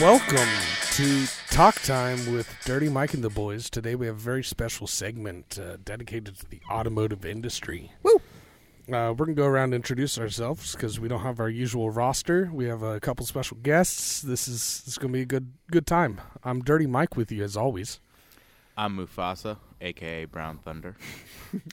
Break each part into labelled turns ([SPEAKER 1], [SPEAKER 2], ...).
[SPEAKER 1] Welcome to Talk Time with Dirty Mike and the Boys. Today we have a very special segment uh, dedicated to the automotive industry.
[SPEAKER 2] Woo!
[SPEAKER 1] Uh, we're going to go around and introduce ourselves because we don't have our usual roster. We have a couple special guests. This is this is going to be a good good time. I'm Dirty Mike with you as always.
[SPEAKER 3] I'm Mufasa, aka Brown Thunder.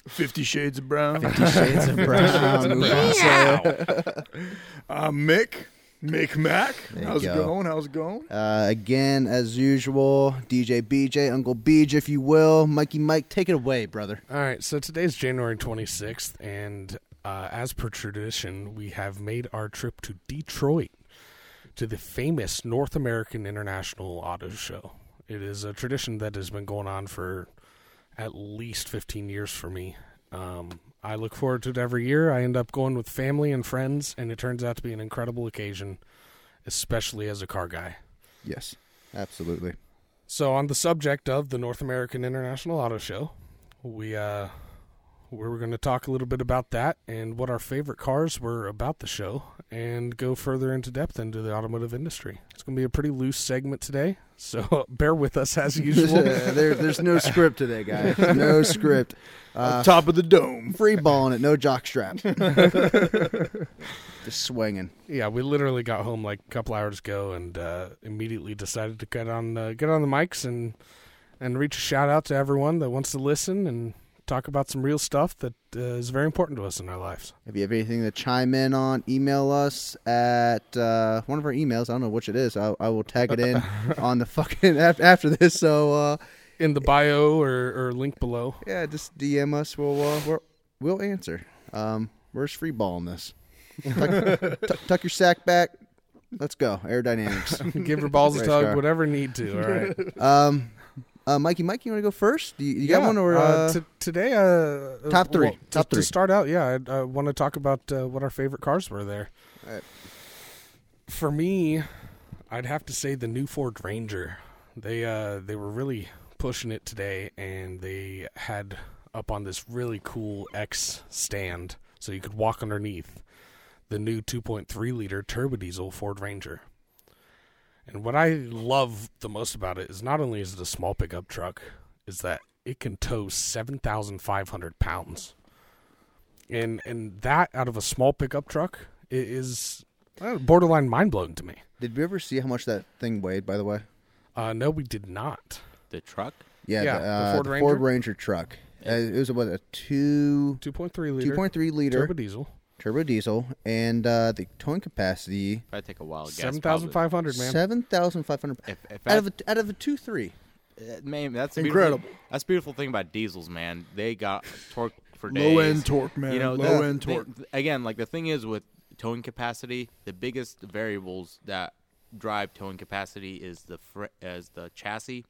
[SPEAKER 4] Fifty Shades of Brown.
[SPEAKER 2] Fifty Shades of Um, Brown.
[SPEAKER 4] I'm Uh, Mick. Mick Mac.
[SPEAKER 2] There you
[SPEAKER 4] How's it
[SPEAKER 2] go.
[SPEAKER 4] going? How's it going?
[SPEAKER 2] Uh, again, as usual, DJ BJ, Uncle Beej, if you will. Mikey Mike, take it away, brother.
[SPEAKER 1] All right, so today's January 26th, and uh, as per tradition, we have made our trip to Detroit to the famous North American International Auto Show. It is a tradition that has been going on for at least 15 years for me. Um, I look forward to it every year. I end up going with family and friends, and it turns out to be an incredible occasion, especially as a car guy.
[SPEAKER 2] Yes, absolutely.
[SPEAKER 1] So, on the subject of the North American International Auto Show, we uh, we were going to talk a little bit about that and what our favorite cars were about the show, and go further into depth into the automotive industry. It's going to be a pretty loose segment today, so bear with us as usual.
[SPEAKER 2] Uh, there, there's no script today, guys. No script. Uh,
[SPEAKER 4] Top of the dome.
[SPEAKER 2] free balling it, no jock strap. Just swinging.
[SPEAKER 1] yeah, we literally got home like a couple hours ago and uh, immediately decided to get on uh, get on the mics and and reach a shout out to everyone that wants to listen and talk about some real stuff that uh, is very important to us in our lives.
[SPEAKER 2] If you have anything to chime in on, email us at uh, one of our emails. I don't know which it is. I, I will tag it in on the fucking af- after this. So uh,
[SPEAKER 1] in the bio or, or link below.
[SPEAKER 2] yeah, just DM us. We'll uh, we'll, we'll answer. Um, we're just free balling this. Tuck, tuck- tuck your sack back. Let's go. Aerodynamics.
[SPEAKER 1] Give your balls a
[SPEAKER 2] Nice
[SPEAKER 1] tug,
[SPEAKER 2] guy.
[SPEAKER 1] whatever need to. All right.
[SPEAKER 2] Um, uh, Mikey, Mike, you want to go first? Do you, you got one or uh,
[SPEAKER 1] t- today? Uh,
[SPEAKER 2] Top three.
[SPEAKER 1] to-
[SPEAKER 2] Top
[SPEAKER 1] to,
[SPEAKER 2] three.
[SPEAKER 1] start out, yeah, I, I want to talk about uh, what our favorite cars were there.
[SPEAKER 2] All right.
[SPEAKER 1] For me, I'd have to say the new Ford Ranger. They uh, they were really pushing it today, and they had up on this really cool X stand, so you could walk underneath the new 2.3 liter turbo diesel Ford Ranger. And what I love the most about it is not only is it a small pickup truck, is that it can tow 7,500 pounds. And and that out of a small pickup truck i- is uh, borderline mind blowing to me.
[SPEAKER 2] did we ever see how much that thing weighed? By the way,
[SPEAKER 1] Uh, no, we did not.
[SPEAKER 3] The truck?
[SPEAKER 2] yeah,
[SPEAKER 1] Yeah,
[SPEAKER 2] the,
[SPEAKER 1] the
[SPEAKER 2] uh,
[SPEAKER 1] Ford
[SPEAKER 2] the
[SPEAKER 1] Ranger?
[SPEAKER 2] Ford Ranger truck. Uh, it was about a two
[SPEAKER 1] 2.3 liter
[SPEAKER 2] two point three liter
[SPEAKER 1] turbo diesel,
[SPEAKER 2] turbo diesel, and uh, the towing capacity
[SPEAKER 3] If I take a wild guess, probably-
[SPEAKER 1] 7,500 man.
[SPEAKER 2] seven thousand five hundred.
[SPEAKER 3] If, if
[SPEAKER 2] Out
[SPEAKER 3] I,
[SPEAKER 2] of a, out of a two three.
[SPEAKER 3] that may- that's the
[SPEAKER 4] Incredible.
[SPEAKER 3] beautiful- That's the beautiful thing about diesels, man. They got torque for days.
[SPEAKER 4] Low end torque, man.
[SPEAKER 3] You know,
[SPEAKER 4] low
[SPEAKER 3] the-
[SPEAKER 4] end
[SPEAKER 3] the-
[SPEAKER 4] torque.
[SPEAKER 3] again, like the thing is with towing capacity, the biggest variables that drive towing capacity is the fr- as the chassis,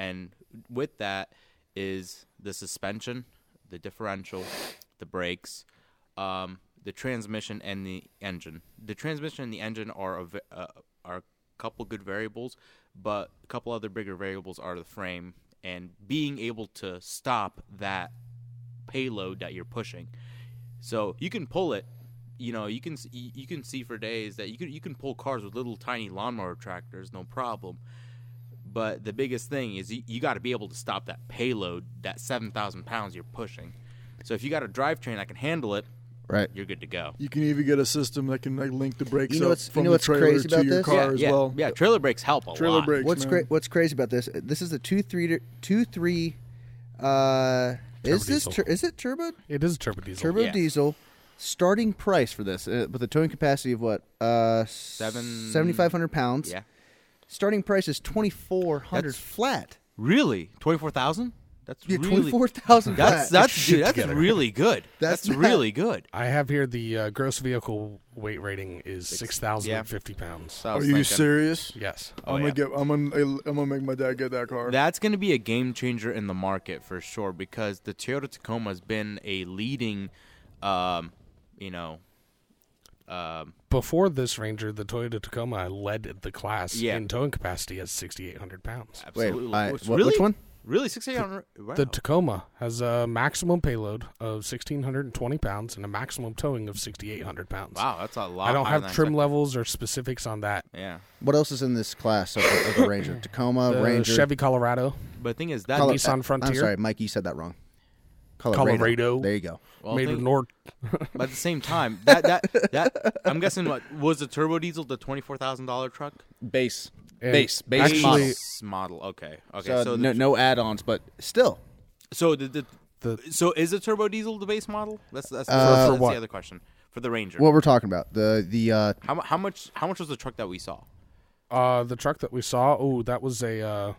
[SPEAKER 3] and with that is the suspension, the differential, the brakes, um, the transmission, and the engine. The transmission and the engine are a, v- uh, are a couple good variables, but a couple other bigger variables are the frame and being able to stop that payload that you're pushing. So you can pull it. You know, you can s- you you can see for days that you can you can pull cars with little tiny lawnmower tractors, no problem. But the biggest thing is you, you got to be able to stop that payload, that seven thousand pounds you're pushing. So if you got a drivetrain that can handle it,
[SPEAKER 2] Right.
[SPEAKER 3] you're good to go.
[SPEAKER 4] You can even get a system that can like link the brakes
[SPEAKER 2] You know
[SPEAKER 4] up
[SPEAKER 2] what's- you
[SPEAKER 4] from
[SPEAKER 2] know
[SPEAKER 4] the
[SPEAKER 2] what's
[SPEAKER 4] trailer
[SPEAKER 2] crazy
[SPEAKER 4] to
[SPEAKER 2] about
[SPEAKER 4] your
[SPEAKER 2] this?
[SPEAKER 4] car
[SPEAKER 3] yeah,
[SPEAKER 4] as
[SPEAKER 3] yeah,
[SPEAKER 4] well.
[SPEAKER 3] yeah. Trailer brakes help a
[SPEAKER 4] Trailer
[SPEAKER 3] lot.
[SPEAKER 4] brakes.
[SPEAKER 2] What's
[SPEAKER 4] man.
[SPEAKER 2] great? What's crazy about this? This is the two three two three. Uh, is this
[SPEAKER 1] diesel.
[SPEAKER 2] tur- is it turbo
[SPEAKER 1] It is a turbo diesel.
[SPEAKER 2] turbo
[SPEAKER 3] Oh, Yeah.
[SPEAKER 2] diesel? Starting price for this uh, with a towing capacity of what? Uh,
[SPEAKER 3] Seven-
[SPEAKER 2] seventy five hundred pounds.
[SPEAKER 3] Yeah.
[SPEAKER 2] Starting price is twenty four hundred
[SPEAKER 3] That's-
[SPEAKER 2] flat.
[SPEAKER 3] Really, twenty four thousand? That's
[SPEAKER 2] Yeah,
[SPEAKER 3] really
[SPEAKER 2] twenty four thousand.
[SPEAKER 3] That's that's dude, that's
[SPEAKER 1] together.
[SPEAKER 3] really good.
[SPEAKER 2] That's
[SPEAKER 3] That's,
[SPEAKER 2] not-
[SPEAKER 3] really good.
[SPEAKER 1] I have here the uh, gross vehicle weight rating is 6,050 pounds.
[SPEAKER 3] So I
[SPEAKER 4] Are
[SPEAKER 3] was
[SPEAKER 4] you
[SPEAKER 3] thinking-
[SPEAKER 4] serious?
[SPEAKER 1] Yes.
[SPEAKER 3] uh, Oh,
[SPEAKER 4] I'm
[SPEAKER 3] yeah.
[SPEAKER 4] gonna get. I'm gonna. I'm gonna make my dad get that car.
[SPEAKER 3] That's going to be a game changer in the market for sure because the Toyota Tacoma has been a leading, um, you know, um,
[SPEAKER 1] Before this Ranger, the Toyota Tacoma led the class
[SPEAKER 3] Yeah.
[SPEAKER 1] in towing capacity at 6,800 pounds.
[SPEAKER 2] Wait,
[SPEAKER 3] absolutely.
[SPEAKER 2] I-
[SPEAKER 3] Which-
[SPEAKER 2] what- which one?
[SPEAKER 3] Really, six eighty on wow.
[SPEAKER 1] The Tacoma has a maximum payload of 1,620 pounds and a maximum towing of 6,800 pounds.
[SPEAKER 3] wow, that's a lot.
[SPEAKER 1] I don't
[SPEAKER 3] higher
[SPEAKER 1] have
[SPEAKER 3] than
[SPEAKER 1] trim
[SPEAKER 3] expected.
[SPEAKER 1] levels or specifics on that.
[SPEAKER 3] Yeah,
[SPEAKER 2] What else is in this class of the, of the Ranger? Tacoma,
[SPEAKER 1] The
[SPEAKER 2] Uh, Ranger,
[SPEAKER 1] Chevy Colorado.
[SPEAKER 3] but the thing is that
[SPEAKER 2] Colo-
[SPEAKER 1] Nissan Frontier.
[SPEAKER 2] I'm sorry, Mike, you said that wrong.
[SPEAKER 1] Colorado.
[SPEAKER 2] There you go.
[SPEAKER 3] well,
[SPEAKER 1] made
[SPEAKER 3] thing-
[SPEAKER 1] with Nord.
[SPEAKER 3] but at the same time, that that that I'm guessing what was the turbo diesel the twenty four thousand dollar truck
[SPEAKER 5] Base,
[SPEAKER 1] And
[SPEAKER 5] base, base
[SPEAKER 1] actually-
[SPEAKER 5] model.
[SPEAKER 3] S- model. Okay, okay.
[SPEAKER 5] So,
[SPEAKER 3] So so
[SPEAKER 5] no,
[SPEAKER 3] the,
[SPEAKER 5] no add-ons, but
[SPEAKER 2] Still,
[SPEAKER 3] so, the, the,
[SPEAKER 1] The-
[SPEAKER 3] so is the turbo diesel the base model? That's that's,
[SPEAKER 2] Uh,
[SPEAKER 3] that's
[SPEAKER 2] for
[SPEAKER 3] the
[SPEAKER 1] what?
[SPEAKER 3] other question for the Ranger.
[SPEAKER 2] what we're talking about the the uh,
[SPEAKER 3] how mu- how much how much was the truck that we saw?
[SPEAKER 1] Uh, the truck that we saw. Oh, that was a uh,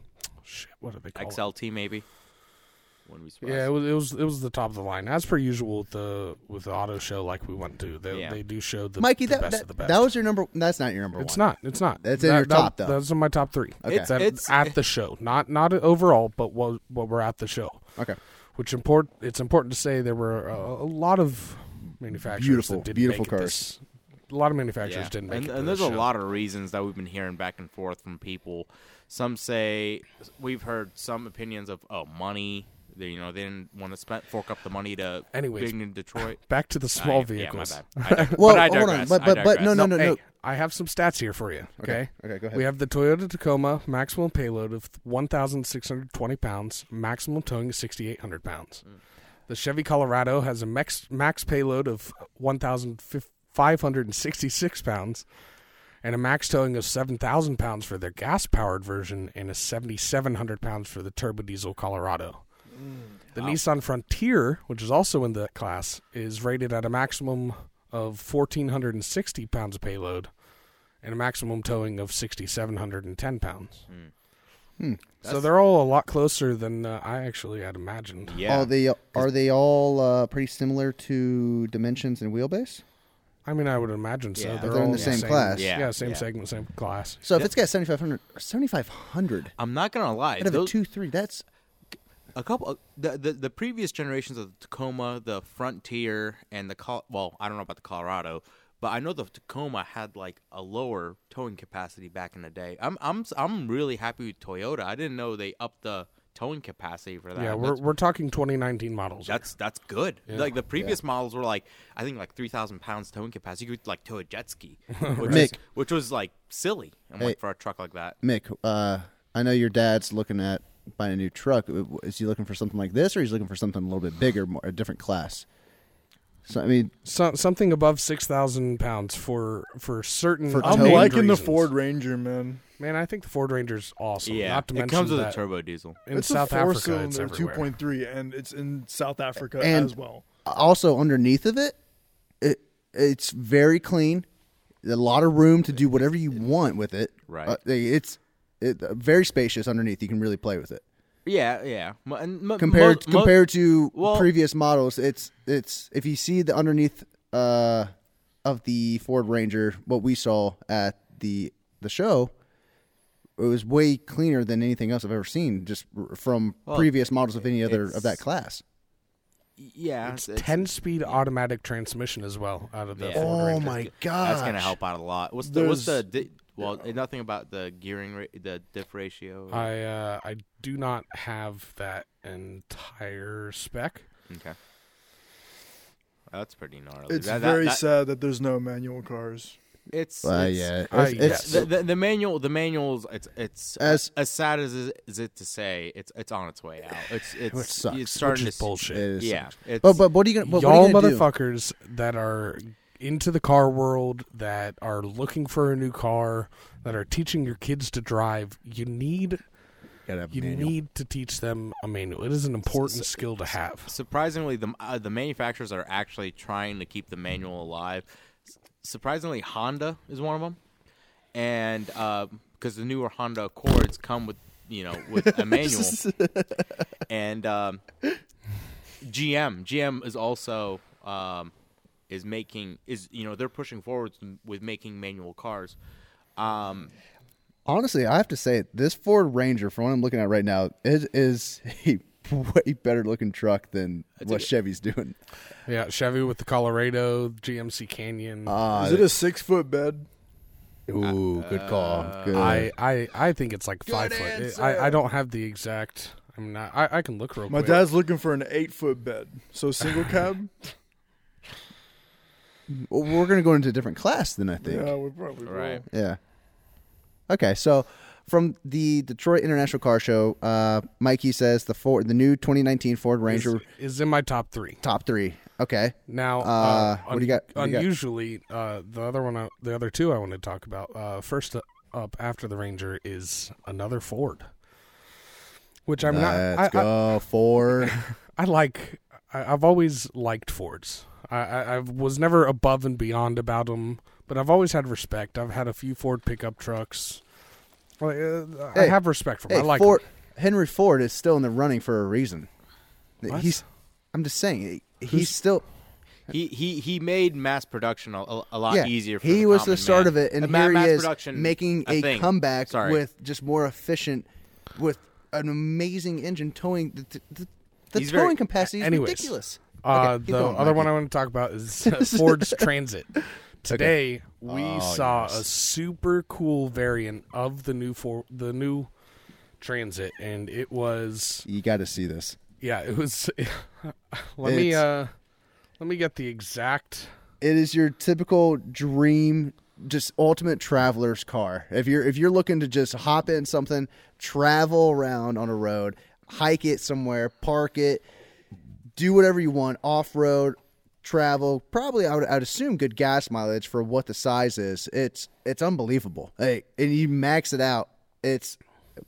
[SPEAKER 1] shit. What did they call it?
[SPEAKER 3] XLT maybe. When we
[SPEAKER 1] Yeah, it was, it was it was the top of the line. As per usual with the with the auto show, like we went to, they,
[SPEAKER 3] Yeah.
[SPEAKER 1] they do show the,
[SPEAKER 2] Mikey.
[SPEAKER 1] the
[SPEAKER 2] That,
[SPEAKER 1] best
[SPEAKER 2] that,
[SPEAKER 1] of the best.
[SPEAKER 2] that was your number. That's not your number
[SPEAKER 1] It's
[SPEAKER 2] one.
[SPEAKER 1] not. It's not.
[SPEAKER 2] That's in your top, though.
[SPEAKER 1] That's in my top three.
[SPEAKER 2] Okay. It's-
[SPEAKER 1] That-
[SPEAKER 3] it's-
[SPEAKER 1] at the show, not not overall, but what what we're at the show.
[SPEAKER 2] Okay.
[SPEAKER 1] Which import? It's important to say there were a, a lot of manufacturers
[SPEAKER 2] Beautiful,
[SPEAKER 1] that didn't
[SPEAKER 2] beautiful
[SPEAKER 1] make it
[SPEAKER 2] cars.
[SPEAKER 1] this- a lot of manufacturers didn't make
[SPEAKER 3] and,
[SPEAKER 1] it. to
[SPEAKER 3] and
[SPEAKER 1] this
[SPEAKER 3] there's a
[SPEAKER 1] show.
[SPEAKER 3] lot of reasons that we've been hearing back and forth from people. Some say we've heard some opinions of oh money. They, you know, they didn't want to spend fork up the money to
[SPEAKER 1] Anyways.
[SPEAKER 3] bring in Detroit.
[SPEAKER 1] Back to the
[SPEAKER 3] Ah,
[SPEAKER 1] small
[SPEAKER 3] yeah,
[SPEAKER 1] vehicles.
[SPEAKER 3] Yeah, my bad. I dig-
[SPEAKER 2] Well,
[SPEAKER 3] but I
[SPEAKER 2] hold on,
[SPEAKER 3] digress.
[SPEAKER 2] but-
[SPEAKER 3] I
[SPEAKER 2] but- but
[SPEAKER 3] digress.
[SPEAKER 2] no, no,
[SPEAKER 1] hey, I have some stats here for you. Okay.
[SPEAKER 2] Okay, go ahead.
[SPEAKER 1] We have the Toyota Tacoma maximum payload of 1,620 pounds, maximum towing is 6,800 pounds.
[SPEAKER 2] Mm.
[SPEAKER 1] The Chevy Colorado has a max, max payload of 1,566 pounds and a max towing of 7,000 pounds for their gas powered version and a 7,700 pounds for the turbo diesel Colorado. The Nissan Frontier, which is also in that class, is rated at a maximum of 1,460 pounds of payload and a maximum towing of 6,710 pounds.
[SPEAKER 3] Hmm.
[SPEAKER 2] Hmm.
[SPEAKER 1] So they're all a lot closer than uh, I actually had imagined.
[SPEAKER 3] Yeah.
[SPEAKER 2] Are Oh, they are they all uh, pretty similar to dimensions and wheelbase?
[SPEAKER 1] I mean, I would imagine so.
[SPEAKER 3] Yeah.
[SPEAKER 1] They're,
[SPEAKER 2] They're in
[SPEAKER 1] all
[SPEAKER 2] the same class.
[SPEAKER 1] Yeah,
[SPEAKER 3] Yeah.
[SPEAKER 1] same
[SPEAKER 3] Yeah.
[SPEAKER 1] segment, same class.
[SPEAKER 2] So if it's got 7,500, 7,500
[SPEAKER 3] I'm not gonna lie.
[SPEAKER 2] out of a
[SPEAKER 3] Those,
[SPEAKER 2] two three, that's
[SPEAKER 3] a couple uh, the, the the previous generations of the Tacoma, the Frontier, and the Col- well, I don't know about the Colorado, but I know the Tacoma had like a lower towing capacity back in the day. I'm I'm I'm really happy with Toyota. I didn't know they upped the towing capacity for that.
[SPEAKER 1] Yeah, we're,
[SPEAKER 3] that's,
[SPEAKER 1] we're talking 2019 models. here.
[SPEAKER 3] that's that's good. Like the previous models were like I think like three thousand pounds towing capacity. You could like tow a jet ski, which, is,
[SPEAKER 2] Mick.
[SPEAKER 3] which was like silly. I'm
[SPEAKER 2] Hey.
[SPEAKER 3] like for a truck like that.
[SPEAKER 2] Mick. Uh, I know your dad's looking at buying a new truck. Is he looking for something like this, or he's looking for something a little bit bigger, more, a different class? So I mean,
[SPEAKER 1] So, something above 6,000 pounds for for certain.
[SPEAKER 2] For
[SPEAKER 4] I'm
[SPEAKER 2] Towing
[SPEAKER 1] unnamed
[SPEAKER 4] liking the
[SPEAKER 1] reasons.
[SPEAKER 4] Ford Ranger, man.
[SPEAKER 1] Man, I think the Ford Ranger's awesome.
[SPEAKER 3] Yeah,
[SPEAKER 1] Not to
[SPEAKER 3] it
[SPEAKER 1] mention
[SPEAKER 3] comes with
[SPEAKER 1] that
[SPEAKER 3] a turbo diesel.
[SPEAKER 1] in
[SPEAKER 4] it's
[SPEAKER 1] South
[SPEAKER 4] a four
[SPEAKER 1] Africa, it's
[SPEAKER 4] cylinder, two
[SPEAKER 1] everywhere.
[SPEAKER 4] point three, and it's in South Africa
[SPEAKER 2] And-
[SPEAKER 4] as well.
[SPEAKER 2] also underneath of it, it it's very clean. A lot of room to do whatever you want with it.
[SPEAKER 3] Right.
[SPEAKER 2] Uh, it's it, uh, very spacious underneath. You can really play with it.
[SPEAKER 3] Yeah, yeah. Mo- and mo-
[SPEAKER 2] compared
[SPEAKER 3] mo- mo-
[SPEAKER 2] compared to
[SPEAKER 3] well-
[SPEAKER 2] previous models it's it's if you see the underneath uh of the Ford Ranger what we saw at the the show it was way cleaner than anything else I've ever seen just r- from previous models of any other of that class
[SPEAKER 3] yeah, it's- it's-
[SPEAKER 1] 10 speed automatic transmission as well out of the
[SPEAKER 3] Yeah.
[SPEAKER 1] Ford
[SPEAKER 3] Oh
[SPEAKER 1] Ranger.
[SPEAKER 2] my
[SPEAKER 3] That's gonna
[SPEAKER 2] gosh.
[SPEAKER 3] help out a lot. What's the what's the
[SPEAKER 4] There's-
[SPEAKER 3] di- well? Nothing about the gearing, ra- the diff ratio.
[SPEAKER 1] I uh, I do not have that entire spec.
[SPEAKER 3] okay, that's pretty gnarly.
[SPEAKER 4] It's
[SPEAKER 3] That- that-
[SPEAKER 4] very
[SPEAKER 3] that-
[SPEAKER 4] sad that there's no manual cars.
[SPEAKER 3] It's,
[SPEAKER 2] Well,
[SPEAKER 3] it's-
[SPEAKER 2] yeah
[SPEAKER 1] uh,
[SPEAKER 2] it's,
[SPEAKER 1] yeah,
[SPEAKER 2] it's-
[SPEAKER 3] The, the, the manual, the manuals. It's it's
[SPEAKER 2] As-
[SPEAKER 3] as as sad as it, as it to say, it's it's on its way out. It's it's
[SPEAKER 2] sucks,
[SPEAKER 3] it's starting
[SPEAKER 1] Which is
[SPEAKER 3] to
[SPEAKER 1] bullshit.
[SPEAKER 2] it is-
[SPEAKER 3] Yeah, it's,
[SPEAKER 2] but but what are you gonna but
[SPEAKER 1] Y'all
[SPEAKER 2] what are you gonna do?
[SPEAKER 1] motherfuckers that are into the car world, that are looking for a new car, that are teaching your kids to drive, you need you need to teach them a manual. It is an important skill to have.
[SPEAKER 3] surprisingly, the uh, the manufacturers are actually trying to keep the manual alive. S- Surprisingly, Honda is one of them, and because the newer Honda Accords come with you know with a manual, and um, GM GM is also um, is making is you know they're pushing forward with making manual cars. Um,
[SPEAKER 2] honestly I have to say this Ford Ranger from what I'm looking at right now it is a way better looking truck than what Chevy's doing
[SPEAKER 1] Yeah, Chevy with the Colorado, GMC Canyon.
[SPEAKER 2] Uh,
[SPEAKER 4] Is it a six foot bed?
[SPEAKER 1] Uh,
[SPEAKER 2] Ooh, good call. Good.
[SPEAKER 1] I, I I think it's like five foot. It- I, I don't have the exact. I I mean, I, I can look real
[SPEAKER 4] My
[SPEAKER 1] quick.
[SPEAKER 4] dad's looking for an eight foot bed. So single cab?
[SPEAKER 2] Well, we're going to go into a different class then, I think.
[SPEAKER 4] yeah, we probably will.
[SPEAKER 3] Right.
[SPEAKER 2] Yeah. Okay, so from the Detroit International Car Show, uh, Mikey says the Ford, the new 2019 Ford
[SPEAKER 1] is,
[SPEAKER 2] Ranger
[SPEAKER 1] is in my top three.
[SPEAKER 2] top three. Okay,
[SPEAKER 1] Now, uh,
[SPEAKER 2] Uh, what do you got- what do you got?
[SPEAKER 1] unusually, uh, the other one, I, the other two I want to talk about. Uh, first up after the Ranger is another Ford, which I'm
[SPEAKER 2] let's
[SPEAKER 1] not. I, I,
[SPEAKER 2] go Ford.
[SPEAKER 1] I like. I, I've always liked Fords. I, I, I was never above and beyond about them, but I've always had respect. I've had a few Ford pickup trucks. Like, uh, I
[SPEAKER 2] Hey,
[SPEAKER 1] have respect for them.
[SPEAKER 2] hey,
[SPEAKER 1] I like
[SPEAKER 2] Ford.
[SPEAKER 1] 'em.
[SPEAKER 2] Henry Ford is still in the running for a reason.
[SPEAKER 1] What?
[SPEAKER 2] He's. I'm just saying he- he's
[SPEAKER 1] Who's-
[SPEAKER 2] still.
[SPEAKER 3] He he he made mass production a- a, a lot
[SPEAKER 2] yeah,
[SPEAKER 3] easier. for
[SPEAKER 2] he
[SPEAKER 3] the
[SPEAKER 2] was
[SPEAKER 3] common
[SPEAKER 2] the start
[SPEAKER 3] man.
[SPEAKER 2] of it, and
[SPEAKER 3] Uh,
[SPEAKER 2] here
[SPEAKER 3] ma- mass
[SPEAKER 2] he is
[SPEAKER 3] production,
[SPEAKER 2] making a,
[SPEAKER 3] thing.
[SPEAKER 2] comeback
[SPEAKER 3] Sorry.
[SPEAKER 2] with just more efficient, with an amazing engine towing. The, the, the
[SPEAKER 3] He's
[SPEAKER 2] towing
[SPEAKER 3] very-
[SPEAKER 2] capacity is
[SPEAKER 1] anyways.
[SPEAKER 2] ridiculous.
[SPEAKER 1] Uh,
[SPEAKER 2] Okay, keep
[SPEAKER 1] the
[SPEAKER 2] going,
[SPEAKER 1] other one I
[SPEAKER 2] Mikey.
[SPEAKER 1] want to talk about is uh, Ford's Transit. Today we
[SPEAKER 2] Oh,
[SPEAKER 1] saw a super cool variant of the new for the new Transit, and it was
[SPEAKER 2] You got to see this.
[SPEAKER 1] yeah, it was. let me
[SPEAKER 2] It's-
[SPEAKER 1] uh, let me get the exact.
[SPEAKER 2] It is your typical dream, just ultimate traveler's car. If you're if you're looking to just hop in something, travel around on a road, hike it somewhere, park it, do whatever you want, off road, travel. Probably I would I'd assume good gas mileage for what the size is. It's it's unbelievable. Like, and you max it out. It's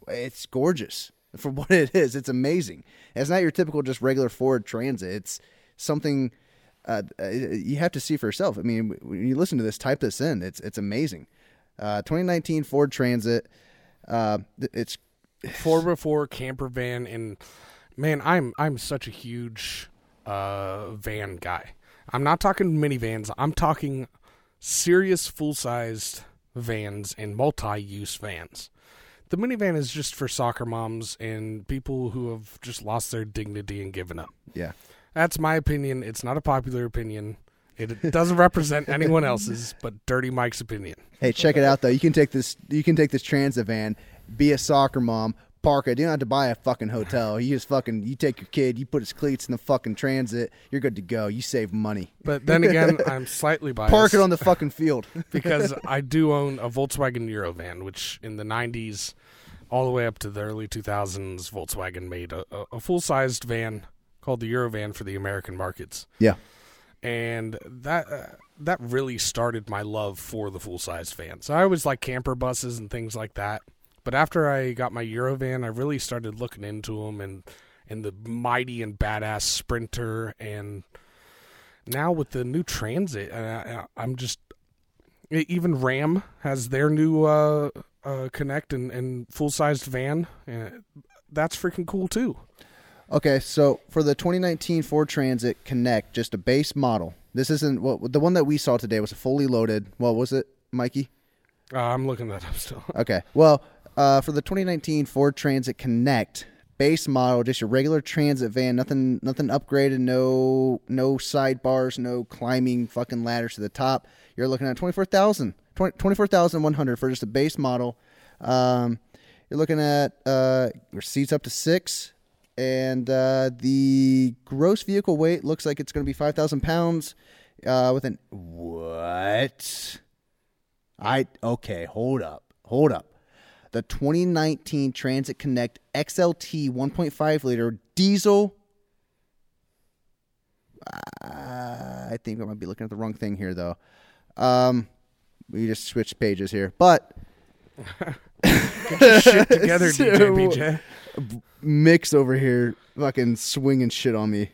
[SPEAKER 2] it's gorgeous for what it is. It's amazing. It's not your typical just regular Ford Transit. It's something uh, uh, you have to see for yourself. I mean, when you listen to this, type this in. It's it's amazing. Uh, 2019 Ford Transit. Uh, th- it's
[SPEAKER 1] four before camper van and man i'm i'm such a huge uh van guy i'm not talking minivans i'm talking serious full-sized vans and multi-use vans the minivan is just for soccer moms and people who have just lost their dignity and given up
[SPEAKER 2] yeah.
[SPEAKER 1] that's my opinion it's not a popular opinion it doesn't represent anyone else's but dirty mike's opinion
[SPEAKER 2] Hey, check it out though. You can take this. You can take this transit van. Be a soccer mom. Park it. You don't have to buy a fucking hotel. You just fucking. You take your kid. You put his cleats in the fucking transit. You're good to go. You save money.
[SPEAKER 1] but then again i'm slightly biased
[SPEAKER 2] Park it on the fucking field.
[SPEAKER 1] because I do own a Volkswagen Eurovan, which in the '90s, all the way up to the early 2000s, Volkswagen made a, a, a full-sized van called the Eurovan for the American markets,
[SPEAKER 2] yeah.
[SPEAKER 1] and that uh, that really started my love for the full-sized van. So I always like camper buses and things like that, but after I got my Eurovan, I really started looking into them and and the mighty and badass Sprinter and now with the new transit uh, i'm just e- even ram has their new uh, uh, connect and, and full-sized van and that's freaking cool too
[SPEAKER 2] Okay, so for the 2019 Ford Transit Connect, just a base model. This isn't what the one that we saw today was a fully loaded. What was it, Mikey?
[SPEAKER 1] uh, i'm looking that up still
[SPEAKER 2] Okay. Well, uh, for the 2019 Ford Transit Connect base model, just your regular transit van, nothing, nothing upgraded, no, no sidebars, no climbing fucking ladders to the top. You're looking at 24,000, 20 24,100 for just a base model. Um, you're looking at uh, your seats up to six, and uh, the gross vehicle weight looks like it's going to be 5,000 pounds. Uh, with an what? I okay, hold up. Hold up. The 2019 Transit Connect XLT 1.5 liter diesel uh, I think I might be looking at the wrong thing here though. Um we just switched pages here. But
[SPEAKER 1] shit together dj pj
[SPEAKER 2] Mix over here fucking swinging shit on me.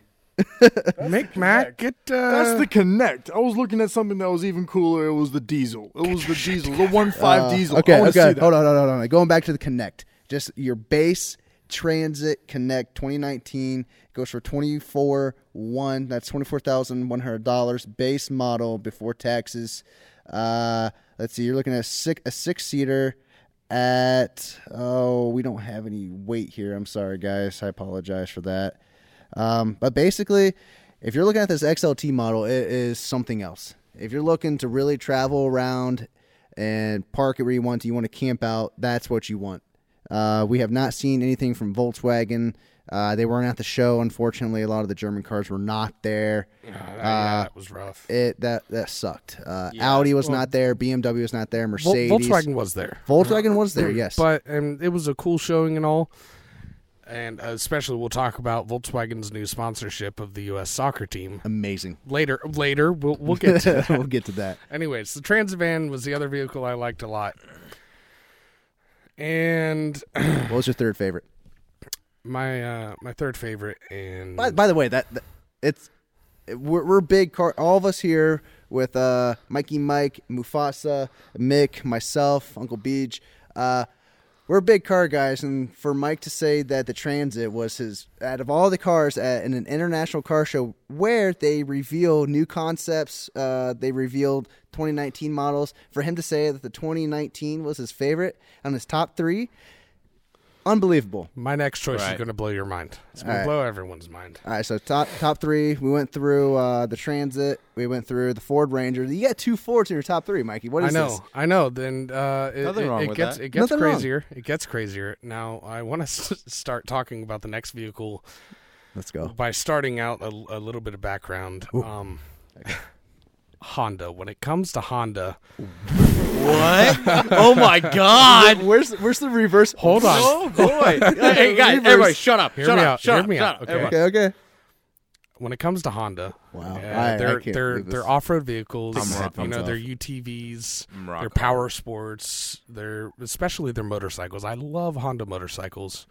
[SPEAKER 1] mick mac get uh,
[SPEAKER 4] That's
[SPEAKER 2] Eh.
[SPEAKER 4] the connect. I was looking at something that was even cooler. It was the diesel. It was the diesel, the one five diesel.
[SPEAKER 2] Uh, Okay,
[SPEAKER 4] I wanna
[SPEAKER 2] okay.
[SPEAKER 4] see that.
[SPEAKER 2] Hold on, hold on, hold on. Going back to the Connect, just your base Transit Connect 2019 goes for twenty four one. That's twenty four thousand one hundred dollars base model before taxes. Uh, let's see, you're looking at a six a six seater at oh we don't have any weight here. I'm sorry guys, I apologize for that. Um, but basically, if you're looking at this XLT model, it is something else. If you're looking to really travel around and park it where you want to. You want to camp out. That's what you want. Uh, we have not seen anything from Volkswagen. Uh, they weren't at the show, unfortunately. A lot of the German cars were not there.
[SPEAKER 1] yeah, that was rough.
[SPEAKER 2] It that that sucked. Uh, Audi was not there. BMW was not there.
[SPEAKER 1] Vol-
[SPEAKER 2] Mercedes.
[SPEAKER 1] Volkswagen was there.
[SPEAKER 2] Volkswagen was there. Yes.
[SPEAKER 1] But and it was a cool showing and all. And uh, especially we'll talk about Volkswagen's new sponsorship of the US soccer team.
[SPEAKER 2] amazing.
[SPEAKER 1] Later later we'll we'll get to that.
[SPEAKER 2] we'll get to that.
[SPEAKER 1] Anyways, the Transvan was the other vehicle I liked a lot. And
[SPEAKER 2] What was your third favorite?
[SPEAKER 1] my uh my third favorite and
[SPEAKER 2] By, by the way, that, that- it's we're, we're big car. All of us here with uh, Mikey, Mike, Mufasa, Mick, myself, Uncle Beach. Uh, we're big car guys, and for Mike to say that the Transit was his out of all the cars at, in an international car show where they reveal new concepts, uh, they revealed 2019 models. For him to say that the 2019 was his favorite on his top three, unbelievable.
[SPEAKER 1] my next choice is
[SPEAKER 3] Right.
[SPEAKER 1] going to blow your mind. It's going
[SPEAKER 2] All right.
[SPEAKER 1] to blow everyone's mind.
[SPEAKER 2] All right, so top top three. We went through uh, the Transit. We went through the Ford Ranger. You got two Fords in your top three, Mikey. What
[SPEAKER 1] I
[SPEAKER 2] is
[SPEAKER 1] know,
[SPEAKER 2] this?
[SPEAKER 1] I know. Then uh, it,
[SPEAKER 3] Nothing
[SPEAKER 1] it-
[SPEAKER 3] wrong
[SPEAKER 1] it
[SPEAKER 3] with
[SPEAKER 1] gets
[SPEAKER 3] that.
[SPEAKER 1] it gets
[SPEAKER 2] Nothing wrong.
[SPEAKER 1] crazier. It gets crazier. Now I want to s- start talking about the next vehicle
[SPEAKER 2] Let's go.
[SPEAKER 1] by starting out a, a little bit of background. Um, Honda. When it comes to Honda,
[SPEAKER 3] What? oh my god.
[SPEAKER 2] Where's where's the reverse?
[SPEAKER 1] hold on.
[SPEAKER 3] Oh boy. hey guys, everybody shut up.
[SPEAKER 1] Hear
[SPEAKER 3] shut
[SPEAKER 1] me
[SPEAKER 3] up.
[SPEAKER 1] out,
[SPEAKER 3] Shut
[SPEAKER 1] hear
[SPEAKER 3] up.
[SPEAKER 1] me
[SPEAKER 3] shut
[SPEAKER 1] out,
[SPEAKER 3] up.
[SPEAKER 1] okay?
[SPEAKER 3] everybody.
[SPEAKER 2] Okay, okay.
[SPEAKER 1] When it comes to Honda,
[SPEAKER 2] Wow.
[SPEAKER 1] uh,
[SPEAKER 2] I- I
[SPEAKER 1] they're
[SPEAKER 2] can't
[SPEAKER 1] they're
[SPEAKER 2] believe this.
[SPEAKER 1] they're off road vehicles.
[SPEAKER 3] I'm rock-
[SPEAKER 1] You
[SPEAKER 2] I'm
[SPEAKER 1] know,
[SPEAKER 2] tough.
[SPEAKER 1] they're UTVs.
[SPEAKER 3] I'm
[SPEAKER 1] their
[SPEAKER 3] rock
[SPEAKER 1] power sports, their especially their motorcycles. I love Honda motorcycles,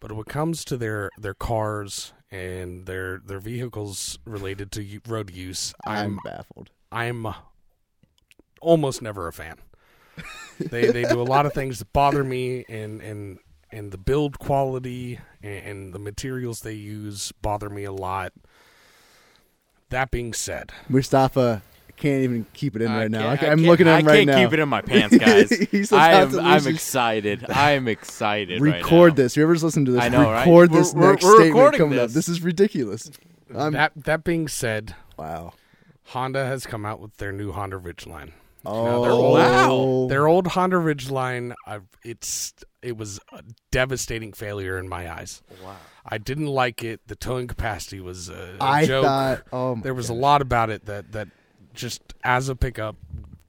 [SPEAKER 1] but when it comes to their their cars and their their vehicles related to u- road use,
[SPEAKER 2] I'm
[SPEAKER 1] I'm
[SPEAKER 2] baffled.
[SPEAKER 1] I'm uh, almost never a fan. they they do a lot of things that bother me, and and and the build quality and, and the materials they use bother me a lot. That being said,
[SPEAKER 2] Mustafa can't even keep it in right now. I
[SPEAKER 3] can't-
[SPEAKER 2] ca-
[SPEAKER 3] I
[SPEAKER 2] I'm
[SPEAKER 3] can't-
[SPEAKER 2] looking at
[SPEAKER 3] I
[SPEAKER 2] him right
[SPEAKER 3] can't
[SPEAKER 2] now.
[SPEAKER 3] keep it in my pants, guys.
[SPEAKER 2] He's
[SPEAKER 3] I
[SPEAKER 2] about
[SPEAKER 3] am,
[SPEAKER 2] to lose
[SPEAKER 3] I'm
[SPEAKER 2] his-
[SPEAKER 3] excited. I am excited. right
[SPEAKER 2] Record
[SPEAKER 3] now.
[SPEAKER 2] this. Whoever's listening to this,
[SPEAKER 3] I know, right?
[SPEAKER 2] record
[SPEAKER 3] We're-
[SPEAKER 2] this
[SPEAKER 3] we're-
[SPEAKER 2] next
[SPEAKER 3] we're
[SPEAKER 2] statement
[SPEAKER 3] recording
[SPEAKER 2] coming up.
[SPEAKER 3] this.
[SPEAKER 2] This is ridiculous. I'm,
[SPEAKER 1] that that being said,
[SPEAKER 2] wow.
[SPEAKER 1] Honda has come out with their new Honda Ridgeline.
[SPEAKER 2] Oh,
[SPEAKER 1] they're old.
[SPEAKER 3] Wow.
[SPEAKER 1] Their old Honda Ridgeline, I've, it's it was a devastating failure in my eyes. Wow. I didn't like it. The towing capacity was a a
[SPEAKER 2] I
[SPEAKER 1] joke.
[SPEAKER 2] thought. Oh my
[SPEAKER 1] there was a lot about it that that just as a pickup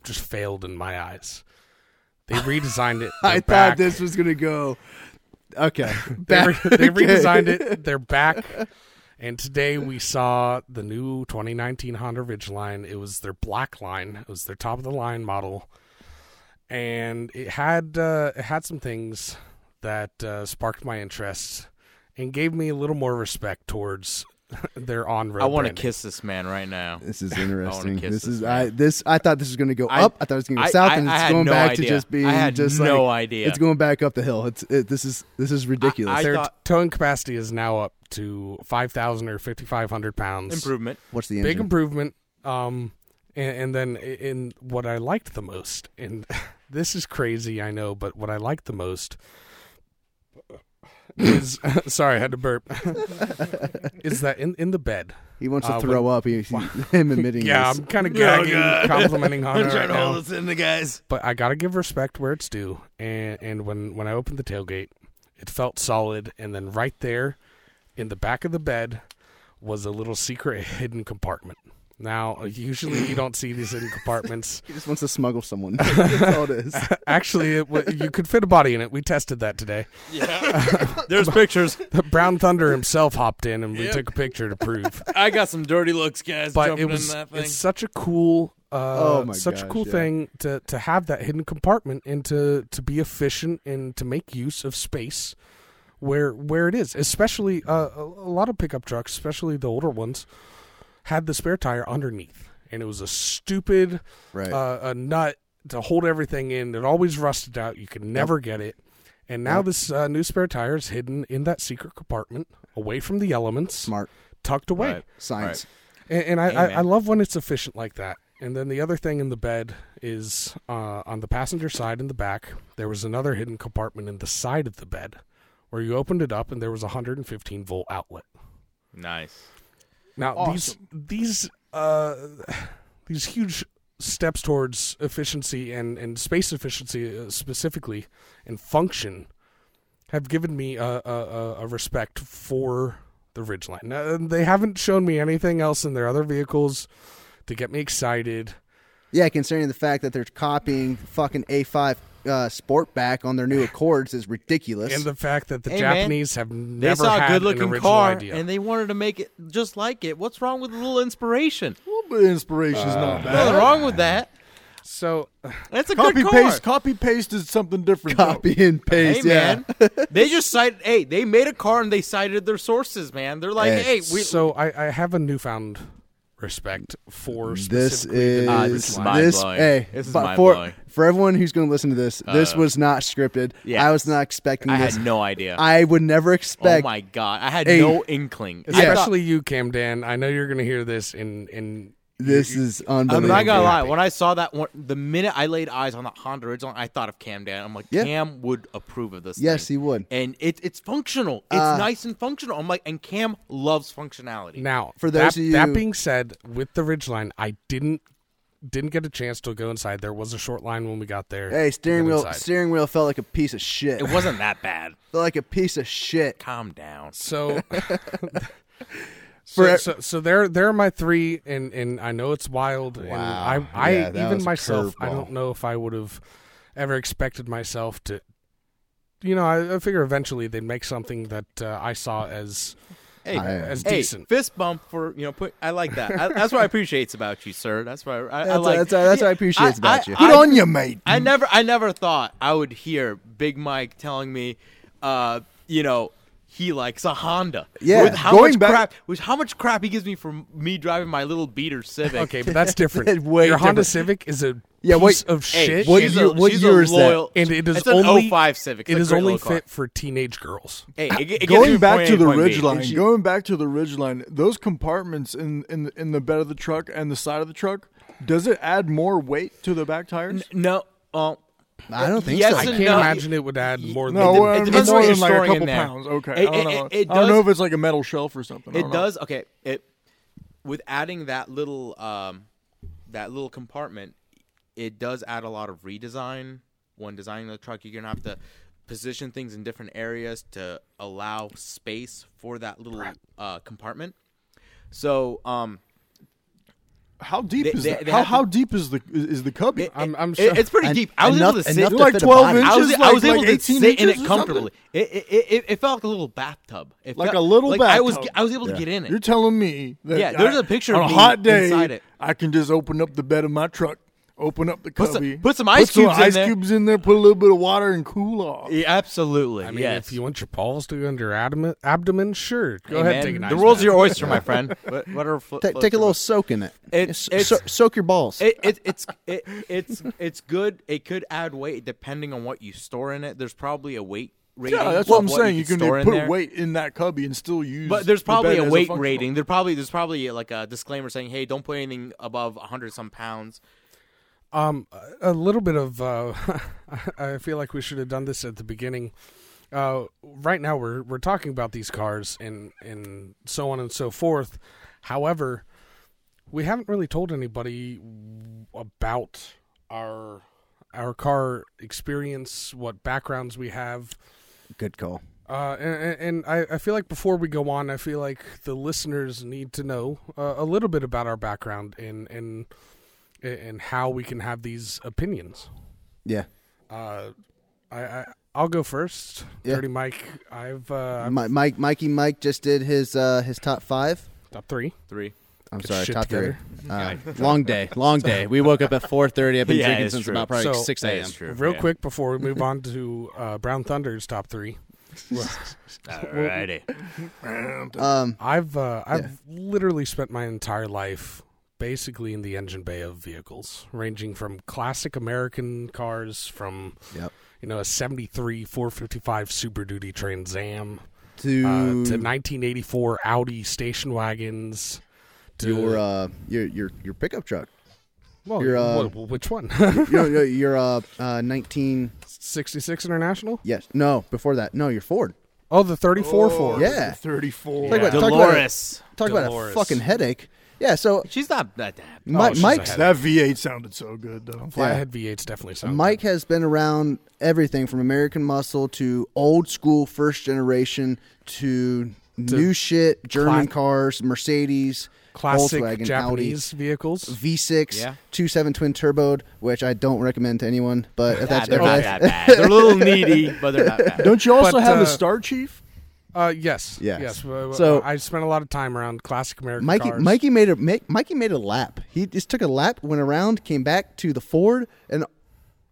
[SPEAKER 1] just failed in my eyes. They redesigned it.
[SPEAKER 2] I
[SPEAKER 1] They're
[SPEAKER 2] thought
[SPEAKER 1] back.
[SPEAKER 2] this was gonna go. Okay.
[SPEAKER 1] They, re- they
[SPEAKER 2] Okay.
[SPEAKER 1] redesigned it. They're back. And today we saw the new 2019 Honda Ridgeline. It was their black line. It was their top of the line model, and it had uh, it had some things that uh, sparked my interest and gave me a little more respect towards their on road.
[SPEAKER 3] I want to kiss this man right now.
[SPEAKER 2] This is interesting.
[SPEAKER 3] kiss
[SPEAKER 2] This
[SPEAKER 3] this
[SPEAKER 2] is
[SPEAKER 3] man.
[SPEAKER 2] I this I thought this was going to go
[SPEAKER 3] I-
[SPEAKER 2] up. I thought it was going to go
[SPEAKER 3] I-
[SPEAKER 2] south,
[SPEAKER 3] I-
[SPEAKER 2] and
[SPEAKER 3] I
[SPEAKER 2] it's
[SPEAKER 3] had
[SPEAKER 2] going
[SPEAKER 3] no
[SPEAKER 2] back to
[SPEAKER 3] idea.
[SPEAKER 2] just being.
[SPEAKER 3] I had
[SPEAKER 2] just
[SPEAKER 3] no
[SPEAKER 2] like,
[SPEAKER 3] idea.
[SPEAKER 2] It's going back up the hill. It's it, this is this is ridiculous.
[SPEAKER 3] I
[SPEAKER 1] Their
[SPEAKER 3] thought-
[SPEAKER 1] towing capacity is now up to 5,000 or 5,500 pounds.
[SPEAKER 3] Improvement.
[SPEAKER 2] What's the
[SPEAKER 1] big
[SPEAKER 2] engine?
[SPEAKER 1] improvement. Um, and, and then i- in what I liked the most, and this is crazy, I know, but what I liked the most is sorry, I had to burp. is that in in the bed?
[SPEAKER 2] he wants to
[SPEAKER 1] uh,
[SPEAKER 2] throw up. He, he- him admitting.
[SPEAKER 1] Yeah,
[SPEAKER 2] this.
[SPEAKER 1] I'm kind of gagging,
[SPEAKER 3] Oh, God.
[SPEAKER 1] complimenting Honda right now.
[SPEAKER 3] this in the guys.
[SPEAKER 1] but I gotta give respect where it's due. And and when when I opened the tailgate, it felt solid. And then right there, in the back of the bed, was a little secret hidden compartment. Now, uh, usually you don't see these hidden compartments.
[SPEAKER 2] he just wants to smuggle someone. That's all it is.
[SPEAKER 1] Actually, it, wa- you could fit a body in it. We tested that today.
[SPEAKER 3] There's pictures.
[SPEAKER 1] Brown Thunder himself hopped in, and we took a picture to prove.
[SPEAKER 3] I got some dirty looks, guys.
[SPEAKER 1] But it was it's such a cool. Uh,
[SPEAKER 2] Oh my
[SPEAKER 1] such a
[SPEAKER 2] gosh,
[SPEAKER 1] cool
[SPEAKER 2] yeah.
[SPEAKER 1] thing to, to have that hidden compartment and to, to be efficient and to make use of space where where it is especially uh, a, a lot of pickup trucks especially the older ones had the spare tire underneath and it was a stupid
[SPEAKER 2] Right.
[SPEAKER 1] uh, a nut to hold everything in it always rusted out you could never get it and now this uh, new spare tire is hidden in that secret compartment away from the elements
[SPEAKER 2] Smart
[SPEAKER 1] tucked away
[SPEAKER 3] Right.
[SPEAKER 2] science.
[SPEAKER 1] and, and I,
[SPEAKER 3] Hey,
[SPEAKER 1] I, I
[SPEAKER 3] man.
[SPEAKER 1] love when it's efficient like that. And then the other thing in the bed is uh, on the passenger side in the back, there was another hidden compartment in the side of the bed where you opened it up and there was a 115 volt outlet.
[SPEAKER 3] nice.
[SPEAKER 1] Now these these uh, these huge steps towards efficiency and, and space efficiency uh, specifically and function have given me a, a, a, a respect for the Ridgeline. Uh, they haven't shown me anything else in their other vehicles to get me excited.
[SPEAKER 2] Yeah, considering the fact that they're copying fucking A5 uh, Sportback on their new Accords is ridiculous.
[SPEAKER 1] And the fact that the
[SPEAKER 3] Hey, man,
[SPEAKER 1] Japanese have
[SPEAKER 3] They
[SPEAKER 1] never
[SPEAKER 3] saw a
[SPEAKER 1] had
[SPEAKER 3] good
[SPEAKER 1] an
[SPEAKER 3] looking
[SPEAKER 1] original
[SPEAKER 3] car
[SPEAKER 1] idea.
[SPEAKER 3] and they wanted to make it just like it. What's wrong with a little inspiration?
[SPEAKER 4] A little bit of inspiration is not
[SPEAKER 3] Nothing
[SPEAKER 4] bad.
[SPEAKER 3] wrong with that.
[SPEAKER 1] so uh,
[SPEAKER 3] That's a
[SPEAKER 4] Copy
[SPEAKER 3] good car.
[SPEAKER 4] paste. Copy paste is something different. though.
[SPEAKER 2] Copy and
[SPEAKER 3] Hey
[SPEAKER 2] paste. yeah.
[SPEAKER 3] man, they just cite. Hey, they made a car and they cited their sources. Man, they're like,
[SPEAKER 2] Hey,
[SPEAKER 3] hey, we,
[SPEAKER 1] so I, I have a newfound respect for
[SPEAKER 2] This
[SPEAKER 1] specifically
[SPEAKER 2] is
[SPEAKER 1] the
[SPEAKER 3] Ah,
[SPEAKER 1] new
[SPEAKER 3] this is
[SPEAKER 1] Ridgeline.
[SPEAKER 3] mind
[SPEAKER 2] this.
[SPEAKER 3] blowing.
[SPEAKER 2] Hey,
[SPEAKER 3] This is
[SPEAKER 2] but
[SPEAKER 3] mind
[SPEAKER 2] for
[SPEAKER 3] blowing.
[SPEAKER 2] for everyone who's going to listen to this, this
[SPEAKER 3] Uh,
[SPEAKER 2] was not scripted.
[SPEAKER 3] yeah.
[SPEAKER 2] I was not expecting
[SPEAKER 3] I
[SPEAKER 2] this.
[SPEAKER 3] had no idea.
[SPEAKER 2] I would never expect.
[SPEAKER 3] oh my god, I had
[SPEAKER 2] Hey.
[SPEAKER 3] no inkling. I thought-
[SPEAKER 1] especially you, Cam Dan. I know you're going to hear this in in
[SPEAKER 2] This is
[SPEAKER 3] I'm
[SPEAKER 2] unbelievable.
[SPEAKER 3] not gonna lie. When I saw that one, the minute I laid eyes on the Honda Ridgeline, I thought of Cam Dan. I'm like,
[SPEAKER 2] Yeah.
[SPEAKER 3] Cam would approve of this.
[SPEAKER 2] Yes,
[SPEAKER 3] thing.
[SPEAKER 2] he would.
[SPEAKER 3] And it, it's functional. It's
[SPEAKER 2] Uh,
[SPEAKER 3] nice and functional. I'm like, and Cam loves functionality.
[SPEAKER 1] now.
[SPEAKER 2] For those
[SPEAKER 1] that,
[SPEAKER 2] of you-
[SPEAKER 1] that being said, with the Ridgeline, I didn't didn't get a chance to go inside. There was a short line when we got there.
[SPEAKER 2] Hey,
[SPEAKER 1] to
[SPEAKER 2] steering
[SPEAKER 1] get
[SPEAKER 2] wheel,
[SPEAKER 1] inside.
[SPEAKER 2] steering wheel felt like a piece of shit.
[SPEAKER 3] It wasn't that bad.
[SPEAKER 2] felt like a piece of shit.
[SPEAKER 3] Calm down.
[SPEAKER 1] So, so,
[SPEAKER 2] For-
[SPEAKER 1] so, so there, there are my three, and and I know it's wild. And
[SPEAKER 2] Wow.
[SPEAKER 1] I, I
[SPEAKER 2] Yeah, that was
[SPEAKER 1] even
[SPEAKER 2] a
[SPEAKER 1] myself, I
[SPEAKER 2] curveball.
[SPEAKER 1] don't know if I would have ever expected myself to. You know, I, I figure eventually they'd make something that uh, I saw as
[SPEAKER 3] Hey,
[SPEAKER 2] I-
[SPEAKER 1] as
[SPEAKER 3] hey,
[SPEAKER 1] decent.
[SPEAKER 3] fist bump for you know. Put, I like that. I, that's what I appreciate about you, sir. That's what I, I, I
[SPEAKER 2] That's,
[SPEAKER 3] like.
[SPEAKER 2] that's, that's what I appreciate
[SPEAKER 3] I-
[SPEAKER 2] about
[SPEAKER 3] I-
[SPEAKER 2] you.
[SPEAKER 3] I-
[SPEAKER 4] Good on you, mate.
[SPEAKER 3] I never, I never thought I would hear Big Mike telling me, uh, you know, he likes a Honda.
[SPEAKER 2] Yeah,
[SPEAKER 3] with how
[SPEAKER 4] going
[SPEAKER 3] much
[SPEAKER 4] back-
[SPEAKER 3] crap, with how much crap he gives me for me driving my little beater Civic.
[SPEAKER 1] Okay, but that's different.
[SPEAKER 2] Way
[SPEAKER 1] Your Honda
[SPEAKER 2] different.
[SPEAKER 1] Civic is a
[SPEAKER 2] Yeah, what-
[SPEAKER 1] piece of
[SPEAKER 3] Hey,
[SPEAKER 1] shit,
[SPEAKER 2] what
[SPEAKER 3] she's
[SPEAKER 2] year-
[SPEAKER 3] a,
[SPEAKER 2] what
[SPEAKER 3] she's
[SPEAKER 2] year
[SPEAKER 3] a
[SPEAKER 2] is that?
[SPEAKER 3] loyal,
[SPEAKER 1] and it is
[SPEAKER 3] it's
[SPEAKER 1] only
[SPEAKER 3] an 05 Civic. It's
[SPEAKER 1] It
[SPEAKER 3] a
[SPEAKER 1] is
[SPEAKER 3] great
[SPEAKER 1] only
[SPEAKER 3] little car.
[SPEAKER 1] fit for teenage girls.
[SPEAKER 3] Hey, it, it gets you
[SPEAKER 4] going
[SPEAKER 3] from
[SPEAKER 4] back
[SPEAKER 3] point
[SPEAKER 4] to
[SPEAKER 3] A
[SPEAKER 4] the
[SPEAKER 3] point B.
[SPEAKER 4] ridge line, going back to the ridge line, those compartments in, in in the bed of the truck and the side of the truck, does it add more weight to the back tires?
[SPEAKER 3] No, uh,
[SPEAKER 2] I don't think
[SPEAKER 3] yes
[SPEAKER 2] so.
[SPEAKER 1] I
[SPEAKER 3] and
[SPEAKER 1] can't
[SPEAKER 3] no.
[SPEAKER 1] imagine it would add more than
[SPEAKER 4] No,
[SPEAKER 3] it
[SPEAKER 4] well,
[SPEAKER 3] depends
[SPEAKER 4] it's
[SPEAKER 3] on
[SPEAKER 4] more
[SPEAKER 3] what you're
[SPEAKER 4] than like a
[SPEAKER 3] storing in
[SPEAKER 4] couple
[SPEAKER 3] there.
[SPEAKER 4] pounds. Okay,
[SPEAKER 3] It-
[SPEAKER 4] I don't
[SPEAKER 3] it-
[SPEAKER 4] know.
[SPEAKER 3] it- it
[SPEAKER 4] I don't know
[SPEAKER 3] does-
[SPEAKER 4] if it's like a metal shelf or something. I
[SPEAKER 3] It
[SPEAKER 4] don't know.
[SPEAKER 3] does. Okay. It with adding that little um that little compartment, it does add a lot of redesign. When designing the truck, you're gonna have to position things in different areas to allow space for that little uh, compartment. So um,
[SPEAKER 4] How deep
[SPEAKER 3] They-
[SPEAKER 4] is
[SPEAKER 3] they-
[SPEAKER 4] that?
[SPEAKER 3] they
[SPEAKER 4] how,
[SPEAKER 3] have to-
[SPEAKER 4] how deep is the is, is the cubby?
[SPEAKER 3] it-
[SPEAKER 1] I'm-
[SPEAKER 3] it-
[SPEAKER 1] I'm
[SPEAKER 3] it-
[SPEAKER 1] sure-
[SPEAKER 3] it's pretty deep. I was
[SPEAKER 2] enough-
[SPEAKER 3] able to sit.
[SPEAKER 2] enough
[SPEAKER 4] You're like
[SPEAKER 2] fit a
[SPEAKER 4] 12
[SPEAKER 2] body.
[SPEAKER 4] inches?
[SPEAKER 3] I was, I
[SPEAKER 4] like-
[SPEAKER 3] was able
[SPEAKER 4] like
[SPEAKER 3] to
[SPEAKER 4] 18
[SPEAKER 3] sit in
[SPEAKER 4] inches
[SPEAKER 3] it
[SPEAKER 4] or something?
[SPEAKER 3] comfortably. It, it, it, it felt like a little bathtub. It
[SPEAKER 4] Like
[SPEAKER 3] felt-
[SPEAKER 4] a little
[SPEAKER 3] like I was
[SPEAKER 4] bathtub.
[SPEAKER 3] I was able to get in it.
[SPEAKER 4] You're telling me that
[SPEAKER 3] Yeah, there's
[SPEAKER 4] I-
[SPEAKER 3] a picture
[SPEAKER 4] on
[SPEAKER 3] of
[SPEAKER 4] a
[SPEAKER 3] me
[SPEAKER 4] hot day.
[SPEAKER 3] inside it.
[SPEAKER 4] I can just open up the bed of my truck, open up the
[SPEAKER 3] Put some-
[SPEAKER 4] cubby,
[SPEAKER 3] put some ice cubes in
[SPEAKER 4] ice
[SPEAKER 3] there.
[SPEAKER 4] cubes in there, put a little bit of water and cool off.
[SPEAKER 3] Yeah, absolutely.
[SPEAKER 1] I mean, if you want your balls to go under your abdomen, abdomen, sure. Go
[SPEAKER 3] Hey,
[SPEAKER 1] ahead,
[SPEAKER 3] man,
[SPEAKER 1] take an
[SPEAKER 3] The
[SPEAKER 1] ice
[SPEAKER 3] rules
[SPEAKER 1] bath.
[SPEAKER 3] are your oyster, my friend. What, what are fl-
[SPEAKER 2] Ta- take a little soak in it.
[SPEAKER 3] It-
[SPEAKER 2] S-
[SPEAKER 3] it's-
[SPEAKER 2] so- soak your balls.
[SPEAKER 3] It, it, it's it, it's it's good. It could add weight depending on what you store in it. There's probably a weight rating.
[SPEAKER 4] Yeah, that's
[SPEAKER 3] of
[SPEAKER 4] what I'm saying. You
[SPEAKER 3] could
[SPEAKER 4] can
[SPEAKER 3] store in
[SPEAKER 4] put
[SPEAKER 3] there.
[SPEAKER 4] weight in that cubby and still use.
[SPEAKER 3] but there's
[SPEAKER 4] the
[SPEAKER 3] probably
[SPEAKER 4] bed
[SPEAKER 3] a
[SPEAKER 4] as
[SPEAKER 3] weight
[SPEAKER 4] functional-
[SPEAKER 3] rating. There probably there's probably like a disclaimer saying, "Hey, don't put anything above 100 some pounds."
[SPEAKER 1] Um, a little bit of. Uh, I feel like we should have done this at the beginning. Uh, right now we're we're talking about these cars and and so on and so forth. However, we haven't really told anybody about our our car experience, what backgrounds we have.
[SPEAKER 2] Good call.
[SPEAKER 1] Uh, and and I, I feel like before we go on, I feel like the listeners need to know uh, a little bit about our background and and and how we can have these opinions.
[SPEAKER 2] Yeah.
[SPEAKER 1] Uh, I, I I'll go first.
[SPEAKER 2] Yeah.
[SPEAKER 1] Dirty Mike, I've uh,
[SPEAKER 2] Mi- Mike, Mikey, Mike just did his uh, his top five.
[SPEAKER 1] top three.
[SPEAKER 3] Three.
[SPEAKER 2] I'm
[SPEAKER 1] Get
[SPEAKER 2] sorry,
[SPEAKER 1] shit
[SPEAKER 2] top
[SPEAKER 1] together.
[SPEAKER 2] three. Uh, long day, long day. We woke up at 4:30. I've been
[SPEAKER 3] Yeah,
[SPEAKER 2] drinking
[SPEAKER 3] it's
[SPEAKER 2] since
[SPEAKER 3] true.
[SPEAKER 2] about probably
[SPEAKER 1] So-
[SPEAKER 2] 6 a.m.
[SPEAKER 1] Real quick before we move on to uh, Brown Thunder's top three,
[SPEAKER 3] Alrighty.
[SPEAKER 2] Um,
[SPEAKER 1] I've uh, I've literally spent my entire life basically in the engine bay of vehicles, ranging from classic American cars from
[SPEAKER 2] yep.
[SPEAKER 1] you know, a 73 455 Super Duty Trans Am
[SPEAKER 2] To,
[SPEAKER 1] uh, to
[SPEAKER 2] Mm.
[SPEAKER 1] 1984 Audi station wagons. To,
[SPEAKER 2] your uh, your your your pickup truck.
[SPEAKER 1] well,
[SPEAKER 2] your, uh,
[SPEAKER 1] wh- wh- which one?
[SPEAKER 2] your your, your uh, uh, 19.
[SPEAKER 1] 66 International?
[SPEAKER 2] Yes. No. Before that. No. Your Ford.
[SPEAKER 1] Oh, the 34 Ford.
[SPEAKER 2] Yeah.
[SPEAKER 4] Thirty-four.
[SPEAKER 2] Talk about- talk about a-
[SPEAKER 3] Dolores.
[SPEAKER 2] Talk about a
[SPEAKER 1] Dolores.
[SPEAKER 2] fucking headache. Yeah, so
[SPEAKER 3] She's not that that.
[SPEAKER 2] Mi-
[SPEAKER 1] Oh, she's
[SPEAKER 2] Mike's
[SPEAKER 1] ahead.
[SPEAKER 4] That V8 sounded so good though.
[SPEAKER 1] Flathead V8s definitely sound.
[SPEAKER 2] Mike has been around everything from American Muscle to old school first generation to, new shit German
[SPEAKER 1] cla-
[SPEAKER 2] cars, Mercedes,
[SPEAKER 1] classic
[SPEAKER 2] Volkswagen,
[SPEAKER 1] Japanese vehicles.
[SPEAKER 2] Audi, V6,
[SPEAKER 3] Yeah.
[SPEAKER 2] two seven twin turboed, which I don't recommend to anyone. But if
[SPEAKER 3] Nah,
[SPEAKER 2] that's
[SPEAKER 3] they're
[SPEAKER 2] if
[SPEAKER 3] not
[SPEAKER 2] that's-
[SPEAKER 3] that bad. They're a little needy, but they're not bad.
[SPEAKER 4] Don't you also
[SPEAKER 1] But,
[SPEAKER 4] have
[SPEAKER 1] uh,
[SPEAKER 4] the Star Chief?
[SPEAKER 1] Uh, yes,
[SPEAKER 2] Yes.
[SPEAKER 1] yes. Uh,
[SPEAKER 2] So-
[SPEAKER 1] I spent a lot of time around classic American
[SPEAKER 2] Mikey,
[SPEAKER 1] cars.
[SPEAKER 2] Mikey made a make, Mikey made a lap. He just took a lap, went around, came back to the Ford, and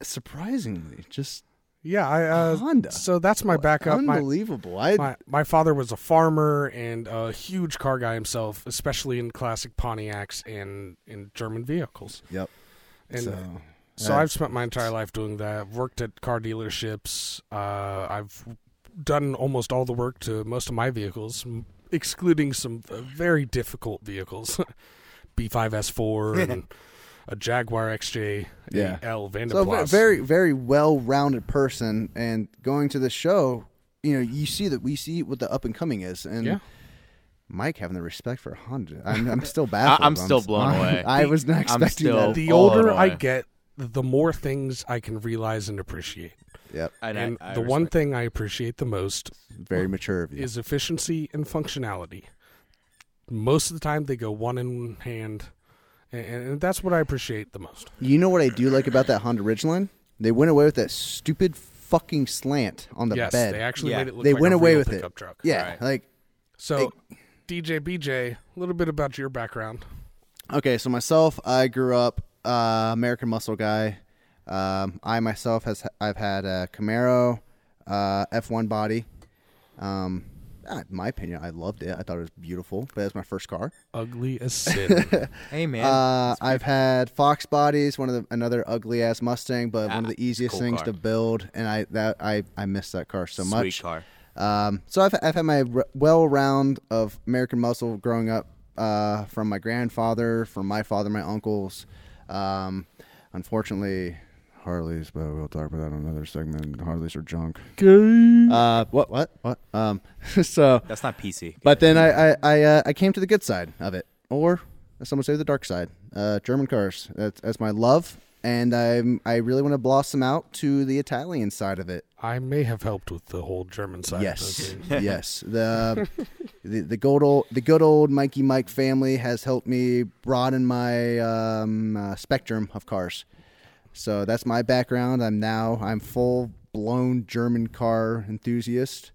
[SPEAKER 2] surprisingly, just
[SPEAKER 1] yeah, I, uh,
[SPEAKER 2] Honda.
[SPEAKER 1] So that's my backup. My,
[SPEAKER 2] unbelievable. I
[SPEAKER 1] my my father was a farmer and a huge car guy himself, especially in classic Pontiacs and in German vehicles.
[SPEAKER 2] yep.
[SPEAKER 1] And
[SPEAKER 2] So,
[SPEAKER 1] so, I've spent my entire life doing that. I've worked at car dealerships. Uh, I've done almost all the work to most of my vehicles, m- excluding some uh, very difficult vehicles, B5 S4 and a Jaguar XJ,
[SPEAKER 2] Yeah.
[SPEAKER 1] a L
[SPEAKER 2] So a
[SPEAKER 1] Vanderplas.
[SPEAKER 2] very very well rounded person, and going to the show, you know, you see that we see what the up and coming is, and
[SPEAKER 1] Yeah.
[SPEAKER 2] Mike having the respect for Honda. I'm, I'm
[SPEAKER 3] I,
[SPEAKER 2] still baffled.
[SPEAKER 3] I'm still blown
[SPEAKER 2] I-
[SPEAKER 3] away.
[SPEAKER 2] I was not
[SPEAKER 3] I'm
[SPEAKER 2] expecting
[SPEAKER 3] still-
[SPEAKER 2] that.
[SPEAKER 1] the
[SPEAKER 3] all
[SPEAKER 1] older
[SPEAKER 3] the
[SPEAKER 1] I
[SPEAKER 3] way.
[SPEAKER 1] get, the more things I can realize and appreciate.
[SPEAKER 2] Yep,
[SPEAKER 3] And I-
[SPEAKER 1] And
[SPEAKER 3] I
[SPEAKER 1] the one
[SPEAKER 3] respect-
[SPEAKER 1] thing I appreciate the most
[SPEAKER 2] very mature of you.
[SPEAKER 1] is efficiency and functionality. Most of the time, they go one in hand, and, and that's what I appreciate the most.
[SPEAKER 2] You know what I do like about that Honda Ridgeline? They went away with that stupid fucking slant on the
[SPEAKER 1] yes,
[SPEAKER 2] bed.
[SPEAKER 1] they actually
[SPEAKER 3] Yeah.
[SPEAKER 1] made it look
[SPEAKER 2] They
[SPEAKER 1] like
[SPEAKER 2] went
[SPEAKER 1] a
[SPEAKER 2] away
[SPEAKER 1] real
[SPEAKER 2] with it.
[SPEAKER 1] pickup truck.
[SPEAKER 2] yeah,
[SPEAKER 3] Right.
[SPEAKER 2] like
[SPEAKER 1] So, DJ BJ, a little bit about your background.
[SPEAKER 2] Okay, so myself, I grew up uh, American Muscle guy. Um, I myself has I've had a Camaro uh, F1 body. Um, ah, in my opinion, I loved it. I thought it was beautiful, but it was my first car.
[SPEAKER 1] Ugly as sin.
[SPEAKER 3] Hey man,
[SPEAKER 2] Uh, I've had Fox bodies, one of the, another ugly ass Mustang, but one of
[SPEAKER 3] Ah,
[SPEAKER 2] the easiest
[SPEAKER 3] cool
[SPEAKER 2] things
[SPEAKER 3] car.
[SPEAKER 2] to build, and I that I I miss that car so
[SPEAKER 3] sweet
[SPEAKER 2] much.
[SPEAKER 3] car.
[SPEAKER 2] Um, so I've, I've had my r- well round of American muscle growing up uh, from my grandfather, from my father, my uncles. Um, unfortunately, Harleys, but we'll talk about that on another segment. Harleys are junk. Uh, what? What? What? Um, so,
[SPEAKER 3] That's not PC.
[SPEAKER 2] but then I I I, uh, I came to the good side of it, or as someone would say, the dark side. Uh, German cars. That's, that's my love, and I'm I really want to blossom out to the Italian side of it.
[SPEAKER 1] I may have helped with the whole German side. of
[SPEAKER 2] Yes,
[SPEAKER 1] the game.
[SPEAKER 2] yes. The, um, the the good old the good old Mikey Mike family has helped me broaden my um, uh, spectrum of cars. So that's my background. I'm now I'm full blown German car enthusiast.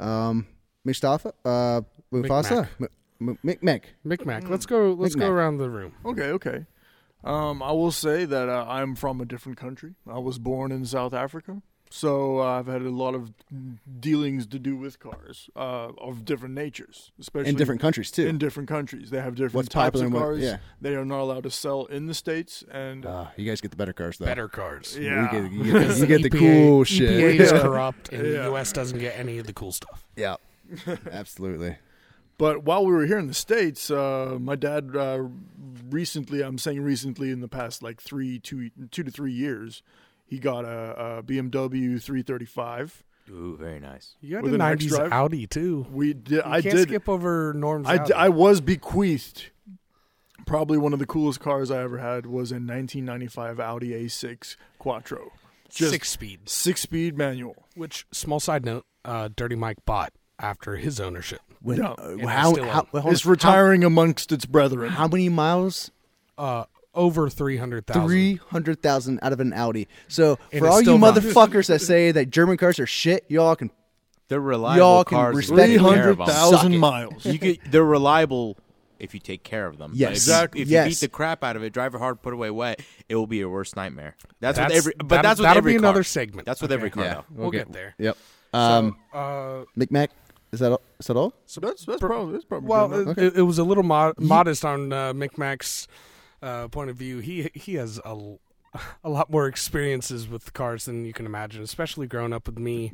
[SPEAKER 2] Um, Mustafa, uh, Mufasa, M- M- Mick Mick.
[SPEAKER 1] Micmac. Let's go. Let's go
[SPEAKER 2] Micmac.
[SPEAKER 1] around the room.
[SPEAKER 4] Okay, okay. Um, I will say that uh, I'm from a different country. I was born in South Africa, so uh, I've had a lot of dealings to do with cars uh, of different natures, especially
[SPEAKER 2] in different countries too.
[SPEAKER 4] in different countries. They have different
[SPEAKER 2] What's
[SPEAKER 4] types
[SPEAKER 2] popular
[SPEAKER 4] of
[SPEAKER 2] and what-
[SPEAKER 4] cars.
[SPEAKER 2] yeah.
[SPEAKER 4] They are not allowed to sell in the states, and
[SPEAKER 2] uh, you guys get the better cars though.
[SPEAKER 1] Better E cars.
[SPEAKER 4] Yeah.
[SPEAKER 2] You get, you get- you
[SPEAKER 1] Because
[SPEAKER 2] get the
[SPEAKER 1] EPA
[SPEAKER 2] cool
[SPEAKER 1] EPA
[SPEAKER 2] shit.
[SPEAKER 1] is corrupt, and
[SPEAKER 4] Yeah.
[SPEAKER 1] the U.S. doesn't get any of the cool stuff.
[SPEAKER 2] Yeah, absolutely.
[SPEAKER 4] But while we were here in the states, uh, my dad uh, recently, I'm saying recently in the past like three, two, two to three years, he got a, a BMW 335.
[SPEAKER 3] Ooh, very nice.
[SPEAKER 1] You had
[SPEAKER 4] With
[SPEAKER 1] a
[SPEAKER 4] an
[SPEAKER 1] '90s
[SPEAKER 4] X-Drive?
[SPEAKER 1] Audi too.
[SPEAKER 4] We did,
[SPEAKER 1] You
[SPEAKER 4] I
[SPEAKER 1] can't
[SPEAKER 4] did,
[SPEAKER 1] skip over Norm's.
[SPEAKER 4] I,
[SPEAKER 1] Audi.
[SPEAKER 4] d- I was bequeathed. Probably one of the coolest cars I ever had was a 1995 Audi A6 Quattro, just-
[SPEAKER 1] six speeds.
[SPEAKER 4] six-speed manual.
[SPEAKER 1] Which small side note, uh, Dirty Mike bought after his ownership.
[SPEAKER 2] When,
[SPEAKER 4] No,
[SPEAKER 2] uh,
[SPEAKER 1] and
[SPEAKER 2] how,
[SPEAKER 1] still
[SPEAKER 2] how,
[SPEAKER 1] on.
[SPEAKER 2] hold on.
[SPEAKER 4] It's retiring amongst its brethren.
[SPEAKER 2] how many miles
[SPEAKER 1] Uh, over three hundred thousand.
[SPEAKER 2] Three hundred thousand out of an Audi. So
[SPEAKER 1] And it's
[SPEAKER 2] for all you
[SPEAKER 1] still not-
[SPEAKER 2] motherfuckers that say that German cars are shit, y'all can
[SPEAKER 3] They're reliable
[SPEAKER 2] Y'all can
[SPEAKER 3] cars.
[SPEAKER 2] respect
[SPEAKER 3] if you
[SPEAKER 2] it.
[SPEAKER 3] take care of them.
[SPEAKER 2] Suck it.
[SPEAKER 4] 300,000 miles.
[SPEAKER 3] You could, they're reliable if you take care of them. But
[SPEAKER 2] Yes.
[SPEAKER 3] if you-
[SPEAKER 4] Exactly.
[SPEAKER 3] If
[SPEAKER 2] Yes.
[SPEAKER 3] you beat the crap out of it, drive it hard, put away wet, it will be your worst nightmare. That's,
[SPEAKER 1] That's-
[SPEAKER 3] with every. But
[SPEAKER 1] that'll-
[SPEAKER 3] that's with
[SPEAKER 1] that'll
[SPEAKER 3] every
[SPEAKER 1] be
[SPEAKER 3] car.
[SPEAKER 1] another segment.
[SPEAKER 3] That's with every car. though.
[SPEAKER 1] We'll get there.
[SPEAKER 2] Yep. Um,
[SPEAKER 1] Uh,
[SPEAKER 2] McMac, is that all, is that all?
[SPEAKER 4] So that's that's probably that's probably
[SPEAKER 1] well,
[SPEAKER 4] good enough.
[SPEAKER 1] it, it, was a little mod- modest on uh, McMac's uh, point of view. He he has a, l- a lot more experiences with cars than you can imagine, especially growing up with me.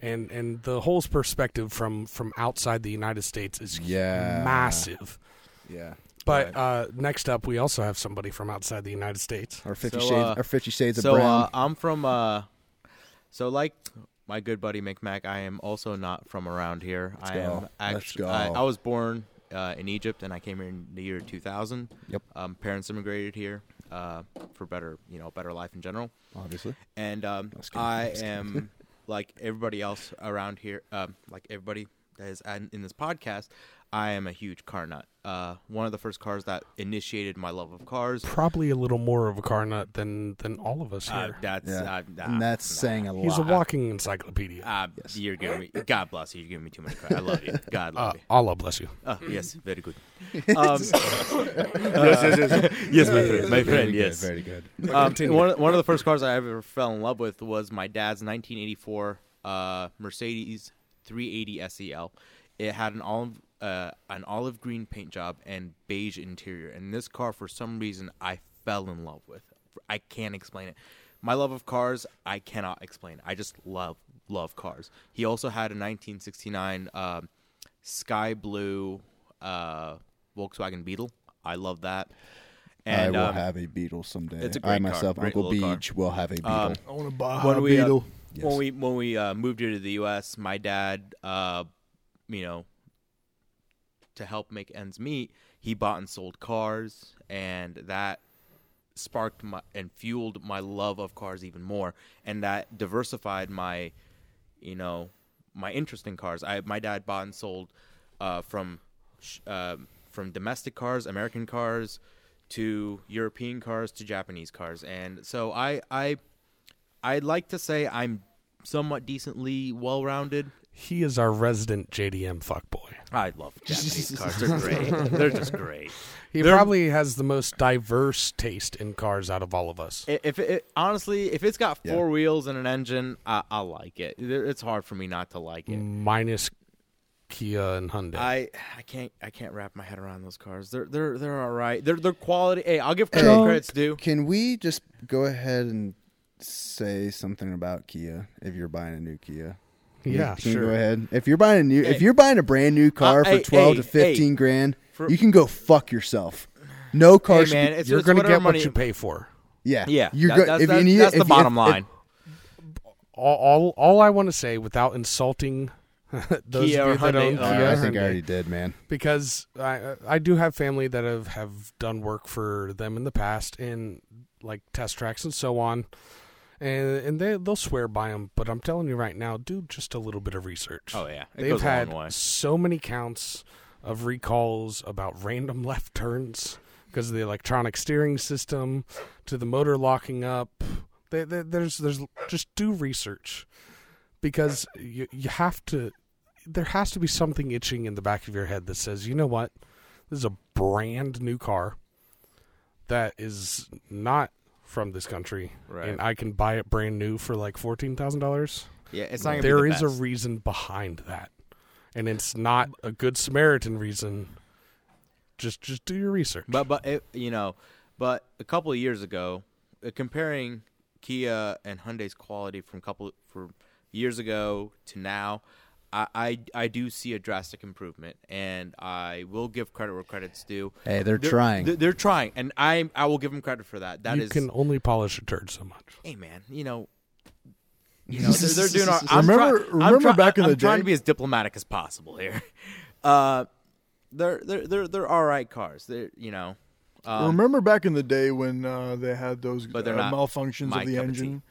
[SPEAKER 1] And and the whole perspective from from outside the United States is
[SPEAKER 2] Yeah.
[SPEAKER 1] massive.
[SPEAKER 2] Yeah.
[SPEAKER 1] But uh, next up, we also have somebody from outside the United States.
[SPEAKER 2] Or Fifty
[SPEAKER 3] So,
[SPEAKER 2] Shades,
[SPEAKER 3] uh,
[SPEAKER 2] or Fifty Shades
[SPEAKER 3] so
[SPEAKER 2] of Brown.
[SPEAKER 3] Uh, I'm from uh, so like my good buddy McMac, I am also not from around here. I
[SPEAKER 2] go.
[SPEAKER 3] am
[SPEAKER 2] Let's
[SPEAKER 3] actually I,
[SPEAKER 2] go.
[SPEAKER 3] I was born uh, in Egypt, and I came here in the year 2000.
[SPEAKER 2] Yep.
[SPEAKER 3] Um, parents immigrated here uh, for better, you know, better life in general.
[SPEAKER 2] Obviously.
[SPEAKER 3] And um,
[SPEAKER 2] Just kidding,
[SPEAKER 3] I
[SPEAKER 2] just kidding.
[SPEAKER 3] am like everybody else around here, um, like everybody that is in, in this podcast. I am a huge car nut. Uh, one of the first cars that initiated my love of cars.
[SPEAKER 1] Probably a little more of a car nut than than all of us
[SPEAKER 3] Uh,
[SPEAKER 1] here.
[SPEAKER 3] that's
[SPEAKER 2] Yeah.
[SPEAKER 3] uh, nah,
[SPEAKER 2] and that's
[SPEAKER 3] nah.
[SPEAKER 2] saying a lot.
[SPEAKER 1] He's a walking encyclopedia.
[SPEAKER 3] Uh, You're giving me. God bless you. You're giving me too much credit. I love you. God
[SPEAKER 1] Uh,
[SPEAKER 2] Ah.
[SPEAKER 3] love you.
[SPEAKER 1] Allah bless you.
[SPEAKER 3] Oh, yes, very good. Um,
[SPEAKER 4] yes, yes, yes.
[SPEAKER 3] yes, my friend. My friend. Yes.
[SPEAKER 2] Very good.
[SPEAKER 3] Um, one, of- one of the first cars I ever fell in love with was my dad's 1984 uh, Mercedes 380 SEL. E It had an olive uh, an olive green paint job and beige interior. And this car, for some reason, I fell in love with. I can't explain it. My love of cars, I cannot explain. I just love love cars. He also had a 1969 um, sky blue uh, Volkswagen Beetle. I love that. And
[SPEAKER 2] I will
[SPEAKER 3] um,
[SPEAKER 2] have a Beetle someday.
[SPEAKER 3] it's a
[SPEAKER 2] I
[SPEAKER 3] great car,
[SPEAKER 2] myself,
[SPEAKER 3] great
[SPEAKER 2] Uncle
[SPEAKER 3] little car.
[SPEAKER 2] Beach, will have a Beetle.
[SPEAKER 3] Um,
[SPEAKER 4] I want to buy
[SPEAKER 3] when
[SPEAKER 4] a
[SPEAKER 3] we uh,
[SPEAKER 4] Beetle.
[SPEAKER 2] Yes.
[SPEAKER 3] when we when we uh, moved here to the U.S., my dad, uh, you know, to help make ends meet, he bought and sold cars, and that sparked my and fueled my love of cars even more, and that diversified my, you know, my interest in cars. I my dad bought and sold uh, from sh- uh, from domestic cars, American cars, to European cars to Japanese cars, and so I I I'd like to say I'm somewhat decently well rounded.
[SPEAKER 1] He is our resident JDM fuckboy.
[SPEAKER 3] I love Japanese cars. They're great. They're just great.
[SPEAKER 1] He probably has the most diverse taste in cars out of all of us.
[SPEAKER 3] I- If it honestly, if it's got
[SPEAKER 2] Yeah.
[SPEAKER 3] four wheels and an engine, I, I like it. There- It's hard for me not to like
[SPEAKER 1] Mm.
[SPEAKER 3] it.
[SPEAKER 1] Minus Kia and Hyundai.
[SPEAKER 3] I I can't I can't wrap my head around those cars. They're they're they're all right. They're they're quality. Hey, I'll give credit
[SPEAKER 2] Hey.
[SPEAKER 3] where credits due.
[SPEAKER 2] Can we just go ahead and say something about Kia if you're buying a new Kia? Can we-
[SPEAKER 1] Yeah,
[SPEAKER 2] can we
[SPEAKER 1] sure.
[SPEAKER 2] go ahead. If you're buying a new, if
[SPEAKER 3] Hey.
[SPEAKER 2] you're buying a brand new car for
[SPEAKER 3] hey,
[SPEAKER 2] twelve
[SPEAKER 3] hey,
[SPEAKER 2] to fifteen
[SPEAKER 3] hey.
[SPEAKER 2] grand,
[SPEAKER 3] For-
[SPEAKER 2] you can go fuck yourself. No car
[SPEAKER 3] Hey
[SPEAKER 2] should
[SPEAKER 3] man,
[SPEAKER 2] be-
[SPEAKER 3] it's
[SPEAKER 1] You're
[SPEAKER 3] it's
[SPEAKER 1] going to
[SPEAKER 3] whatever
[SPEAKER 1] get
[SPEAKER 3] money.
[SPEAKER 1] what you pay for.
[SPEAKER 2] yeah,
[SPEAKER 3] Yeah,
[SPEAKER 2] You're
[SPEAKER 3] that-
[SPEAKER 2] go-
[SPEAKER 3] that's,
[SPEAKER 2] if you
[SPEAKER 3] that's-
[SPEAKER 2] need, it-
[SPEAKER 3] that's
[SPEAKER 2] if
[SPEAKER 3] the
[SPEAKER 2] you-
[SPEAKER 3] bottom
[SPEAKER 2] if-
[SPEAKER 3] line.
[SPEAKER 1] All, all, all I want to say without insulting those
[SPEAKER 3] Kia
[SPEAKER 1] of
[SPEAKER 3] or
[SPEAKER 1] you that
[SPEAKER 3] Hyundai
[SPEAKER 1] own Kia
[SPEAKER 2] if-
[SPEAKER 3] owner.
[SPEAKER 1] or
[SPEAKER 2] I think I
[SPEAKER 1] Hyundai.
[SPEAKER 2] already did, man.
[SPEAKER 1] because I I do have family that have have done work for them in the past in like test tracks and so on, and and they they'll swear by them. But I'm telling you right now, do just a little bit of research.
[SPEAKER 3] Oh yeah, it
[SPEAKER 1] they've
[SPEAKER 3] goes
[SPEAKER 1] had
[SPEAKER 3] a long way.
[SPEAKER 1] so many counts of recalls about random left turns because of the electronic steering system to the motor locking up. There- there- There's there's just do research because you you have to. There has to be something itching in the back of your head that says, you know what, this is a brand new car that is not from this country,
[SPEAKER 3] Right.
[SPEAKER 1] and I can buy it brand new for like fourteen thousand dollars
[SPEAKER 3] Yeah, it's not gonna
[SPEAKER 1] there
[SPEAKER 3] be the
[SPEAKER 1] is
[SPEAKER 3] best.
[SPEAKER 1] a reason behind that and it's not a good samaritan reason just just do your research
[SPEAKER 3] But but it, you know, but a couple of years ago, uh, comparing Kia and Hyundai's quality from couple from years ago to now, I, I I do see a drastic improvement, and I will give credit where credit's due.
[SPEAKER 2] Hey, they're trying.
[SPEAKER 3] They're, they're trying, and I I will give them credit for that. That
[SPEAKER 1] you
[SPEAKER 3] is,
[SPEAKER 1] can only polish a turd so much
[SPEAKER 3] hey man, you know. You know, they're, they're doing. Our, I'm
[SPEAKER 4] Remember-
[SPEAKER 3] try- I'm
[SPEAKER 4] remember
[SPEAKER 3] try-
[SPEAKER 4] back in
[SPEAKER 3] I'm
[SPEAKER 4] the
[SPEAKER 3] trying
[SPEAKER 4] day?
[SPEAKER 3] to be as diplomatic as possible here. Uh, they're they're they're they're all right cars. They're you know, um,
[SPEAKER 4] Remember back in the day when uh, they had those
[SPEAKER 3] But they're
[SPEAKER 4] uh,
[SPEAKER 3] not
[SPEAKER 4] malfunctions
[SPEAKER 3] my
[SPEAKER 4] of the
[SPEAKER 3] cup of tea.
[SPEAKER 4] engine?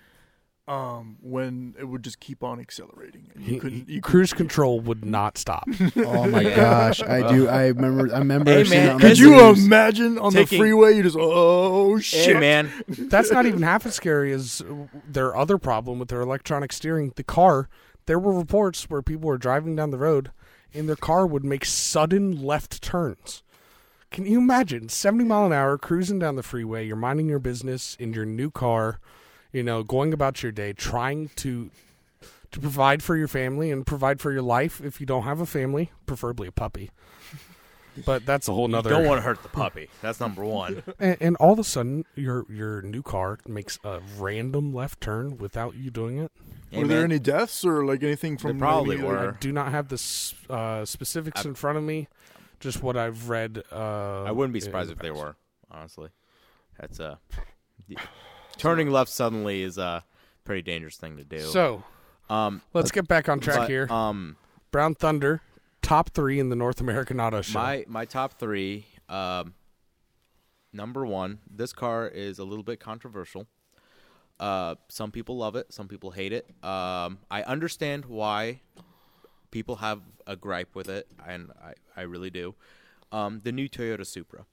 [SPEAKER 4] Um, when it would just keep on accelerating. and You couldn't. You couldn't.
[SPEAKER 1] cruise control would not stop
[SPEAKER 2] Oh my gosh, I do. I remember. I remember.
[SPEAKER 3] Hey,
[SPEAKER 2] seeing
[SPEAKER 3] man,
[SPEAKER 2] it on
[SPEAKER 4] Could
[SPEAKER 2] the
[SPEAKER 4] you
[SPEAKER 2] news.
[SPEAKER 4] imagine on
[SPEAKER 3] Taking-
[SPEAKER 4] the freeway? You just oh
[SPEAKER 3] Hey
[SPEAKER 4] shit,
[SPEAKER 3] man,
[SPEAKER 1] that's not even half as scary as uh, their other problem with their electronic steering the car there were reports where people were driving down the road and their car would make sudden left turns can you imagine 70 mile an hour cruising down the freeway you're minding your business in your new car you know going about your day trying to to provide for your family and provide for your life if you don't have a family preferably a puppy but that's a whole nother
[SPEAKER 3] don't want to hurt the puppy. That's number one.
[SPEAKER 1] and, and all of a sudden, your your new car makes a random left turn without you doing it.
[SPEAKER 3] Hey,
[SPEAKER 4] Were there
[SPEAKER 3] man,
[SPEAKER 4] any deaths or like anything from
[SPEAKER 3] probably
[SPEAKER 4] maybe,
[SPEAKER 1] I
[SPEAKER 3] were.
[SPEAKER 4] like,
[SPEAKER 1] do not have the s- uh, specifics in front of me, just what I've read. Uh,
[SPEAKER 3] I wouldn't be
[SPEAKER 1] in
[SPEAKER 3] surprised
[SPEAKER 1] the
[SPEAKER 3] if they
[SPEAKER 1] past.
[SPEAKER 3] were. Honestly, that's uh, y- turning left suddenly is a pretty dangerous thing to do.
[SPEAKER 1] So
[SPEAKER 3] um,
[SPEAKER 1] let's get back on track
[SPEAKER 3] but,
[SPEAKER 1] here.
[SPEAKER 3] Um,
[SPEAKER 1] Brown Thunder top three in the North American Auto Show.
[SPEAKER 3] My my top three. Um, number one, this car is a little bit controversial. Uh, some people love it, some people hate it. Um, I understand why people have a gripe with it, and I, I really do. Um, the new Toyota Supra.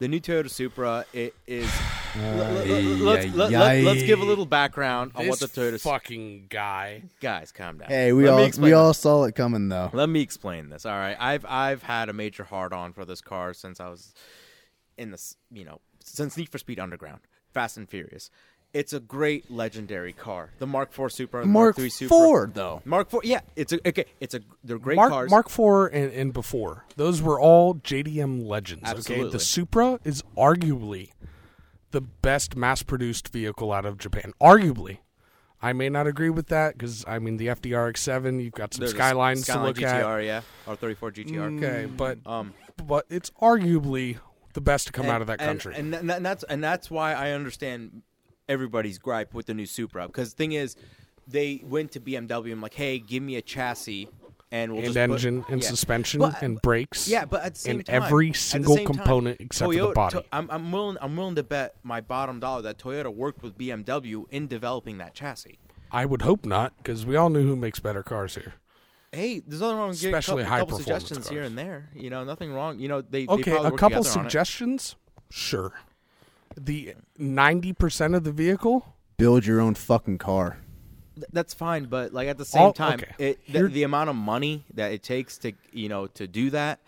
[SPEAKER 3] The new Toyota Supra it is. let- let- let's, let, us give a little background on what
[SPEAKER 1] this
[SPEAKER 3] the Toyota Supra.
[SPEAKER 1] fucking guy.
[SPEAKER 3] Guys, calm down.
[SPEAKER 2] Hey, we
[SPEAKER 3] Let me
[SPEAKER 2] all
[SPEAKER 3] explain
[SPEAKER 2] we
[SPEAKER 3] this.
[SPEAKER 2] all saw it coming though.
[SPEAKER 3] Let me explain this. All right, I've I've had a major hard on for this car since I was in this, you know, since Need for Speed Underground, Fast and Furious. It's a great legendary car, the Mark IV Super, the Mark
[SPEAKER 2] Mark
[SPEAKER 3] III Super,
[SPEAKER 2] IV, though.
[SPEAKER 3] Mark IV. Yeah, it's a okay. It's a they're great
[SPEAKER 1] Mark
[SPEAKER 3] cars.
[SPEAKER 1] Mark Four and, and before those were all JDM legends. Okay,
[SPEAKER 3] Absolutely.
[SPEAKER 1] the Supra is arguably the best mass-produced vehicle out of Japan. Arguably, I may not agree with that because I mean the FDRX7. You've got some
[SPEAKER 3] There's a
[SPEAKER 1] skylines
[SPEAKER 3] Skyline
[SPEAKER 1] to look
[SPEAKER 3] GTR, yeah, or 34 GTR.
[SPEAKER 1] at. Okay, but
[SPEAKER 3] Um,
[SPEAKER 1] but it's arguably the best to come out
[SPEAKER 3] and-
[SPEAKER 1] of that
[SPEAKER 3] and-
[SPEAKER 1] country.
[SPEAKER 3] And, and, that's and that's why I understand everybody's gripe with the new Supra because thing is, they went to BMW and like, hey, give me a chassis and we'll
[SPEAKER 1] and
[SPEAKER 3] just put-
[SPEAKER 1] engine and
[SPEAKER 3] yeah.
[SPEAKER 1] suspension
[SPEAKER 3] But-
[SPEAKER 1] and brakes.
[SPEAKER 3] Yeah, but at the same
[SPEAKER 1] and
[SPEAKER 3] time,
[SPEAKER 1] every
[SPEAKER 3] at the
[SPEAKER 1] single
[SPEAKER 3] same time,
[SPEAKER 1] component except for the
[SPEAKER 3] Toyota-
[SPEAKER 1] body.
[SPEAKER 3] To, I'm, I'm willing. I'm willing to bet my bottom dollar that Toyota worked with BMW in developing that chassis.
[SPEAKER 1] I would hope not because we all knew who makes better cars here.
[SPEAKER 3] Hey, there's nothing wrong with getting
[SPEAKER 1] Especially
[SPEAKER 3] a couple, couple
[SPEAKER 1] high-performance
[SPEAKER 3] suggestions here
[SPEAKER 1] cars.
[SPEAKER 3] and there. You know, nothing wrong. You know, they They
[SPEAKER 1] Okay,
[SPEAKER 3] probably
[SPEAKER 1] a
[SPEAKER 3] worked
[SPEAKER 1] couple
[SPEAKER 3] together on it.
[SPEAKER 1] suggestions, sure. The ninety percent of the vehicle,
[SPEAKER 2] Build your own fucking car.
[SPEAKER 3] Th- That's fine, but like at the same
[SPEAKER 1] All-
[SPEAKER 3] time,
[SPEAKER 1] okay.
[SPEAKER 3] it, the,
[SPEAKER 1] You're-
[SPEAKER 3] the amount of money that it takes to you know to do that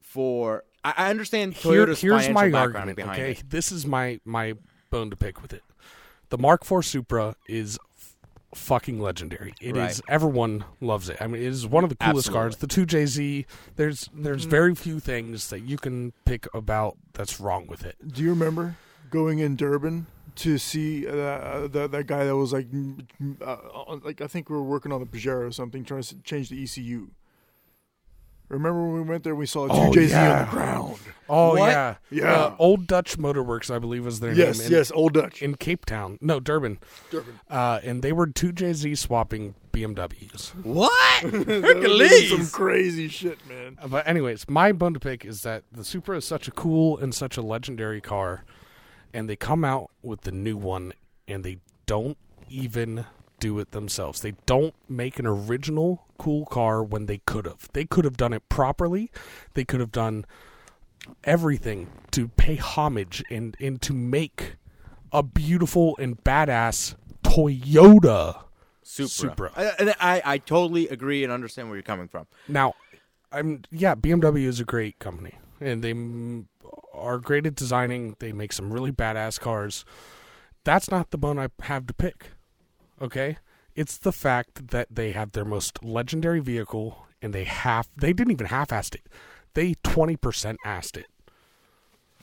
[SPEAKER 3] for I, I understand
[SPEAKER 1] here,
[SPEAKER 3] Toyota's
[SPEAKER 1] here's
[SPEAKER 3] financial
[SPEAKER 1] my
[SPEAKER 3] background
[SPEAKER 1] argument.
[SPEAKER 3] behind
[SPEAKER 1] Okay,
[SPEAKER 3] it.
[SPEAKER 1] this is my my bone to pick with it. The Mark IV Supra is f- fucking legendary. It is
[SPEAKER 3] Right.
[SPEAKER 1] everyone loves it. I mean, it is one of the coolest cars. The two JZ. There's
[SPEAKER 3] Hmm.
[SPEAKER 1] there's very few things that you can pick about that's wrong with it.
[SPEAKER 4] Do you remember going in Durban to see uh, uh, that that guy that was like, mm, mm, uh, on- like I think we were working on the Pajero or something, trying to s- change the ECU. Remember when we went there? and We saw a two
[SPEAKER 1] Oh,
[SPEAKER 4] JZ on
[SPEAKER 1] yeah.
[SPEAKER 4] the ground.
[SPEAKER 1] Oh
[SPEAKER 3] What?
[SPEAKER 1] yeah,
[SPEAKER 4] Yeah.
[SPEAKER 1] Uh, Old Dutch Motorworks, I believe, was their
[SPEAKER 4] Yes,
[SPEAKER 1] name. in-
[SPEAKER 4] yes, Old Dutch.
[SPEAKER 1] in Cape Town, no Durban, Durban, uh, and they were two JZ swapping BMWs.
[SPEAKER 3] What
[SPEAKER 4] Hercules, some
[SPEAKER 3] Hercules?
[SPEAKER 4] crazy shit, man.
[SPEAKER 1] Uh, But anyways, my bone to pick is that the Supra is such a cool and such a legendary car, and they come out with the new one, and they don't even do it themselves. They don't make an original cool car when they could have. They could have done it properly. They could have done everything to pay homage and and to make a beautiful and badass Toyota
[SPEAKER 3] Supra.
[SPEAKER 1] Supra.
[SPEAKER 3] I, and I I totally agree and understand where you're coming from.
[SPEAKER 1] Now, I'm yeah, BMW is a great company, and they m- are great at designing. They make some really badass cars. That's not the bone I have to pick. Okay, it's the fact that they have their most legendary vehicle, and they half they didn't even half assed it. They twenty percent assed it.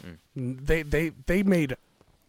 [SPEAKER 3] Hmm.
[SPEAKER 1] N- They they they made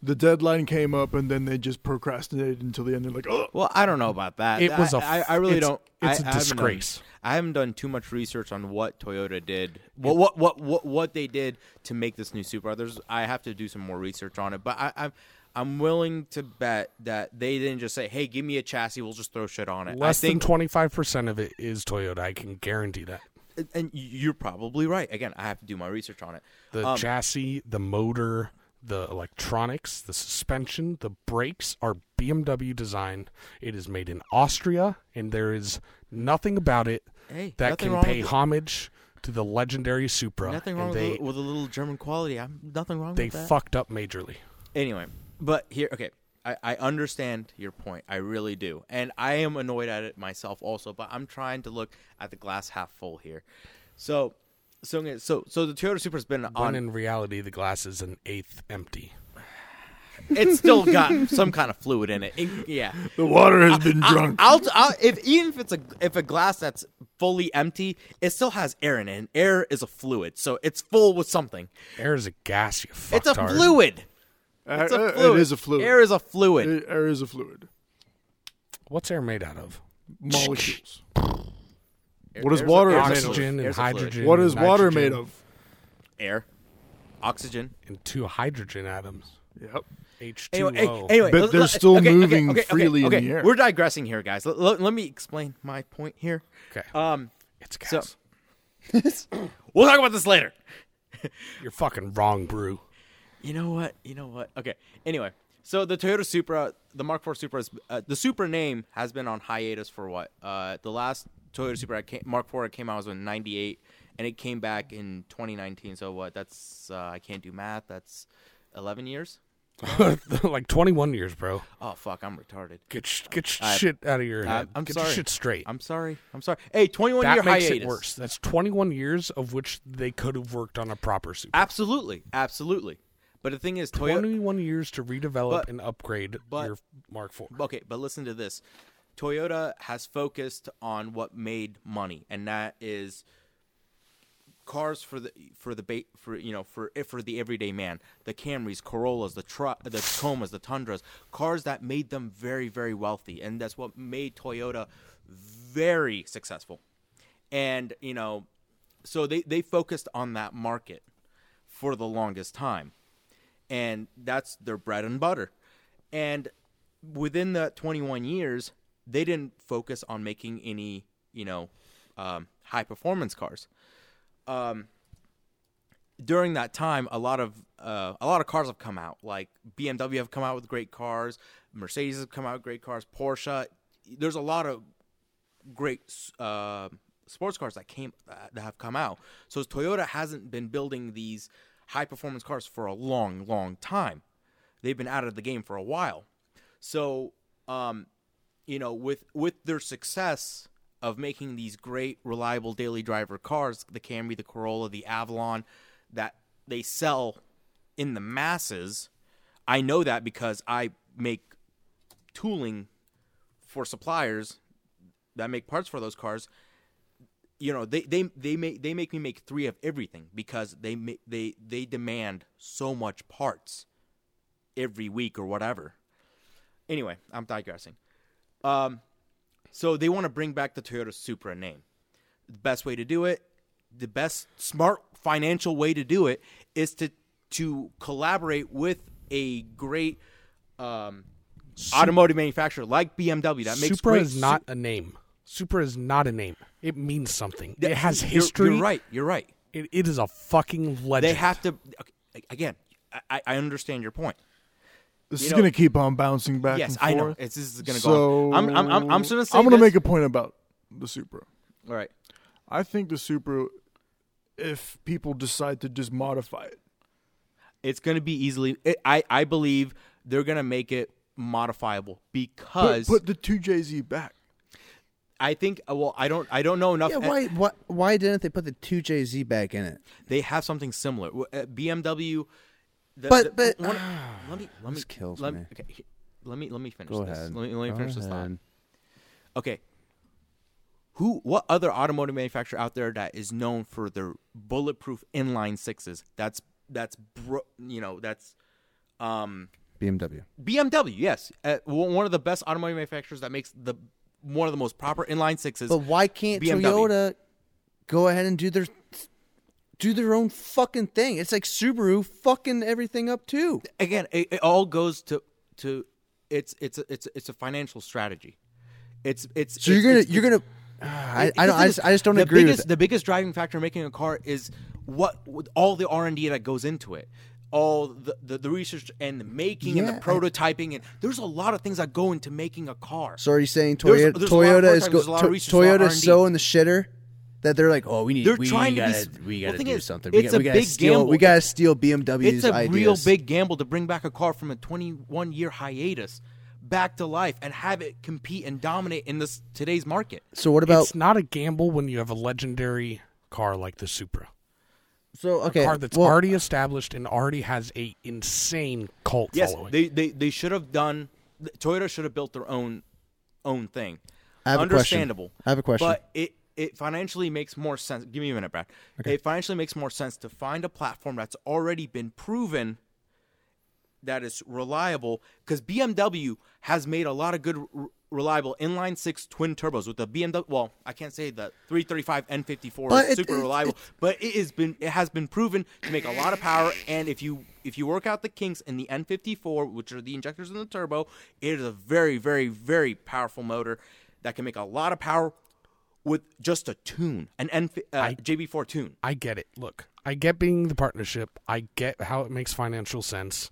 [SPEAKER 4] The deadline came up, and then they just procrastinated until the end. They're like, oh,
[SPEAKER 3] Well, I don't know about that.
[SPEAKER 1] It was
[SPEAKER 3] a.
[SPEAKER 1] a
[SPEAKER 3] I I
[SPEAKER 1] f-
[SPEAKER 3] I really
[SPEAKER 1] it's-
[SPEAKER 3] don't.
[SPEAKER 1] it's
[SPEAKER 3] I-
[SPEAKER 1] a
[SPEAKER 3] I haven't done-
[SPEAKER 1] disgrace.
[SPEAKER 3] I haven't done too much research on what Toyota did, what what what what, what they did to make this new Supra. There's, I have to do some more research on it, but I, I'm I'm willing to bet that they didn't just say, "Hey, give me a chassis, we'll just throw shit on it."
[SPEAKER 1] less
[SPEAKER 3] I think,
[SPEAKER 1] than twenty five percent of it is Toyota. I can guarantee that.
[SPEAKER 3] and- and you're probably right. Again, I have to do my research on it.
[SPEAKER 1] The
[SPEAKER 3] Um,
[SPEAKER 1] chassis, the motor, the electronics, the suspension, the brakes are BMW design. It is made in Austria, and there is nothing about it
[SPEAKER 3] Hey,
[SPEAKER 1] that
[SPEAKER 3] nothing
[SPEAKER 1] can
[SPEAKER 3] wrong
[SPEAKER 1] pay
[SPEAKER 3] with-
[SPEAKER 1] homage to the legendary Supra.
[SPEAKER 3] Nothing
[SPEAKER 1] and
[SPEAKER 3] wrong
[SPEAKER 1] they,
[SPEAKER 3] with, a, with a little German quality. I'm nothing wrong
[SPEAKER 1] They
[SPEAKER 3] with that.
[SPEAKER 1] fucked up majorly.
[SPEAKER 3] anyway but here okay I, I understand your point i really do and i am annoyed at it myself also but i'm trying to look at the glass half full here so so I'm gonna- so so the toyota super has been
[SPEAKER 1] When
[SPEAKER 3] on
[SPEAKER 1] in reality, the glass is an eighth empty.
[SPEAKER 3] it's still got some kind of fluid in it, It- yeah
[SPEAKER 4] the water has been drunk.
[SPEAKER 3] I, will I'll if even if it's a if a glass that's fully empty it still has air in it and air is a fluid so it's full with something
[SPEAKER 1] Air is a gas, you fucktard.
[SPEAKER 3] it's a fluid
[SPEAKER 4] Uh,
[SPEAKER 3] it's
[SPEAKER 4] uh,
[SPEAKER 3] a fluid
[SPEAKER 4] It is a fluid.
[SPEAKER 3] air is a fluid
[SPEAKER 4] It- air is a fluid.
[SPEAKER 1] What's air made out of?
[SPEAKER 4] Molecules.
[SPEAKER 3] Air-
[SPEAKER 4] What is
[SPEAKER 3] air's a-
[SPEAKER 4] water
[SPEAKER 3] air's a
[SPEAKER 4] made of?
[SPEAKER 3] fluid.
[SPEAKER 1] Oxygen and
[SPEAKER 3] Air's a fluid.
[SPEAKER 1] hydrogen.
[SPEAKER 4] What is water
[SPEAKER 1] nitrogen,
[SPEAKER 4] made of?
[SPEAKER 3] air oxygen
[SPEAKER 1] And two hydrogen atoms.
[SPEAKER 4] Yep.
[SPEAKER 1] H2O.
[SPEAKER 3] Anyway, a- anyway,
[SPEAKER 4] But
[SPEAKER 3] let-
[SPEAKER 4] they're
[SPEAKER 3] let-
[SPEAKER 4] still moving freely in
[SPEAKER 3] okay,
[SPEAKER 4] the air.
[SPEAKER 3] We're digressing here, guys. Let, let, let me explain my point here.
[SPEAKER 1] Okay.
[SPEAKER 3] Um,
[SPEAKER 1] it's gas.
[SPEAKER 3] uh, so We'll talk about this later.
[SPEAKER 1] You're fucking wrong, Brew.
[SPEAKER 3] You know what? You know what? Okay. Anyway, so the Toyota Supra, the Mark IV Supra, is, uh, the Supra name has been on hiatus for what? Uh, the last Toyota Supra I came, Mark IV I came out was in '98, and it came back in 2019. So what? That's uh, I can't do math. That's 11 years.
[SPEAKER 1] like 21 years, bro.
[SPEAKER 3] Oh fuck, I'm retarded.
[SPEAKER 1] Get sh- get sh-
[SPEAKER 3] I-
[SPEAKER 1] shit out of your
[SPEAKER 3] I-
[SPEAKER 1] head.
[SPEAKER 3] I'm
[SPEAKER 1] get
[SPEAKER 3] sorry.
[SPEAKER 1] your shit straight.
[SPEAKER 3] I'm sorry. I'm sorry. Hey, 21 year
[SPEAKER 1] that makes
[SPEAKER 3] hiatus.
[SPEAKER 1] it worse. That's 21 years of which they could have worked on a proper Supra.
[SPEAKER 3] Absolutely, absolutely. But the thing is, Toyota.
[SPEAKER 1] 21 years to redevelop
[SPEAKER 3] But-
[SPEAKER 1] and upgrade
[SPEAKER 3] but-
[SPEAKER 1] your Mark IV.
[SPEAKER 3] Okay, but listen to this. Toyota has focused on what made money, and that is cars for the for the ba- for you know for eh, for the everyday man. The Camrys, Corollas, the tru- the Tacomas, the Tundras, cars that made them very very wealthy, and that's what made Toyota very successful. And you know, so they they focused on that market for the longest time and that's their bread and butter. And within the 21 years, they didn't focus on making any, you know, um, high performance cars. Um, during that time, a lot of uh, a lot of cars have come out. Like BMW have come out with great cars, Mercedes have come out with great cars, Porsche. There's a lot of great uh, sports cars that came uh, that have come out. So Toyota hasn't been building these high performance cars for a long, long time. They've been out of the game for a while. So, um, you know, with with their success of making these great, reliable daily driver cars, the Camry, the Corolla, the Avalon, that they sell in the masses. I know that because I make tooling for suppliers that make parts for those cars you know they they they make they make me make three of everything because they ma- they they demand so much parts every week or whatever. Anyway, I'm digressing. Um, so they want to bring back the Toyota Supra name. The best way to do it, the best smart financial way to do it, is to to collaborate with a great um, automotive manufacturer like BMW that makes
[SPEAKER 1] Supra
[SPEAKER 3] great
[SPEAKER 1] is not a name. Supra is not a name. It means something.
[SPEAKER 3] Su-
[SPEAKER 1] it has
[SPEAKER 3] You're-
[SPEAKER 1] history.
[SPEAKER 3] you're right. You're right.
[SPEAKER 1] It, it is a fucking legend.
[SPEAKER 3] They have to. okay, Again, I- I, I understand your point.
[SPEAKER 4] This
[SPEAKER 3] You
[SPEAKER 4] is
[SPEAKER 3] know-
[SPEAKER 4] gonna keep on bouncing back.
[SPEAKER 3] yes,
[SPEAKER 4] and
[SPEAKER 3] I know.
[SPEAKER 4] forth.
[SPEAKER 3] It's, this is gonna
[SPEAKER 4] so
[SPEAKER 3] go. On. I'm. I'm. I'm. I'm just gonna say.
[SPEAKER 4] I'm gonna
[SPEAKER 3] this.
[SPEAKER 4] make a point about the Supra.
[SPEAKER 3] All right.
[SPEAKER 4] I think the Supra, if people decide to just modify it,
[SPEAKER 3] It's gonna be easily. It, I. I believe they're gonna make it modifiable because
[SPEAKER 4] put, put the two JZ back.
[SPEAKER 3] I think. uh, Well, I don't. I don't know enough.
[SPEAKER 2] Yeah, why, why why didn't they put the two JZ back in it?
[SPEAKER 3] They have something similar. W- uh, BMW. The,
[SPEAKER 2] But-
[SPEAKER 3] the-
[SPEAKER 2] but-
[SPEAKER 3] one- let me. Let me.
[SPEAKER 2] This kills
[SPEAKER 3] let,
[SPEAKER 2] me.
[SPEAKER 3] Okay. he- Let me. Let me finish
[SPEAKER 2] Go
[SPEAKER 3] this.
[SPEAKER 2] ahead.
[SPEAKER 3] Let me. Let me
[SPEAKER 2] Go
[SPEAKER 3] finish this thought.
[SPEAKER 2] ahead.
[SPEAKER 3] Okay. Who? What other automotive manufacturer out there that is known for their bulletproof inline sixes? That's that's bro, you know that's um
[SPEAKER 2] BMW.
[SPEAKER 3] BMW. Yes, uh, w- one of the best automotive manufacturers that makes the one of the most proper inline sixes.
[SPEAKER 2] But why can't
[SPEAKER 3] BMW.
[SPEAKER 2] Toyota go ahead and do their do their own fucking thing? It's like Subaru fucking everything up too.
[SPEAKER 3] again, it, it all goes to to it's it's a, it's a- it's a financial strategy. It's it's
[SPEAKER 2] So you're
[SPEAKER 3] it's-
[SPEAKER 2] gonna
[SPEAKER 3] it's-
[SPEAKER 2] you're gonna.
[SPEAKER 3] it-
[SPEAKER 2] I,
[SPEAKER 3] it-
[SPEAKER 2] I
[SPEAKER 3] the
[SPEAKER 2] don't.
[SPEAKER 3] thing
[SPEAKER 2] I just,
[SPEAKER 3] is,
[SPEAKER 2] I just don't
[SPEAKER 3] the
[SPEAKER 2] agree
[SPEAKER 3] biggest,
[SPEAKER 2] with that.
[SPEAKER 3] The biggest driving factor in making a car is what with all the R and D that goes into it, all the, the, the research and the making and
[SPEAKER 2] Yeah, I-
[SPEAKER 3] the prototyping, and there's a lot of things that go into making a car.
[SPEAKER 2] So are you saying
[SPEAKER 3] There's-
[SPEAKER 2] Toyota?
[SPEAKER 3] there's a lot of work time,
[SPEAKER 2] Toyota is go,
[SPEAKER 3] there's a lot of
[SPEAKER 2] to,
[SPEAKER 3] research, a lot of
[SPEAKER 2] Toyota is
[SPEAKER 3] R&D.
[SPEAKER 2] so in the shitter that they're like, oh, we need.
[SPEAKER 3] They're
[SPEAKER 2] we
[SPEAKER 3] trying to be
[SPEAKER 2] gotta,
[SPEAKER 3] s-
[SPEAKER 2] We
[SPEAKER 3] the
[SPEAKER 2] gotta
[SPEAKER 3] thing
[SPEAKER 2] do
[SPEAKER 3] is,
[SPEAKER 2] something.
[SPEAKER 3] it's
[SPEAKER 2] we,
[SPEAKER 3] a
[SPEAKER 2] gotta, we gotta
[SPEAKER 3] big
[SPEAKER 2] steal.
[SPEAKER 3] gamble.
[SPEAKER 2] We gotta steal BMW's
[SPEAKER 3] it's a
[SPEAKER 2] ideas.
[SPEAKER 3] real big gamble to bring back a car from a 21 year hiatus back to life and have it compete and dominate in this today's market.
[SPEAKER 2] So what about
[SPEAKER 1] it's not a gamble when you have a legendary car like the Supra.
[SPEAKER 2] so okay?
[SPEAKER 1] car that's
[SPEAKER 2] well,
[SPEAKER 1] already established and already has a insane cult
[SPEAKER 3] Yes,
[SPEAKER 1] following.
[SPEAKER 3] they, they they should have done. Toyota should have built their own own thing.
[SPEAKER 2] I have a question.
[SPEAKER 3] Understandable.
[SPEAKER 2] I have a question.
[SPEAKER 3] But it it financially makes more sense. Give me a minute, Brad. It financially makes more sense to find a platform that's already been proven that is reliable because BMW has made a lot of good, r- reliable inline six twin turbos with the BMW. Well, I can't say the 335 N54
[SPEAKER 2] But
[SPEAKER 3] is
[SPEAKER 2] it-
[SPEAKER 3] super
[SPEAKER 2] it-
[SPEAKER 3] reliable, but it has been it has been proven to make a lot of power. And if you if you work out the kinks in the N54, which are the injectors in the turbo, it is a very very very powerful motor that can make a lot of power with just a tune, an N- uh, JB4 tune.
[SPEAKER 1] I get it. Look, I get being the partnership. I get how it makes financial sense,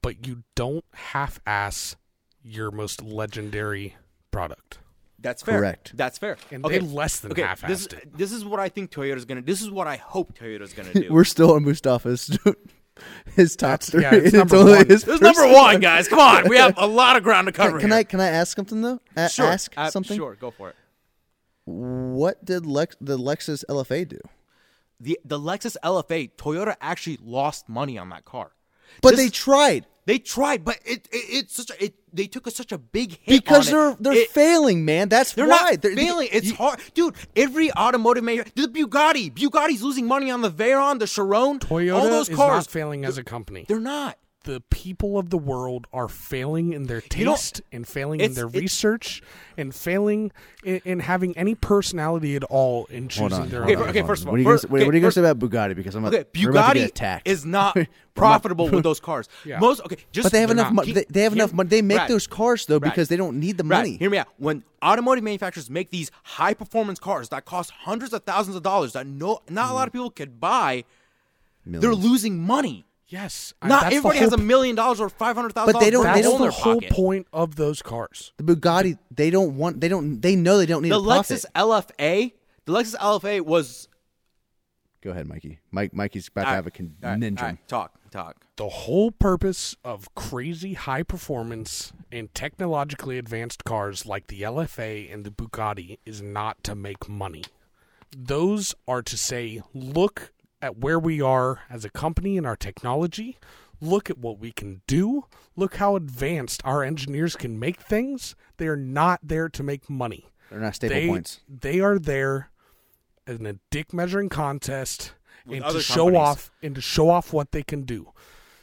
[SPEAKER 1] but you don't half-ass your most legendary product.
[SPEAKER 3] That's fair.
[SPEAKER 2] Correct.
[SPEAKER 3] That's fair.
[SPEAKER 1] And they less than
[SPEAKER 3] okay,
[SPEAKER 1] half-assed
[SPEAKER 3] this,
[SPEAKER 1] it.
[SPEAKER 3] this is what I think Toyota's gonna. This is what I hope Toyota's gonna do.
[SPEAKER 2] We're still on Mustafa's his top
[SPEAKER 1] That's-
[SPEAKER 2] three.
[SPEAKER 1] yeah, it's
[SPEAKER 2] and
[SPEAKER 1] number
[SPEAKER 2] only
[SPEAKER 1] one.
[SPEAKER 2] his
[SPEAKER 3] this is
[SPEAKER 2] first
[SPEAKER 3] number one, guys. Come on, we have a lot of ground to cover.
[SPEAKER 2] Can, can
[SPEAKER 3] here.
[SPEAKER 2] I can I ask something though? A-
[SPEAKER 3] Sure.
[SPEAKER 2] Ask
[SPEAKER 3] Uh,
[SPEAKER 2] something.
[SPEAKER 3] Sure, go for it.
[SPEAKER 2] What did Lex the Lexus LFA do?
[SPEAKER 3] The the Lexus LFA, Toyota actually lost money on that car.
[SPEAKER 2] But
[SPEAKER 3] This-
[SPEAKER 2] they tried
[SPEAKER 3] They tried, but it, it it's such a it, they took a, such a big hit
[SPEAKER 2] because
[SPEAKER 3] on it.
[SPEAKER 2] they're they're
[SPEAKER 3] It-
[SPEAKER 2] failing, man. That's
[SPEAKER 3] They're
[SPEAKER 2] why
[SPEAKER 3] not failing. It's
[SPEAKER 2] you-
[SPEAKER 3] hard, dude. Every automotive maker, the Bugatti, Bugatti's losing money on the Veyron, the Chiron,
[SPEAKER 1] Toyota
[SPEAKER 3] all those
[SPEAKER 1] is
[SPEAKER 3] cars.
[SPEAKER 1] not failing as a company.
[SPEAKER 3] They're not.
[SPEAKER 1] The people of the world are failing in their
[SPEAKER 3] You know,
[SPEAKER 1] taste and failing in
[SPEAKER 3] it's-
[SPEAKER 1] their
[SPEAKER 3] it-
[SPEAKER 1] research and failing in, in having any personality at all in choosing
[SPEAKER 2] Hold on.
[SPEAKER 1] their
[SPEAKER 2] hold
[SPEAKER 1] own.
[SPEAKER 2] on,
[SPEAKER 3] okay,
[SPEAKER 2] hold
[SPEAKER 3] first of
[SPEAKER 2] on.
[SPEAKER 3] all,
[SPEAKER 2] what are you gonna,
[SPEAKER 3] first-
[SPEAKER 2] say- wait,
[SPEAKER 3] okay,
[SPEAKER 2] what are you gonna
[SPEAKER 3] first-
[SPEAKER 2] say about Bugatti? Because I'm
[SPEAKER 3] Okay,
[SPEAKER 2] okay, we're about to get
[SPEAKER 3] Bugatti
[SPEAKER 2] attacked.
[SPEAKER 3] is not profitable with those cars. Most okay, just
[SPEAKER 2] but they have
[SPEAKER 3] they're
[SPEAKER 2] enough
[SPEAKER 3] not.
[SPEAKER 2] money.
[SPEAKER 3] Keep-
[SPEAKER 2] They, they have
[SPEAKER 3] hear-
[SPEAKER 2] enough money. They make
[SPEAKER 3] right,
[SPEAKER 2] those cars though
[SPEAKER 3] right,
[SPEAKER 2] because they don't need the
[SPEAKER 3] right.
[SPEAKER 2] money.
[SPEAKER 3] Hear me out. When automotive manufacturers make these high performance cars that cost hundreds of thousands of dollars that no not a lot of
[SPEAKER 2] Mm.
[SPEAKER 3] people could buy, they're losing money.
[SPEAKER 1] Yes, I-
[SPEAKER 3] Not
[SPEAKER 1] that's the
[SPEAKER 3] everybody
[SPEAKER 1] whole
[SPEAKER 3] has a million dollars or five hundred thousand.
[SPEAKER 2] But they don't-
[SPEAKER 3] That's
[SPEAKER 1] That's
[SPEAKER 2] hole in
[SPEAKER 1] the
[SPEAKER 2] their
[SPEAKER 1] whole point of those cars.
[SPEAKER 2] The Bugatti, they don't want. They don't. They know they don't need
[SPEAKER 3] The
[SPEAKER 2] a profit.
[SPEAKER 3] Lexus LFA, the Lexus LFA was.
[SPEAKER 2] Go ahead, Mikey. Mike, Mikey's about to have a
[SPEAKER 3] All right,
[SPEAKER 2] conundrum.
[SPEAKER 3] all right, talk, talk.
[SPEAKER 1] The whole purpose of crazy high performance and technologically advanced cars like the LFA and the Bugatti is not to make money. Those are to say, look at where we are as a company in our technology. Look at what we can do. Look how advanced our engineers can make things. They are not there to make money.
[SPEAKER 2] They're not staple
[SPEAKER 1] they,
[SPEAKER 2] points.
[SPEAKER 1] They are there in a dick measuring contest and
[SPEAKER 3] other
[SPEAKER 1] to show
[SPEAKER 3] companies.
[SPEAKER 1] off and to show off what they can do.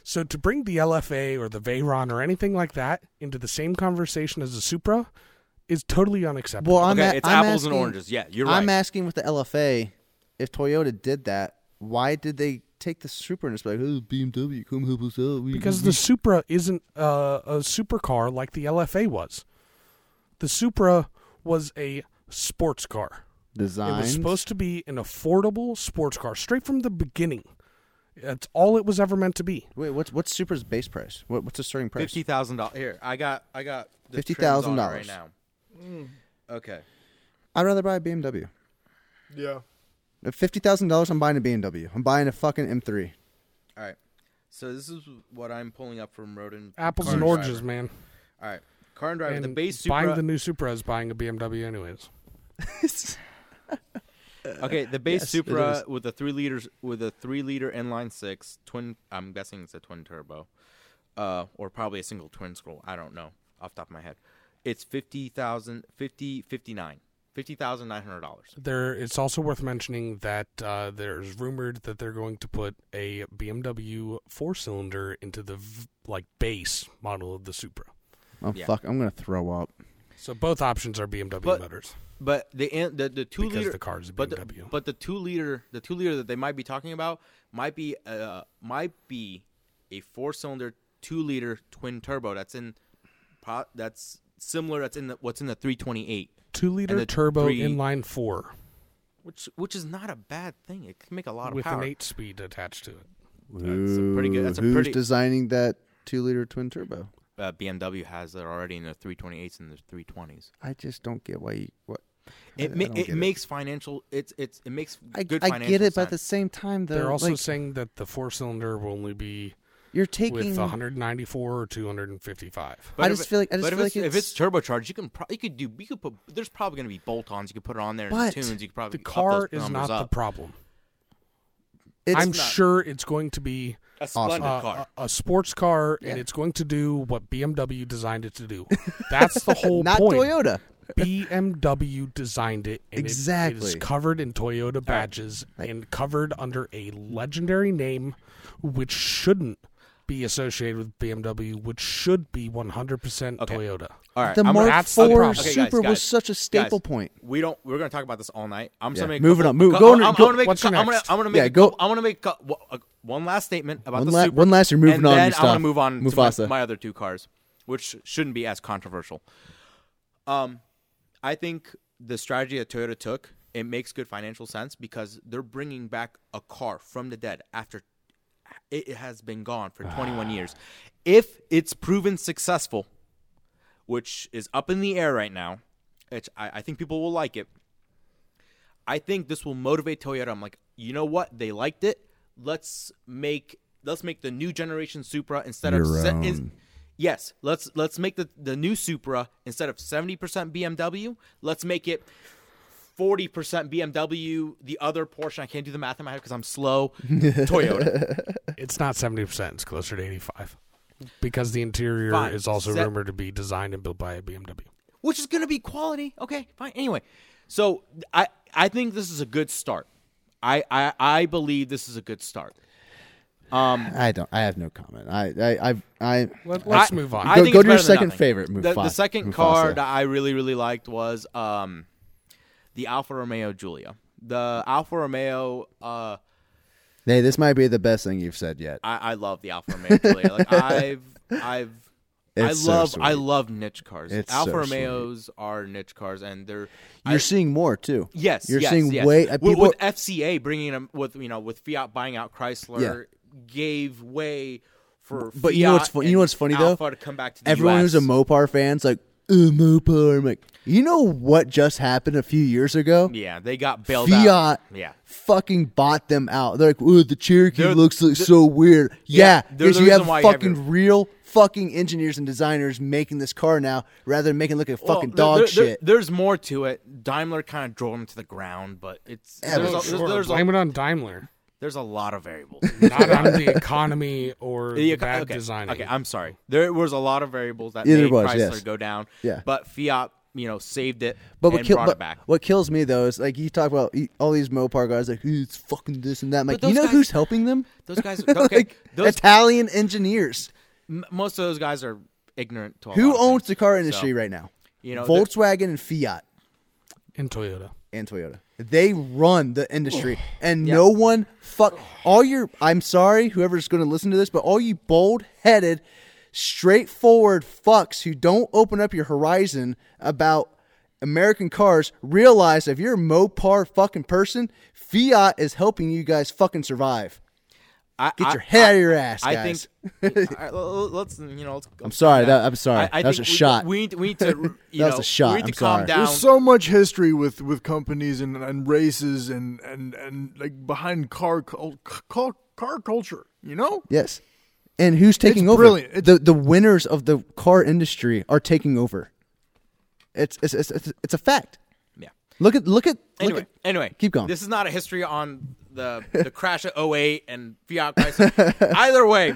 [SPEAKER 1] So to bring the LFA or the Veyron or anything like that into the same conversation as the Supra is totally unacceptable.
[SPEAKER 2] Well, I'm
[SPEAKER 3] Okay,
[SPEAKER 2] a-
[SPEAKER 3] it's
[SPEAKER 2] I'm
[SPEAKER 3] apples and
[SPEAKER 2] asking-
[SPEAKER 3] oranges. Yeah, you're
[SPEAKER 2] I'm
[SPEAKER 3] right.
[SPEAKER 2] asking with the LFA, if Toyota did that, why did they take the Super and it's like, oh, BMW, come help us out? We-
[SPEAKER 1] because
[SPEAKER 2] we-
[SPEAKER 1] the Supra isn't uh, a supercar like the LFA was. The Supra was a sports car.
[SPEAKER 2] design.
[SPEAKER 1] It was supposed to be an affordable sports car straight from the beginning. That's all it was ever meant to be.
[SPEAKER 2] Wait, what's what's Supra's base price? What, what's the starting price?
[SPEAKER 3] Fifty thousand dollars. Here, I got, I got the
[SPEAKER 2] $50,000
[SPEAKER 3] trends on it right now.
[SPEAKER 2] Mm.
[SPEAKER 3] Okay.
[SPEAKER 2] I'd rather buy a BMW.
[SPEAKER 4] Yeah.
[SPEAKER 2] At fifty thousand dollars, I'm buying a BMW. I'm buying a fucking M3.
[SPEAKER 3] All right. So this is what I'm pulling up from Roden.
[SPEAKER 1] Apples
[SPEAKER 3] Car
[SPEAKER 1] and
[SPEAKER 3] Driver.
[SPEAKER 1] oranges, man.
[SPEAKER 3] All right. Car and driver.
[SPEAKER 1] And
[SPEAKER 3] the base
[SPEAKER 1] buying
[SPEAKER 3] Supra.
[SPEAKER 1] the new Supra is buying a BMW, anyways.
[SPEAKER 3] okay, the base
[SPEAKER 2] Uh, Yes, it
[SPEAKER 3] Supra
[SPEAKER 2] is.
[SPEAKER 3] with the three liters with a three liter inline six twin. I'm guessing it's a twin turbo, uh, or probably a single twin scroll. I don't know off the top of my head. It's fifty thousand, fifty, fifty nine, fifty thousand nine hundred dollars.
[SPEAKER 1] There, it's also worth mentioning that uh, there's rumored that they're going to put a BMW four-cylinder into the v- like base model of the Supra.
[SPEAKER 2] Oh
[SPEAKER 3] Yeah.
[SPEAKER 2] fuck, I'm gonna throw up.
[SPEAKER 1] So both options are BMW
[SPEAKER 3] But-
[SPEAKER 1] motors.
[SPEAKER 3] But the in- the the two
[SPEAKER 1] Because
[SPEAKER 3] liter
[SPEAKER 1] the car is a
[SPEAKER 3] but the,
[SPEAKER 1] BMW.
[SPEAKER 3] but the two liter the two liter that they might be talking about might be uh might be a four cylinder two liter twin turbo that's in pro- that's similar that's in the, what's in the 328
[SPEAKER 1] Two-liter
[SPEAKER 3] the
[SPEAKER 1] turbo
[SPEAKER 3] three-
[SPEAKER 1] inline four
[SPEAKER 3] which which is not a bad thing it can make a lot of
[SPEAKER 1] with
[SPEAKER 3] power
[SPEAKER 1] an eight-speed attached to it.
[SPEAKER 3] That's a pretty good- that's a
[SPEAKER 2] who's
[SPEAKER 3] pretty-
[SPEAKER 2] designing that two liter twin turbo?
[SPEAKER 3] uh, BMW has it already in the 328s and the 320s
[SPEAKER 2] I just don't get why you what.
[SPEAKER 3] it
[SPEAKER 2] I
[SPEAKER 3] ma-
[SPEAKER 2] don't
[SPEAKER 3] it
[SPEAKER 2] get it.
[SPEAKER 3] makes financial it's it's it makes
[SPEAKER 2] I,
[SPEAKER 3] good
[SPEAKER 2] I
[SPEAKER 3] financial
[SPEAKER 2] get it, but at the
[SPEAKER 3] sense.
[SPEAKER 2] same time, though,
[SPEAKER 1] They're also
[SPEAKER 2] like,
[SPEAKER 1] saying that the four-cylinder will only be
[SPEAKER 2] you're taking.
[SPEAKER 1] with 194 or 255.
[SPEAKER 2] I
[SPEAKER 3] if
[SPEAKER 2] just feel like- I just
[SPEAKER 3] but
[SPEAKER 2] feel
[SPEAKER 3] if
[SPEAKER 2] like
[SPEAKER 3] it's, if it's turbocharged, you can pro- you could do you could put there's probably gonna be bolt-ons you could put it on there
[SPEAKER 2] But
[SPEAKER 3] and tunes you could probably
[SPEAKER 1] The car
[SPEAKER 3] up those
[SPEAKER 1] is
[SPEAKER 3] numbers
[SPEAKER 1] not the
[SPEAKER 3] up.
[SPEAKER 1] problem.
[SPEAKER 2] it's
[SPEAKER 1] I'm sure it's going to be
[SPEAKER 3] a splendid
[SPEAKER 1] uh,
[SPEAKER 3] car.
[SPEAKER 1] A, a sports car, and it's going to do what BMW designed it to do. That's the whole
[SPEAKER 2] not
[SPEAKER 1] point.
[SPEAKER 2] Toyota.
[SPEAKER 1] BMW designed it. and it- It, is
[SPEAKER 2] Exactly.
[SPEAKER 1] covered in Toyota badges and covered under a legendary name, which shouldn't be associated with BMW, which should be 100% Toyota.
[SPEAKER 3] All right,
[SPEAKER 2] The
[SPEAKER 3] I'm gonna-
[SPEAKER 2] Mark
[SPEAKER 1] that's
[SPEAKER 2] IV
[SPEAKER 1] the problem.
[SPEAKER 3] Okay, guys,
[SPEAKER 2] Super
[SPEAKER 3] guys,
[SPEAKER 2] was such a staple
[SPEAKER 3] guys,
[SPEAKER 2] point.
[SPEAKER 3] We don't. We're gonna talk about this all night. I'm just
[SPEAKER 2] Yeah.
[SPEAKER 3] gonna make
[SPEAKER 2] Moving
[SPEAKER 3] couple-
[SPEAKER 2] on, move-
[SPEAKER 3] cou-
[SPEAKER 2] go
[SPEAKER 3] I'm,
[SPEAKER 2] on-
[SPEAKER 3] I'm
[SPEAKER 2] go-
[SPEAKER 3] gonna make.
[SPEAKER 1] what's
[SPEAKER 3] cou-
[SPEAKER 1] your
[SPEAKER 3] I'm gonna.
[SPEAKER 1] next?
[SPEAKER 3] I'm gonna make.
[SPEAKER 2] Yeah,
[SPEAKER 3] a
[SPEAKER 2] go-
[SPEAKER 3] couple- I'm gonna make cou- wo- uh, one last statement about
[SPEAKER 2] One
[SPEAKER 3] the
[SPEAKER 2] la-
[SPEAKER 3] Supra,
[SPEAKER 2] one last, you're moving
[SPEAKER 3] and
[SPEAKER 2] on,
[SPEAKER 3] Then I'm gonna
[SPEAKER 2] Mustaf-
[SPEAKER 3] move on to
[SPEAKER 2] Mufasa.
[SPEAKER 3] my, my other two cars, which shouldn't be as controversial. Um, I think the strategy that Toyota took, it makes good financial sense because they're bringing back a car from the dead after it has been gone for 21 years. If it's proven successful, which is up in the air right now, which I, I think people will like it. I think this will motivate Toyota. I'm like, you know what? They liked it. Let's make let's make the new generation Supra instead of
[SPEAKER 5] Your
[SPEAKER 3] se-
[SPEAKER 5] own.
[SPEAKER 3] is- yes, let's let's make the the new Supra instead of 70% BMW. Let's make it 40% BMW. The other portion, I can't do the math in my head because I'm slow. Toyota.
[SPEAKER 1] It's not 70%, it's closer to 85 because the interior
[SPEAKER 3] Fine.
[SPEAKER 1] is also
[SPEAKER 3] Set-
[SPEAKER 1] rumored to be designed and built by a BMW.
[SPEAKER 3] which is going to be quality. Okay, fine. Anyway, so I I think this is a good start. I I, I believe this is a good start. Um,
[SPEAKER 2] I don't. I have no comment. I. I. I. I
[SPEAKER 1] Let, us
[SPEAKER 3] I-
[SPEAKER 1] move on.
[SPEAKER 3] I
[SPEAKER 2] Go-
[SPEAKER 3] think
[SPEAKER 2] go
[SPEAKER 3] it's
[SPEAKER 2] to
[SPEAKER 3] better
[SPEAKER 2] your
[SPEAKER 3] than
[SPEAKER 2] second
[SPEAKER 3] nothing.
[SPEAKER 2] favorite,
[SPEAKER 3] The, the
[SPEAKER 2] Mufa-
[SPEAKER 3] second
[SPEAKER 2] Mufasa.
[SPEAKER 3] car that I really really liked was um, the Alfa Romeo Giulia. The Alfa Romeo. Uh,
[SPEAKER 2] hey, this might be the best thing you've said yet.
[SPEAKER 3] I, I love the Alfa Romeo Giulia. Like I've I've.
[SPEAKER 2] It's
[SPEAKER 3] I
[SPEAKER 2] so
[SPEAKER 3] love I
[SPEAKER 2] sweet.
[SPEAKER 3] love niche cars.
[SPEAKER 2] It's
[SPEAKER 3] Alfa
[SPEAKER 2] so sweet.
[SPEAKER 3] Romeos are niche cars, and they're
[SPEAKER 2] You're
[SPEAKER 3] I-
[SPEAKER 2] seeing more too.
[SPEAKER 3] Yes,
[SPEAKER 2] You're
[SPEAKER 3] yes,
[SPEAKER 2] seeing
[SPEAKER 3] yes.
[SPEAKER 2] way- uh,
[SPEAKER 3] with,
[SPEAKER 2] people-
[SPEAKER 3] with FCA bringing them with you know with Fiat buying out Chrysler gave way for.
[SPEAKER 2] But you know what's
[SPEAKER 3] Fiat
[SPEAKER 2] fu- you know
[SPEAKER 3] and
[SPEAKER 2] what's funny, though?
[SPEAKER 3] Alfa to come back to the
[SPEAKER 2] Everyone who's a
[SPEAKER 3] US.
[SPEAKER 2] Mopar fan's like, "Ooh, Mopar." I'm like, you know what just happened a few years ago?
[SPEAKER 3] yeah, they got bailed out.
[SPEAKER 2] Fiat
[SPEAKER 3] Yeah,
[SPEAKER 2] fucking bought them out. They're like, ooh, the Cherokee
[SPEAKER 3] They're-
[SPEAKER 2] looks like so weird. Yeah,
[SPEAKER 3] Yeah, they're
[SPEAKER 2] because
[SPEAKER 3] the
[SPEAKER 2] you have
[SPEAKER 3] reason why you have
[SPEAKER 2] fucking
[SPEAKER 3] your-
[SPEAKER 2] real fucking engineers and designers making this car now rather than making it look like fucking
[SPEAKER 3] Well,
[SPEAKER 2] dog
[SPEAKER 3] there- there-
[SPEAKER 2] shit.
[SPEAKER 3] there's more to it. Daimler kind of drove them to the ground, but it's
[SPEAKER 2] Yeah,
[SPEAKER 3] there's,
[SPEAKER 2] but
[SPEAKER 3] a, there's, there's,
[SPEAKER 1] Blame
[SPEAKER 3] a,
[SPEAKER 1] it on Daimler,
[SPEAKER 3] there's a lot of variables.
[SPEAKER 1] not on the economy or the,
[SPEAKER 3] Yeah, okay,
[SPEAKER 1] bad
[SPEAKER 3] okay,
[SPEAKER 1] designing.
[SPEAKER 3] Okay, I'm sorry. There was a lot of variables that
[SPEAKER 2] Either
[SPEAKER 3] made
[SPEAKER 2] was,
[SPEAKER 3] Chrysler
[SPEAKER 2] yes.
[SPEAKER 3] go down.
[SPEAKER 2] Yeah.
[SPEAKER 3] but Fiat, you know, saved it
[SPEAKER 2] But what,
[SPEAKER 3] and
[SPEAKER 2] kill,
[SPEAKER 3] brought
[SPEAKER 2] but
[SPEAKER 3] it back.
[SPEAKER 2] what kills me though is like you talk about e- all these Mopar guys like "Ooh, it's fucking this and that. I'm like you
[SPEAKER 3] those
[SPEAKER 2] know
[SPEAKER 3] guys-
[SPEAKER 2] who's helping them?
[SPEAKER 3] Those guys, okay,
[SPEAKER 2] like
[SPEAKER 3] those
[SPEAKER 2] Italian engineers.
[SPEAKER 3] M- most of those guys are ignorant to a lot
[SPEAKER 2] Who
[SPEAKER 3] of
[SPEAKER 2] owns
[SPEAKER 3] things.
[SPEAKER 2] the car industry
[SPEAKER 3] So,
[SPEAKER 2] right now?
[SPEAKER 3] you know they're-
[SPEAKER 2] Volkswagen and Fiat.
[SPEAKER 1] in Toyota.
[SPEAKER 2] and Toyota. They run the industry, and
[SPEAKER 3] Yeah.
[SPEAKER 2] no one fuck all your. I'm sorry, whoever's going to listen to this, but all you bold-headed, straightforward fucks who don't open up your horizon about American cars realize if you're a Mopar fucking person, Fiat is helping you guys fucking survive.
[SPEAKER 3] I,
[SPEAKER 2] Get
[SPEAKER 3] I-
[SPEAKER 2] your head out
[SPEAKER 3] I-
[SPEAKER 2] of your ass,
[SPEAKER 3] I
[SPEAKER 2] guys.
[SPEAKER 3] think. I- l- l- let's you know. Let's,
[SPEAKER 2] I'm sorry. That, I'm sorry.
[SPEAKER 3] I, I
[SPEAKER 2] that was a
[SPEAKER 3] think we,
[SPEAKER 2] shot.
[SPEAKER 3] We need, we need to. You
[SPEAKER 2] That was
[SPEAKER 3] know,
[SPEAKER 2] a shot.
[SPEAKER 3] We need
[SPEAKER 2] I'm
[SPEAKER 3] to calm
[SPEAKER 2] sorry.
[SPEAKER 3] down.
[SPEAKER 4] There's so much history with, with companies and, and races and, and, and like behind car cul- car, car culture, you know?
[SPEAKER 2] yes. And who's taking over?
[SPEAKER 4] brilliant. It's-
[SPEAKER 2] The the winners of the car industry are taking over. It's it's it's, it's, it's a fact.
[SPEAKER 3] yeah.
[SPEAKER 2] Look at look at look
[SPEAKER 3] Anyway,
[SPEAKER 2] at-
[SPEAKER 3] anyway,
[SPEAKER 2] keep going.
[SPEAKER 3] This is not a history on the the crash of 08 and Fiat crisis. Either way,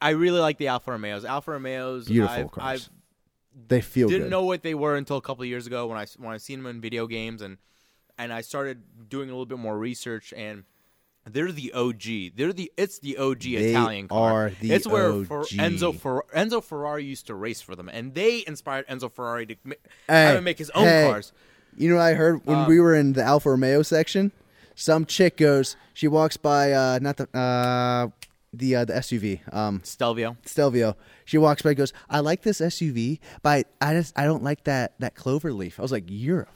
[SPEAKER 3] I really like the Alfa Romeos. Alfa Romeos,
[SPEAKER 2] Beautiful
[SPEAKER 3] I've,
[SPEAKER 2] cars.
[SPEAKER 3] I've
[SPEAKER 2] they feel
[SPEAKER 3] didn't
[SPEAKER 2] good.
[SPEAKER 3] know what they were until a couple of years ago when I when I seen them in video games and and I started doing a little bit more research and they're the OG. They're the it's the OG Italian car.
[SPEAKER 2] are the
[SPEAKER 3] it's where Fer-
[SPEAKER 2] OG.
[SPEAKER 3] Enzo Fer- Enzo Ferrari used to race for them, and they inspired Enzo Ferrari to ma-
[SPEAKER 2] Hey,
[SPEAKER 3] have him make his own
[SPEAKER 2] hey.
[SPEAKER 3] cars. Uh,
[SPEAKER 2] You know what I heard when we were in the Alfa Romeo section? Some chick goes, she walks by uh not the uh the uh, the SUV, um
[SPEAKER 3] Stelvio.
[SPEAKER 2] Stelvio. She walks by goes, I like this SUV, but I just I don't like that that clover leaf. I was like, You're a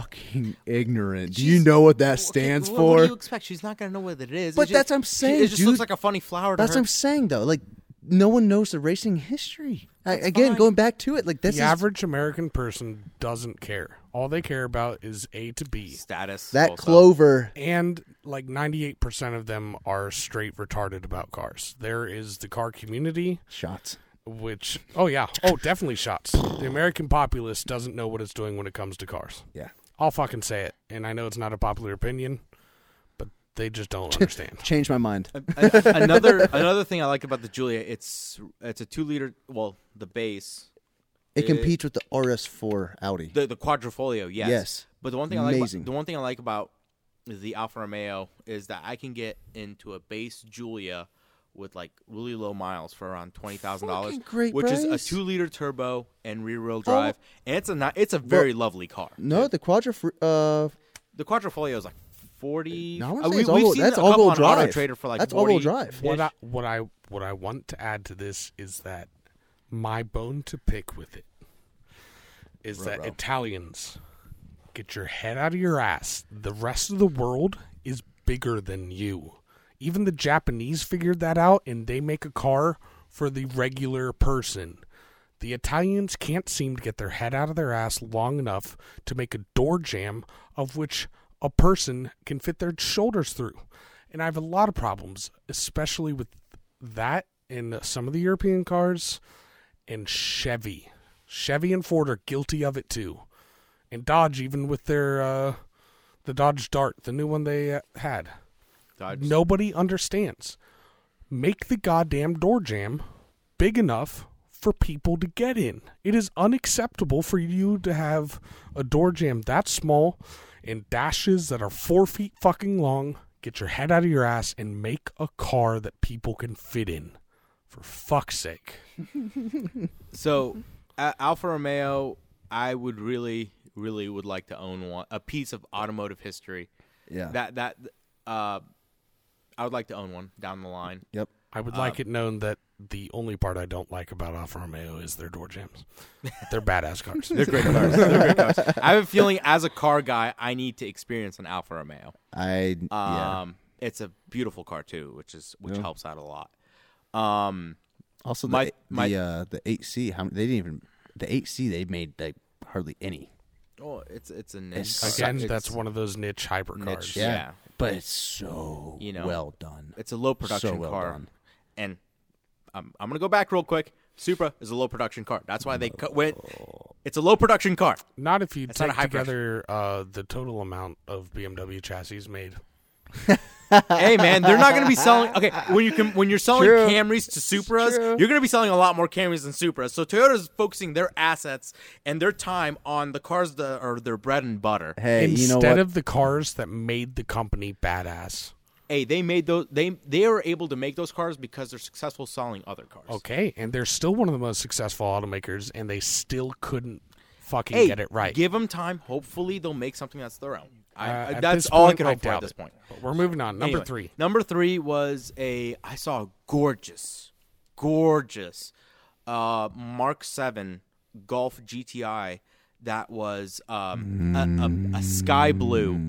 [SPEAKER 2] fucking ignorant. Do you
[SPEAKER 3] She's-
[SPEAKER 2] know what that
[SPEAKER 3] Okay,
[SPEAKER 2] stands
[SPEAKER 3] wh-
[SPEAKER 2] for?
[SPEAKER 3] What do you expect? She's not gonna know what it is.
[SPEAKER 2] But
[SPEAKER 3] It's
[SPEAKER 2] that's
[SPEAKER 3] just-
[SPEAKER 2] what I'm saying,
[SPEAKER 3] It just
[SPEAKER 2] dude.
[SPEAKER 3] looks like a funny flower. To
[SPEAKER 2] That's
[SPEAKER 3] her.
[SPEAKER 2] what I'm saying though. Like no one knows the racing history. I, again,
[SPEAKER 3] fine.
[SPEAKER 2] going back to it, like this
[SPEAKER 1] The
[SPEAKER 2] is
[SPEAKER 1] average American person doesn't care. All they care about is A to B.
[SPEAKER 3] status.
[SPEAKER 2] that
[SPEAKER 3] also.
[SPEAKER 2] clover
[SPEAKER 1] And like 98% of them are straight retarded about cars. There is the car community,
[SPEAKER 2] shots.
[SPEAKER 1] which, oh, yeah. Oh, definitely shots. The American populace doesn't know what it's doing when it comes to cars.
[SPEAKER 2] Yeah.
[SPEAKER 1] I'll fucking say it. And I know it's not a popular opinion, but they just don't understand.
[SPEAKER 2] Changed my mind.
[SPEAKER 3] An- another another thing I like about the Julia, it's it's a two liter. Well, the base,
[SPEAKER 2] It competes with the RS4 Audi.
[SPEAKER 3] the the quadrifolio, yes.
[SPEAKER 2] Yes.
[SPEAKER 3] But the one thing I like,
[SPEAKER 2] Amazing.
[SPEAKER 3] about, the one thing I like about the Alfa Romeo is that I can get into a base Julia with like really low miles for around twenty thousand dollars,
[SPEAKER 2] Fucking great
[SPEAKER 3] which is a
[SPEAKER 2] price. Oh.
[SPEAKER 3] two liter turbo and rear wheel drive, and it's a ni- it's a very lovely car.
[SPEAKER 2] no, the Quadra. fr- Uh,
[SPEAKER 3] The Quadrifoglio is like forty.
[SPEAKER 2] No, I wouldn't
[SPEAKER 3] uh,
[SPEAKER 2] say
[SPEAKER 3] we, we've
[SPEAKER 2] it's all-wheel-
[SPEAKER 3] seen
[SPEAKER 2] that's
[SPEAKER 3] a
[SPEAKER 2] all-wheel
[SPEAKER 3] couple on
[SPEAKER 2] drive.
[SPEAKER 3] Auto Trader for like
[SPEAKER 2] That's all-wheel
[SPEAKER 3] 40
[SPEAKER 2] drive.
[SPEAKER 1] what I, what I what I want to add to this is that my bone to pick with it is that Italians Get your head out of your ass. The rest of the world is bigger than you. Even the Japanese figured that out and they make a car for the regular person. The Italians can't seem to get their head out of their ass long enough to make a door jamb of which a person can fit their shoulders through. And I have a lot of problems, especially with that and some of the European cars and Chevy. Chevy and Ford are guilty of it too. And Dodge, even with their, uh, the Dodge Dart, the new one they uh, had.
[SPEAKER 3] Dodge.
[SPEAKER 1] Nobody understands. Make the goddamn door jam big enough for people to get in. It is unacceptable for you to have a door jam that small and dashes that are four feet fucking long. Get your head out of your ass and make a car that people can fit in. For fuck's sake.
[SPEAKER 3] So, uh, Alfa Romeo, I would really, really would like to own one, a piece of automotive history.
[SPEAKER 2] Yeah.
[SPEAKER 3] That that uh, I would like to own one down the line.
[SPEAKER 2] yep.
[SPEAKER 1] I
[SPEAKER 3] Uh,
[SPEAKER 1] would like it known that the only part I don't like about Alfa Romeo is their door jams. They're badass cars.
[SPEAKER 3] They're great cars. They're great cars. I have a feeling, as a car guy, I need to experience an Alfa Romeo.
[SPEAKER 2] I yeah.
[SPEAKER 3] Um, it's a beautiful car too, which is which helps out a lot. Um,
[SPEAKER 2] Also, the,
[SPEAKER 3] my-
[SPEAKER 2] the,
[SPEAKER 3] my-
[SPEAKER 2] uh, the 8C, how they didn't even the 8C they made like hardly any.
[SPEAKER 3] oh, it's it's a niche.
[SPEAKER 2] It's-
[SPEAKER 1] Again,
[SPEAKER 3] It's-
[SPEAKER 1] that's one of those niche hyper
[SPEAKER 3] Niche.
[SPEAKER 1] cars.
[SPEAKER 3] Yeah. Yeah.
[SPEAKER 2] but it's so
[SPEAKER 3] You know,
[SPEAKER 2] well done.
[SPEAKER 3] It's a low production
[SPEAKER 2] well
[SPEAKER 3] car,
[SPEAKER 2] done.
[SPEAKER 3] and I'm I'm gonna go back real quick. Supra is a low production car. That's why they cut went. It's a low production car.
[SPEAKER 1] Not if you
[SPEAKER 3] That's not a
[SPEAKER 1] take
[SPEAKER 3] hybrid.
[SPEAKER 1] together uh, the total amount of BMW chassis made.
[SPEAKER 3] hey man, they're not gonna be selling. Okay, when you can when you're selling
[SPEAKER 2] True.
[SPEAKER 3] Camrys to Supras,
[SPEAKER 2] True.
[SPEAKER 3] you're gonna be selling a lot more Camrys than Supras. So Toyota's focusing their assets and their time on the cars that are their bread and butter.
[SPEAKER 2] Hey, you know
[SPEAKER 1] Instead
[SPEAKER 2] what?
[SPEAKER 1] of the cars that made the company badass.
[SPEAKER 3] Hey, they made those. They they were able to make those cars because they're successful selling other cars.
[SPEAKER 1] Okay, and they're still one of the most successful automakers, and they still couldn't fucking
[SPEAKER 3] Hey,
[SPEAKER 1] get it right.
[SPEAKER 3] Give them time. Hopefully, they'll make something that's their own. I,
[SPEAKER 1] Uh, at
[SPEAKER 3] that's
[SPEAKER 1] this
[SPEAKER 3] all
[SPEAKER 1] point,
[SPEAKER 3] I can hope for
[SPEAKER 1] doubt
[SPEAKER 3] at this
[SPEAKER 1] it.
[SPEAKER 3] point.
[SPEAKER 1] But we're moving on. Number
[SPEAKER 3] Anyway,
[SPEAKER 1] three.
[SPEAKER 3] Number three was a I saw a gorgeous, gorgeous uh, Mark Seven Golf GTI that was um, a, a, a sky blue.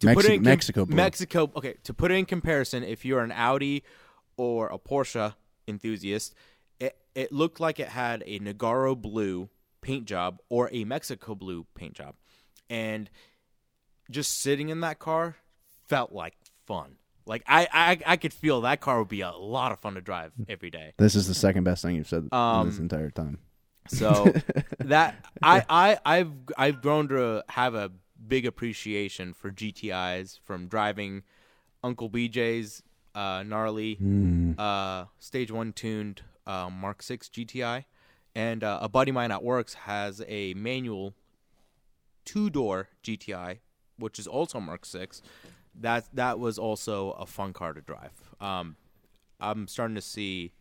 [SPEAKER 3] To
[SPEAKER 2] Mexi-
[SPEAKER 3] com-
[SPEAKER 2] Mexico blue.
[SPEAKER 3] Mexico. Okay, to put it in comparison, if you're an Audi or a Porsche enthusiast, it it looked like it had a Nagaro blue paint job or a Mexico blue paint job, and just sitting in that car felt like fun. Like I, I, I could feel that car would be a lot of fun to drive every day.
[SPEAKER 2] this is the second best thing you've said
[SPEAKER 3] Um,
[SPEAKER 2] in this entire time.
[SPEAKER 3] So that I, I, I've, I've grown to have a big appreciation for GTI's from driving Uncle BJ's uh, gnarly
[SPEAKER 2] Hmm.
[SPEAKER 3] uh, stage one tuned uh, Mark Six GTI, and uh, a buddy of mine at works has a manual two door GTI, which is also Mark Six. That that was also a fun car to drive. Um, I'm starting to see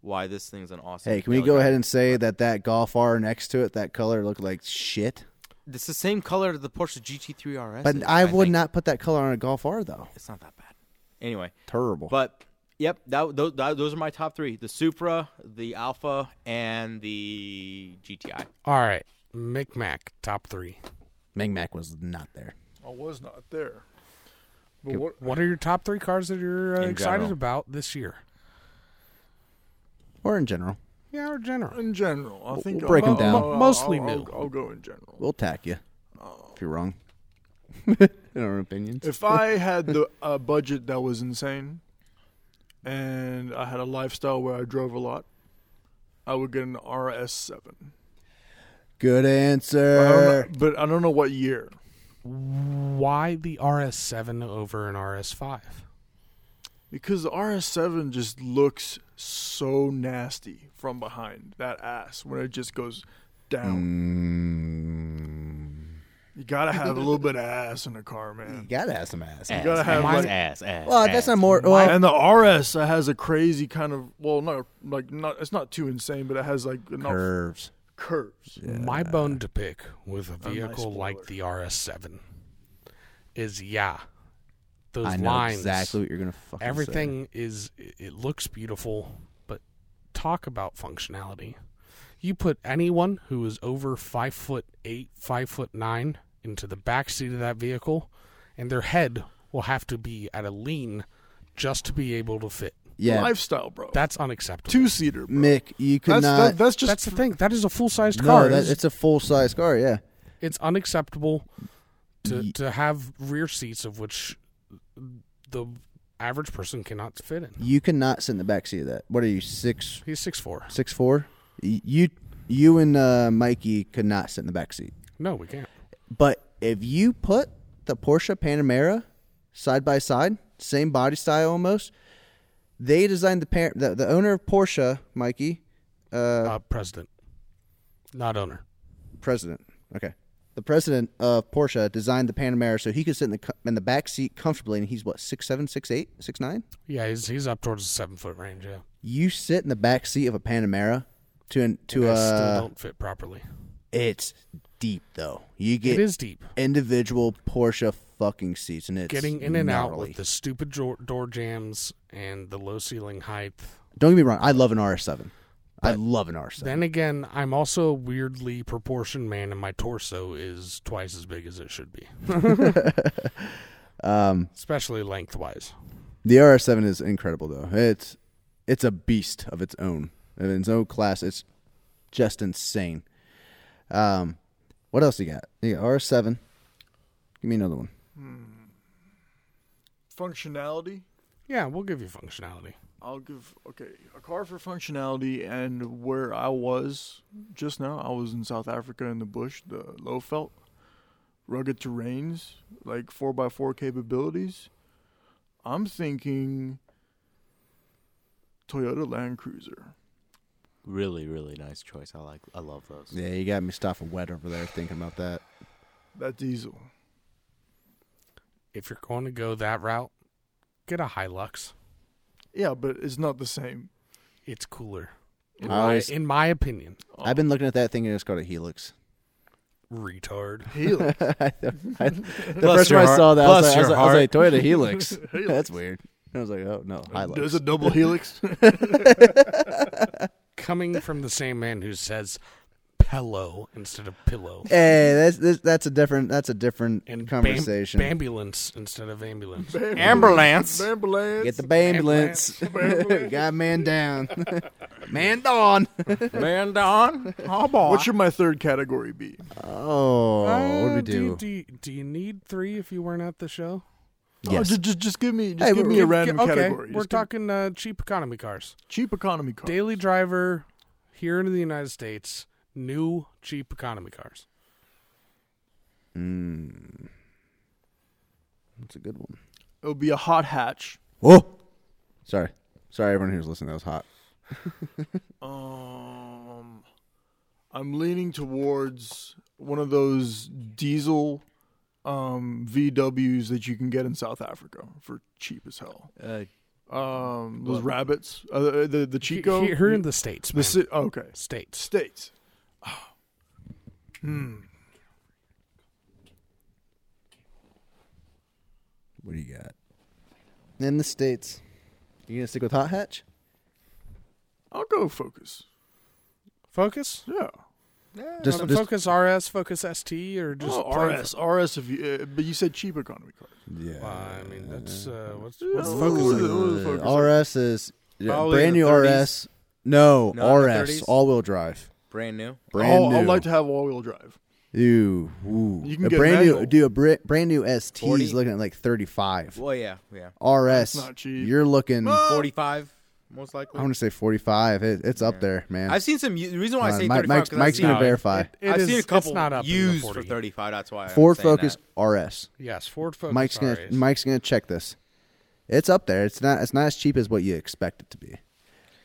[SPEAKER 3] why this thing's an awesome.
[SPEAKER 2] Hey, can we
[SPEAKER 3] daily
[SPEAKER 2] go
[SPEAKER 3] driver.
[SPEAKER 2] ahead and say that that Golf R next to it, that color looked like shit?
[SPEAKER 3] It's the same color as the Porsche GT3 RS.
[SPEAKER 2] But
[SPEAKER 3] is,
[SPEAKER 2] I would
[SPEAKER 3] think.
[SPEAKER 2] not put that color on a Golf R though.
[SPEAKER 3] It's not that bad. Anyway,
[SPEAKER 2] Terrible.
[SPEAKER 3] but yep, that, those, that, those are my top three: the Supra, the Alpha, and the GTI.
[SPEAKER 1] All right, Micmac top three.
[SPEAKER 2] Ming Mac was not there.
[SPEAKER 4] I was not there. But what?
[SPEAKER 1] What are your top three cars that you're uh,
[SPEAKER 3] In
[SPEAKER 1] excited
[SPEAKER 3] general.
[SPEAKER 1] about this year?
[SPEAKER 2] Or in general,
[SPEAKER 1] Yeah, or general.
[SPEAKER 4] In general, I think
[SPEAKER 2] we'll break 'em
[SPEAKER 4] I'll-
[SPEAKER 2] down.
[SPEAKER 4] I'll- I'll-
[SPEAKER 1] Mostly
[SPEAKER 4] I'll-
[SPEAKER 1] new.
[SPEAKER 4] I'll, I'll go in general.
[SPEAKER 2] we'll tack you if you're wrong. in our opinions,
[SPEAKER 4] If I had the a budget that was insane, and I had a lifestyle where I drove a lot, I would get an RS7.
[SPEAKER 2] good
[SPEAKER 4] I
[SPEAKER 2] answer.
[SPEAKER 4] don't know, but I don't know what year.
[SPEAKER 1] Why the RS7 over an RS5?
[SPEAKER 4] Because the RS7 just looks so nasty from behind that ass when it just goes
[SPEAKER 2] Mm.
[SPEAKER 4] down. You gotta have a little bit of ass in a car, man.
[SPEAKER 2] Mm. gotta have some ass.
[SPEAKER 3] Ass,
[SPEAKER 4] gotta have,
[SPEAKER 3] ass,
[SPEAKER 4] like-
[SPEAKER 3] ass, ass.
[SPEAKER 2] Well,
[SPEAKER 3] ass.
[SPEAKER 2] that's not more. Well,
[SPEAKER 4] And the RS has a crazy kind of well, not like not it's not too insane, but it has like enough
[SPEAKER 2] curves.
[SPEAKER 4] curves.
[SPEAKER 1] My bone to pick with a
[SPEAKER 4] nice
[SPEAKER 1] vehicle like the RS7 is yeah, those
[SPEAKER 2] I know
[SPEAKER 1] lines.
[SPEAKER 2] exactly what you're gonna fucking say.
[SPEAKER 1] everything is i- it looks beautiful but talk about functionality you put anyone who is over five foot eight five foot nine into the back seat of that vehicle, and their head will have to be at a lean just to be able to fit.
[SPEAKER 2] Yeah,
[SPEAKER 4] Lifestyle, bro.
[SPEAKER 1] That's unacceptable.
[SPEAKER 4] Two seater, bro.
[SPEAKER 2] Mick, you could
[SPEAKER 4] that's,
[SPEAKER 2] not.
[SPEAKER 4] that, that's just
[SPEAKER 1] That's the thing. That is a full sized
[SPEAKER 2] no,
[SPEAKER 1] car.
[SPEAKER 2] that,
[SPEAKER 1] It's-
[SPEAKER 2] it's a full size car. Yeah,
[SPEAKER 1] it's unacceptable to
[SPEAKER 2] Ye-
[SPEAKER 1] to have rear seats of which the average person cannot fit in.
[SPEAKER 2] you cannot sit in the back seat of that. What are you six
[SPEAKER 1] He's six four.
[SPEAKER 2] six four? You you and uh, Mikey could not sit in the back seat.
[SPEAKER 1] No, we can't.
[SPEAKER 2] But if you put the Porsche Panamera side by side, same body style almost, they designed the par- the, the owner of Porsche, Mikey, uh,
[SPEAKER 1] Uh, president, not owner.
[SPEAKER 2] president. Okay. The president of Porsche designed the Panamera so he could sit in the co- in the back seat comfortably, and he's what six seven, six eight, six nine.
[SPEAKER 1] Yeah, he's he's up towards the seven foot range. Yeah,
[SPEAKER 2] You sit in the back seat of a Panamera to an- to
[SPEAKER 1] I still
[SPEAKER 2] uh,
[SPEAKER 1] don't fit properly.
[SPEAKER 2] it's deep though. You
[SPEAKER 1] It
[SPEAKER 2] get
[SPEAKER 1] is deep.
[SPEAKER 2] individual Porsche fucking seats, and it's
[SPEAKER 1] Getting in and out
[SPEAKER 2] gnarly.
[SPEAKER 1] with the stupid door, door jams and the low ceiling height.
[SPEAKER 2] Don't get me wrong. I love an RS7. I love an RS7.
[SPEAKER 1] Then again, I'm also a weirdly proportioned man, and my torso is twice as big as it should be,
[SPEAKER 2] um,
[SPEAKER 1] especially lengthwise.
[SPEAKER 2] the RS7 is incredible though. It's it's a beast of its own. In its own class, it's just insane. Um, what else you got? You got RS7. Give me another one.
[SPEAKER 4] functionality.
[SPEAKER 1] Yeah, we'll give you functionality.
[SPEAKER 4] I'll give okay a car for functionality and where I was just now. I was in South Africa in the bush, the low felt, rugged terrains, like four x four capabilities. I'm thinking Toyota Land Cruiser.
[SPEAKER 3] Really, really nice choice. I like. I love those.
[SPEAKER 2] Yeah, you got me stopping wet over there thinking about that.
[SPEAKER 4] That diesel.
[SPEAKER 1] If you're going to go that route, get a Hilux.
[SPEAKER 4] Yeah, but it's not the same.
[SPEAKER 1] It's cooler.
[SPEAKER 2] I
[SPEAKER 1] In, my,
[SPEAKER 2] always-
[SPEAKER 1] in my opinion,
[SPEAKER 2] I've been looking at that thing and it's called a Helix.
[SPEAKER 1] retard.
[SPEAKER 4] Helix.
[SPEAKER 2] The
[SPEAKER 3] Bless
[SPEAKER 2] first
[SPEAKER 3] your
[SPEAKER 2] time I
[SPEAKER 3] heart.
[SPEAKER 2] saw that, I was,
[SPEAKER 3] Bless
[SPEAKER 2] like,
[SPEAKER 3] your
[SPEAKER 2] I, was like, I was like,
[SPEAKER 3] heart.
[SPEAKER 2] Toyota Helix.
[SPEAKER 4] Helix.
[SPEAKER 2] That's weird. I was like, oh no,
[SPEAKER 4] There's
[SPEAKER 2] Hilux.
[SPEAKER 4] a double helix.
[SPEAKER 1] Coming from the same man who says pillow instead of pillow
[SPEAKER 2] Hey, that's this, that's a different that's a different
[SPEAKER 1] and bam-
[SPEAKER 2] conversation.
[SPEAKER 1] ambulance instead of ambulance.
[SPEAKER 3] Ambulance.
[SPEAKER 4] Ambulance.
[SPEAKER 2] Get the ambulance. Got man down. man down.
[SPEAKER 3] Man down. Oh boy.
[SPEAKER 4] What should my third category be?
[SPEAKER 2] Oh, what do we
[SPEAKER 1] Uh,
[SPEAKER 2] do?
[SPEAKER 1] you- Do you, do you need three if you weren't at the show?
[SPEAKER 4] Oh, just, just, just give me, just
[SPEAKER 2] Hey,
[SPEAKER 4] give
[SPEAKER 2] we're-
[SPEAKER 4] me a
[SPEAKER 2] we're-
[SPEAKER 4] random
[SPEAKER 1] okay,
[SPEAKER 4] category.
[SPEAKER 1] we're
[SPEAKER 4] Just give- Oh.
[SPEAKER 1] talking uh, cheap economy cars.
[SPEAKER 4] cheap economy car.
[SPEAKER 1] Daily driver here in the United States, new cheap economy cars.
[SPEAKER 2] Mm. That's a good one.
[SPEAKER 4] It'll be a hot hatch.
[SPEAKER 2] Oh, sorry, sorry, everyone who's listening. That was hot.
[SPEAKER 4] Um, I'm leaning towards one of those diesel um, VWs that you can get in South Africa for cheap as hell.
[SPEAKER 3] Uh,
[SPEAKER 4] Um, those rabbits, uh, the the Chico,
[SPEAKER 1] He- he- here in the states,
[SPEAKER 4] the
[SPEAKER 1] man.
[SPEAKER 4] si- okay
[SPEAKER 1] states.
[SPEAKER 4] states. Ah. Hmm.
[SPEAKER 2] What do you got? In the states, you gonna stick with hot hatch?
[SPEAKER 4] I'll go Focus.
[SPEAKER 1] Focus.
[SPEAKER 4] Yeah.
[SPEAKER 2] Just,
[SPEAKER 1] Uh,
[SPEAKER 2] just
[SPEAKER 1] Focus RS, Focus ST, or just
[SPEAKER 4] oh,
[SPEAKER 1] plain
[SPEAKER 4] RS, RS. If you, uh, but you said cheap economy car.
[SPEAKER 2] yeah.
[SPEAKER 1] Well, I mean, that's uh, what's,
[SPEAKER 4] Yeah.
[SPEAKER 1] what's
[SPEAKER 4] Ooh,
[SPEAKER 1] focus
[SPEAKER 4] the-
[SPEAKER 1] on?
[SPEAKER 4] ooh, the Focus.
[SPEAKER 2] RS is yeah,
[SPEAKER 3] Probably
[SPEAKER 2] brand
[SPEAKER 3] in
[SPEAKER 2] new
[SPEAKER 3] the 30s.
[SPEAKER 2] RS. No,
[SPEAKER 3] No, in the
[SPEAKER 2] RS
[SPEAKER 3] 30s.
[SPEAKER 2] all wheel drive.
[SPEAKER 3] brand new.
[SPEAKER 2] Brand
[SPEAKER 4] oh,
[SPEAKER 2] new.
[SPEAKER 4] I'd like to have all wheel drive.
[SPEAKER 2] Ooh, ooh.
[SPEAKER 4] You can
[SPEAKER 2] a
[SPEAKER 4] get
[SPEAKER 2] brand new,
[SPEAKER 4] manual.
[SPEAKER 2] dude. A br- brand new ST
[SPEAKER 3] 40.
[SPEAKER 2] is looking at like thirty-five.
[SPEAKER 3] Well, yeah, yeah.
[SPEAKER 2] RS,
[SPEAKER 4] not cheap.
[SPEAKER 2] you're looking.
[SPEAKER 1] Uh,
[SPEAKER 2] I
[SPEAKER 3] Forty-five, most likely.
[SPEAKER 2] want to say forty-five. It, it's up there, man.
[SPEAKER 3] I've seen some. u- The reason why
[SPEAKER 2] Uh,
[SPEAKER 3] I say
[SPEAKER 2] Mi-
[SPEAKER 3] thirty-five
[SPEAKER 2] Mike's,
[SPEAKER 3] 'cause I've
[SPEAKER 2] Mike's
[SPEAKER 3] seen,
[SPEAKER 2] gonna
[SPEAKER 1] No, it-
[SPEAKER 2] verify.
[SPEAKER 1] it- it
[SPEAKER 3] I've
[SPEAKER 1] is-
[SPEAKER 3] seen a couple
[SPEAKER 1] it's not up in the
[SPEAKER 3] used for
[SPEAKER 1] 40.
[SPEAKER 3] thirty-five. That's why. I'm
[SPEAKER 2] Ford
[SPEAKER 3] saying
[SPEAKER 2] Focus
[SPEAKER 3] that.
[SPEAKER 2] RS.
[SPEAKER 1] Yes, Ford Focus.
[SPEAKER 2] Mike's gonna
[SPEAKER 1] RS.
[SPEAKER 2] Mike's gonna check this. It's up there. It's not. It's not as cheap as what you expect it to be.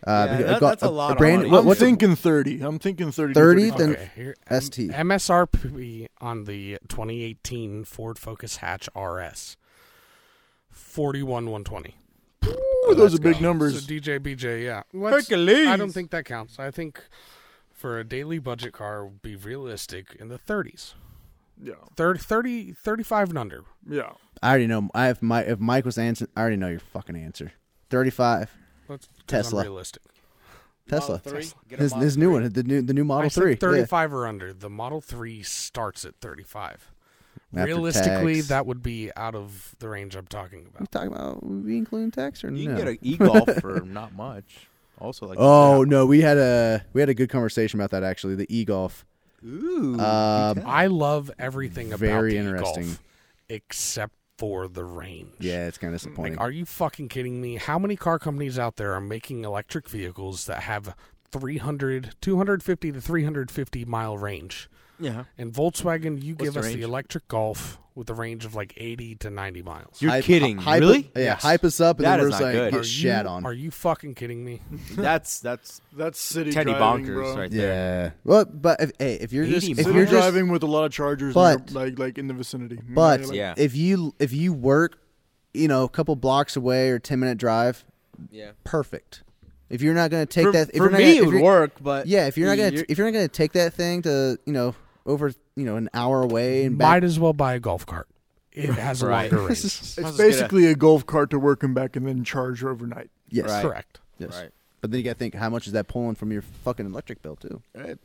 [SPEAKER 2] Uh,
[SPEAKER 3] Yeah,
[SPEAKER 2] because-
[SPEAKER 3] that-
[SPEAKER 2] got-
[SPEAKER 3] that's a lot of
[SPEAKER 2] brand,
[SPEAKER 3] money.
[SPEAKER 2] What,
[SPEAKER 4] I'm
[SPEAKER 2] what's
[SPEAKER 4] thinking thirty. I'm thinking thirty. to
[SPEAKER 2] 30?
[SPEAKER 4] 35.
[SPEAKER 2] then
[SPEAKER 1] here, um,
[SPEAKER 2] ST.
[SPEAKER 1] M- MSRP on the 2018 Ford Focus Hatch RS, forty-one one twenty.
[SPEAKER 4] Ooh, those are big
[SPEAKER 1] So
[SPEAKER 4] numbers.
[SPEAKER 1] DJ BJ, yeah, Let's-
[SPEAKER 3] Hercules.
[SPEAKER 1] I don't think that counts. I think for a daily budget car, be realistic in the thirties,
[SPEAKER 4] yeah,
[SPEAKER 1] 30, 30 35 and under.
[SPEAKER 4] yeah.
[SPEAKER 2] I already know. I if Mike if Mike was answering, I already know your fucking answer. Thirty-five
[SPEAKER 1] Let's 'cause I'm
[SPEAKER 2] Tesla.
[SPEAKER 1] realistic.
[SPEAKER 2] Tesla.
[SPEAKER 3] three? Get a
[SPEAKER 2] His,
[SPEAKER 3] Model
[SPEAKER 2] his new one, the new the new Model
[SPEAKER 1] I said
[SPEAKER 2] Three. Yeah.
[SPEAKER 1] thirty-five or under. The Model Three starts at thirty-five.
[SPEAKER 2] After
[SPEAKER 1] Realistically,
[SPEAKER 2] tax.
[SPEAKER 1] that would be out of the range I'm talking
[SPEAKER 2] I'm
[SPEAKER 1] about.
[SPEAKER 2] talking about we including tax or
[SPEAKER 3] You
[SPEAKER 2] no?
[SPEAKER 3] can get an e golf for not much. Also, like
[SPEAKER 2] oh no, we had a we had a good conversation about that actually. The e golf.
[SPEAKER 3] ooh,
[SPEAKER 2] Um,
[SPEAKER 1] I love everything about
[SPEAKER 2] Very
[SPEAKER 1] the golf
[SPEAKER 2] interesting.
[SPEAKER 1] except for the range.
[SPEAKER 2] Yeah, it's kind of disappointing.
[SPEAKER 1] Like, are you fucking kidding me? How many car companies out there are making electric vehicles that have 300, 250 to 350 mile range?
[SPEAKER 3] yeah.
[SPEAKER 1] And Volkswagen, you
[SPEAKER 3] What's
[SPEAKER 1] give
[SPEAKER 3] the
[SPEAKER 1] us the
[SPEAKER 3] range?
[SPEAKER 1] electric Golf with a range of like 80 to 90 miles.
[SPEAKER 3] You're
[SPEAKER 2] Hype-
[SPEAKER 3] kidding,
[SPEAKER 2] hype-
[SPEAKER 3] really?
[SPEAKER 2] Yeah,
[SPEAKER 1] Yes.
[SPEAKER 2] hype us up and
[SPEAKER 3] That
[SPEAKER 2] then
[SPEAKER 3] is
[SPEAKER 2] we're
[SPEAKER 3] not
[SPEAKER 2] just like
[SPEAKER 3] good.
[SPEAKER 2] get
[SPEAKER 1] Are
[SPEAKER 2] shat
[SPEAKER 1] you-
[SPEAKER 2] on.
[SPEAKER 1] Are you fucking kidding me?
[SPEAKER 3] That's that's
[SPEAKER 4] That's city
[SPEAKER 3] Teddy
[SPEAKER 4] driving,
[SPEAKER 3] Bonkers
[SPEAKER 4] bro.
[SPEAKER 3] right there.
[SPEAKER 2] yeah. Well, but if, hey, if you're just
[SPEAKER 3] 80
[SPEAKER 2] if
[SPEAKER 4] City
[SPEAKER 2] you're just
[SPEAKER 4] driving with a lot of chargers,
[SPEAKER 2] But-
[SPEAKER 4] in your, like like in the vicinity. You know,
[SPEAKER 2] But
[SPEAKER 4] like-
[SPEAKER 3] Yeah.
[SPEAKER 2] if you if you work, you know, a couple blocks away or ten minute drive,
[SPEAKER 3] Yeah,
[SPEAKER 2] perfect. If you're not going to take
[SPEAKER 3] for,
[SPEAKER 2] that, if
[SPEAKER 3] for
[SPEAKER 2] you're not
[SPEAKER 3] me
[SPEAKER 2] gonna,
[SPEAKER 3] it
[SPEAKER 2] if
[SPEAKER 3] would
[SPEAKER 2] you're-
[SPEAKER 3] work, but
[SPEAKER 2] Yeah, if you're not going
[SPEAKER 3] you're-
[SPEAKER 2] to if you're not going to take that thing to you know over you know an hour away and back,
[SPEAKER 1] Might as well buy a golf cart. It has a
[SPEAKER 3] Right.
[SPEAKER 1] longer range.
[SPEAKER 3] Might
[SPEAKER 4] It's
[SPEAKER 3] as well get a-
[SPEAKER 4] basically a golf cart to work and back, and then charge overnight.
[SPEAKER 2] yes,
[SPEAKER 3] Right.
[SPEAKER 1] Correct.
[SPEAKER 2] yes.
[SPEAKER 3] Right.
[SPEAKER 2] But then you got to think how much is that pulling from your fucking electric bill too?
[SPEAKER 3] Eh,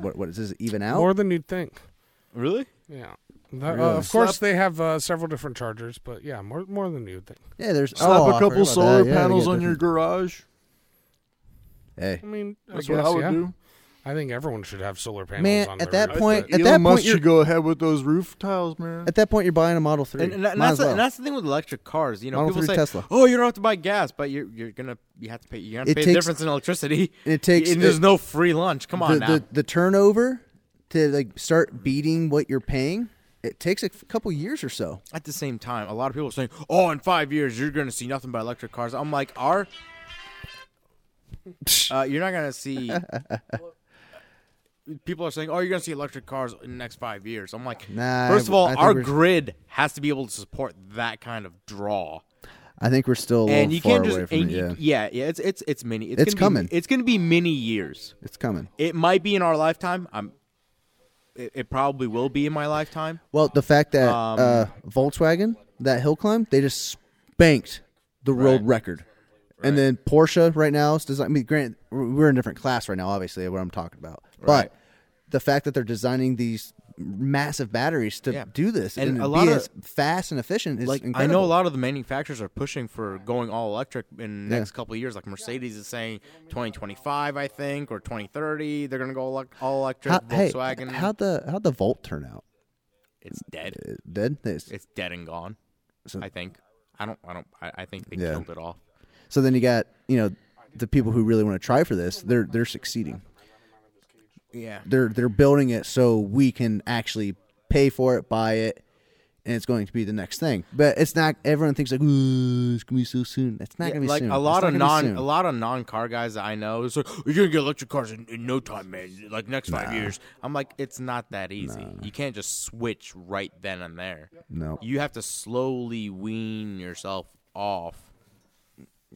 [SPEAKER 2] What what is this even out?
[SPEAKER 1] More than you'd think.
[SPEAKER 3] really?
[SPEAKER 1] Yeah. The- uh,
[SPEAKER 2] Really?
[SPEAKER 1] of course, they have uh, several different chargers, but yeah, more more than you'd think.
[SPEAKER 2] yeah, there's
[SPEAKER 4] Slap
[SPEAKER 2] oh, I
[SPEAKER 4] a
[SPEAKER 2] forgot
[SPEAKER 4] couple
[SPEAKER 2] about
[SPEAKER 4] solar
[SPEAKER 2] that. Yeah, they
[SPEAKER 4] panels
[SPEAKER 2] get
[SPEAKER 4] on your
[SPEAKER 2] different-
[SPEAKER 4] garage.
[SPEAKER 2] Hey,
[SPEAKER 1] I mean,
[SPEAKER 4] That's
[SPEAKER 1] I guess
[SPEAKER 4] what I would
[SPEAKER 1] yeah.
[SPEAKER 4] do.
[SPEAKER 1] I think everyone should have solar panels.
[SPEAKER 2] Man,
[SPEAKER 1] on
[SPEAKER 2] at
[SPEAKER 1] their
[SPEAKER 2] that
[SPEAKER 1] roof,
[SPEAKER 2] point-
[SPEAKER 1] but
[SPEAKER 2] At
[SPEAKER 4] Elon
[SPEAKER 2] that
[SPEAKER 4] Musk
[SPEAKER 2] point, you're-
[SPEAKER 4] should go ahead with those roof tiles, man.
[SPEAKER 2] at that point you're buying a Model Three.
[SPEAKER 3] And, and, that- and
[SPEAKER 2] Might
[SPEAKER 3] that's
[SPEAKER 2] as
[SPEAKER 3] the-
[SPEAKER 2] well.
[SPEAKER 3] and that's the thing with electric cars. You know,
[SPEAKER 2] Model
[SPEAKER 3] people
[SPEAKER 2] 3
[SPEAKER 3] say,
[SPEAKER 2] Tesla.
[SPEAKER 3] "Oh, you don't have to buy gas, but you're you're gonna you have to pay you have to
[SPEAKER 2] It
[SPEAKER 3] pay the
[SPEAKER 2] takes-
[SPEAKER 3] difference in electricity.
[SPEAKER 2] it takes-
[SPEAKER 3] and there's
[SPEAKER 2] it-
[SPEAKER 3] no free lunch. Come on
[SPEAKER 2] the,
[SPEAKER 3] now,
[SPEAKER 2] the the turnover to like start beating what you're paying, it takes a f- couple years or so.
[SPEAKER 3] at the same time, a lot of people are saying, "Oh, in five years, you're going to see nothing but electric cars." I'm like, "Are uh, you're not going to see?" people are saying, "Oh, you're going to see electric cars in the next five years." I'm like,
[SPEAKER 2] Nah,
[SPEAKER 3] first of
[SPEAKER 2] I- I
[SPEAKER 3] all,
[SPEAKER 2] think
[SPEAKER 3] our
[SPEAKER 2] we're-
[SPEAKER 3] grid has to be able to support that kind of draw,
[SPEAKER 2] I think we're still a little
[SPEAKER 3] and you
[SPEAKER 2] far
[SPEAKER 3] can't just
[SPEAKER 2] away from
[SPEAKER 3] and
[SPEAKER 2] it.
[SPEAKER 3] you-
[SPEAKER 2] yeah.
[SPEAKER 3] yeah, yeah, it's it's it's many. It's,
[SPEAKER 2] It's
[SPEAKER 3] gonna
[SPEAKER 2] coming.
[SPEAKER 3] Be, it's going to be many years.
[SPEAKER 2] It's coming.
[SPEAKER 3] It might be in our lifetime. I'm. It, it probably will be in my lifetime.
[SPEAKER 2] Well, the fact that
[SPEAKER 3] Um,
[SPEAKER 2] uh, Volkswagen that hill climb, they just spanked the world
[SPEAKER 3] Right.
[SPEAKER 2] record, and then Porsche right now is design. I mean, grant we're in a different class right now, obviously, what I'm talking about.
[SPEAKER 3] Right.
[SPEAKER 2] But the fact that they're designing these massive batteries to
[SPEAKER 3] Yeah.
[SPEAKER 2] do this
[SPEAKER 3] And
[SPEAKER 2] and,
[SPEAKER 3] a
[SPEAKER 2] be
[SPEAKER 3] lot of-
[SPEAKER 2] as fast and efficient is
[SPEAKER 3] like
[SPEAKER 2] incredible.
[SPEAKER 3] I know a lot of the manufacturers are pushing for going all electric in the
[SPEAKER 2] Yeah.
[SPEAKER 3] next couple of years. Like Mercedes is saying 2025, I think, or 2030, they're gonna go elec- all electric.
[SPEAKER 2] How, hey,
[SPEAKER 3] Volkswagen,
[SPEAKER 2] how'd the how'd the Volt turn out?
[SPEAKER 3] it's dead.
[SPEAKER 2] It did It's-
[SPEAKER 3] It's dead and gone.
[SPEAKER 2] So-
[SPEAKER 3] I think. I don't. I don't. I, I think they
[SPEAKER 2] Yeah.
[SPEAKER 3] killed it off.
[SPEAKER 2] So then you got you know the people who really want to try for this. They're they're succeeding.
[SPEAKER 3] Yeah.
[SPEAKER 2] They're they're building it so we can actually pay for it, buy it, and it's going to be the next thing. But it's not. Everyone thinks like, ooh, it's gonna be so soon. It's not
[SPEAKER 3] Yeah,
[SPEAKER 2] gonna be
[SPEAKER 3] like
[SPEAKER 2] soon.
[SPEAKER 3] a
[SPEAKER 2] It's
[SPEAKER 3] lot
[SPEAKER 2] not
[SPEAKER 3] of
[SPEAKER 2] gonna
[SPEAKER 3] non
[SPEAKER 2] be soon.
[SPEAKER 3] a lot of non car guys that I know is like you're gonna get electric cars in, in no time, man. Like next five years. I'm like, it's not that easy. You can't just switch right then and there.
[SPEAKER 2] No.
[SPEAKER 3] You have to slowly wean yourself off.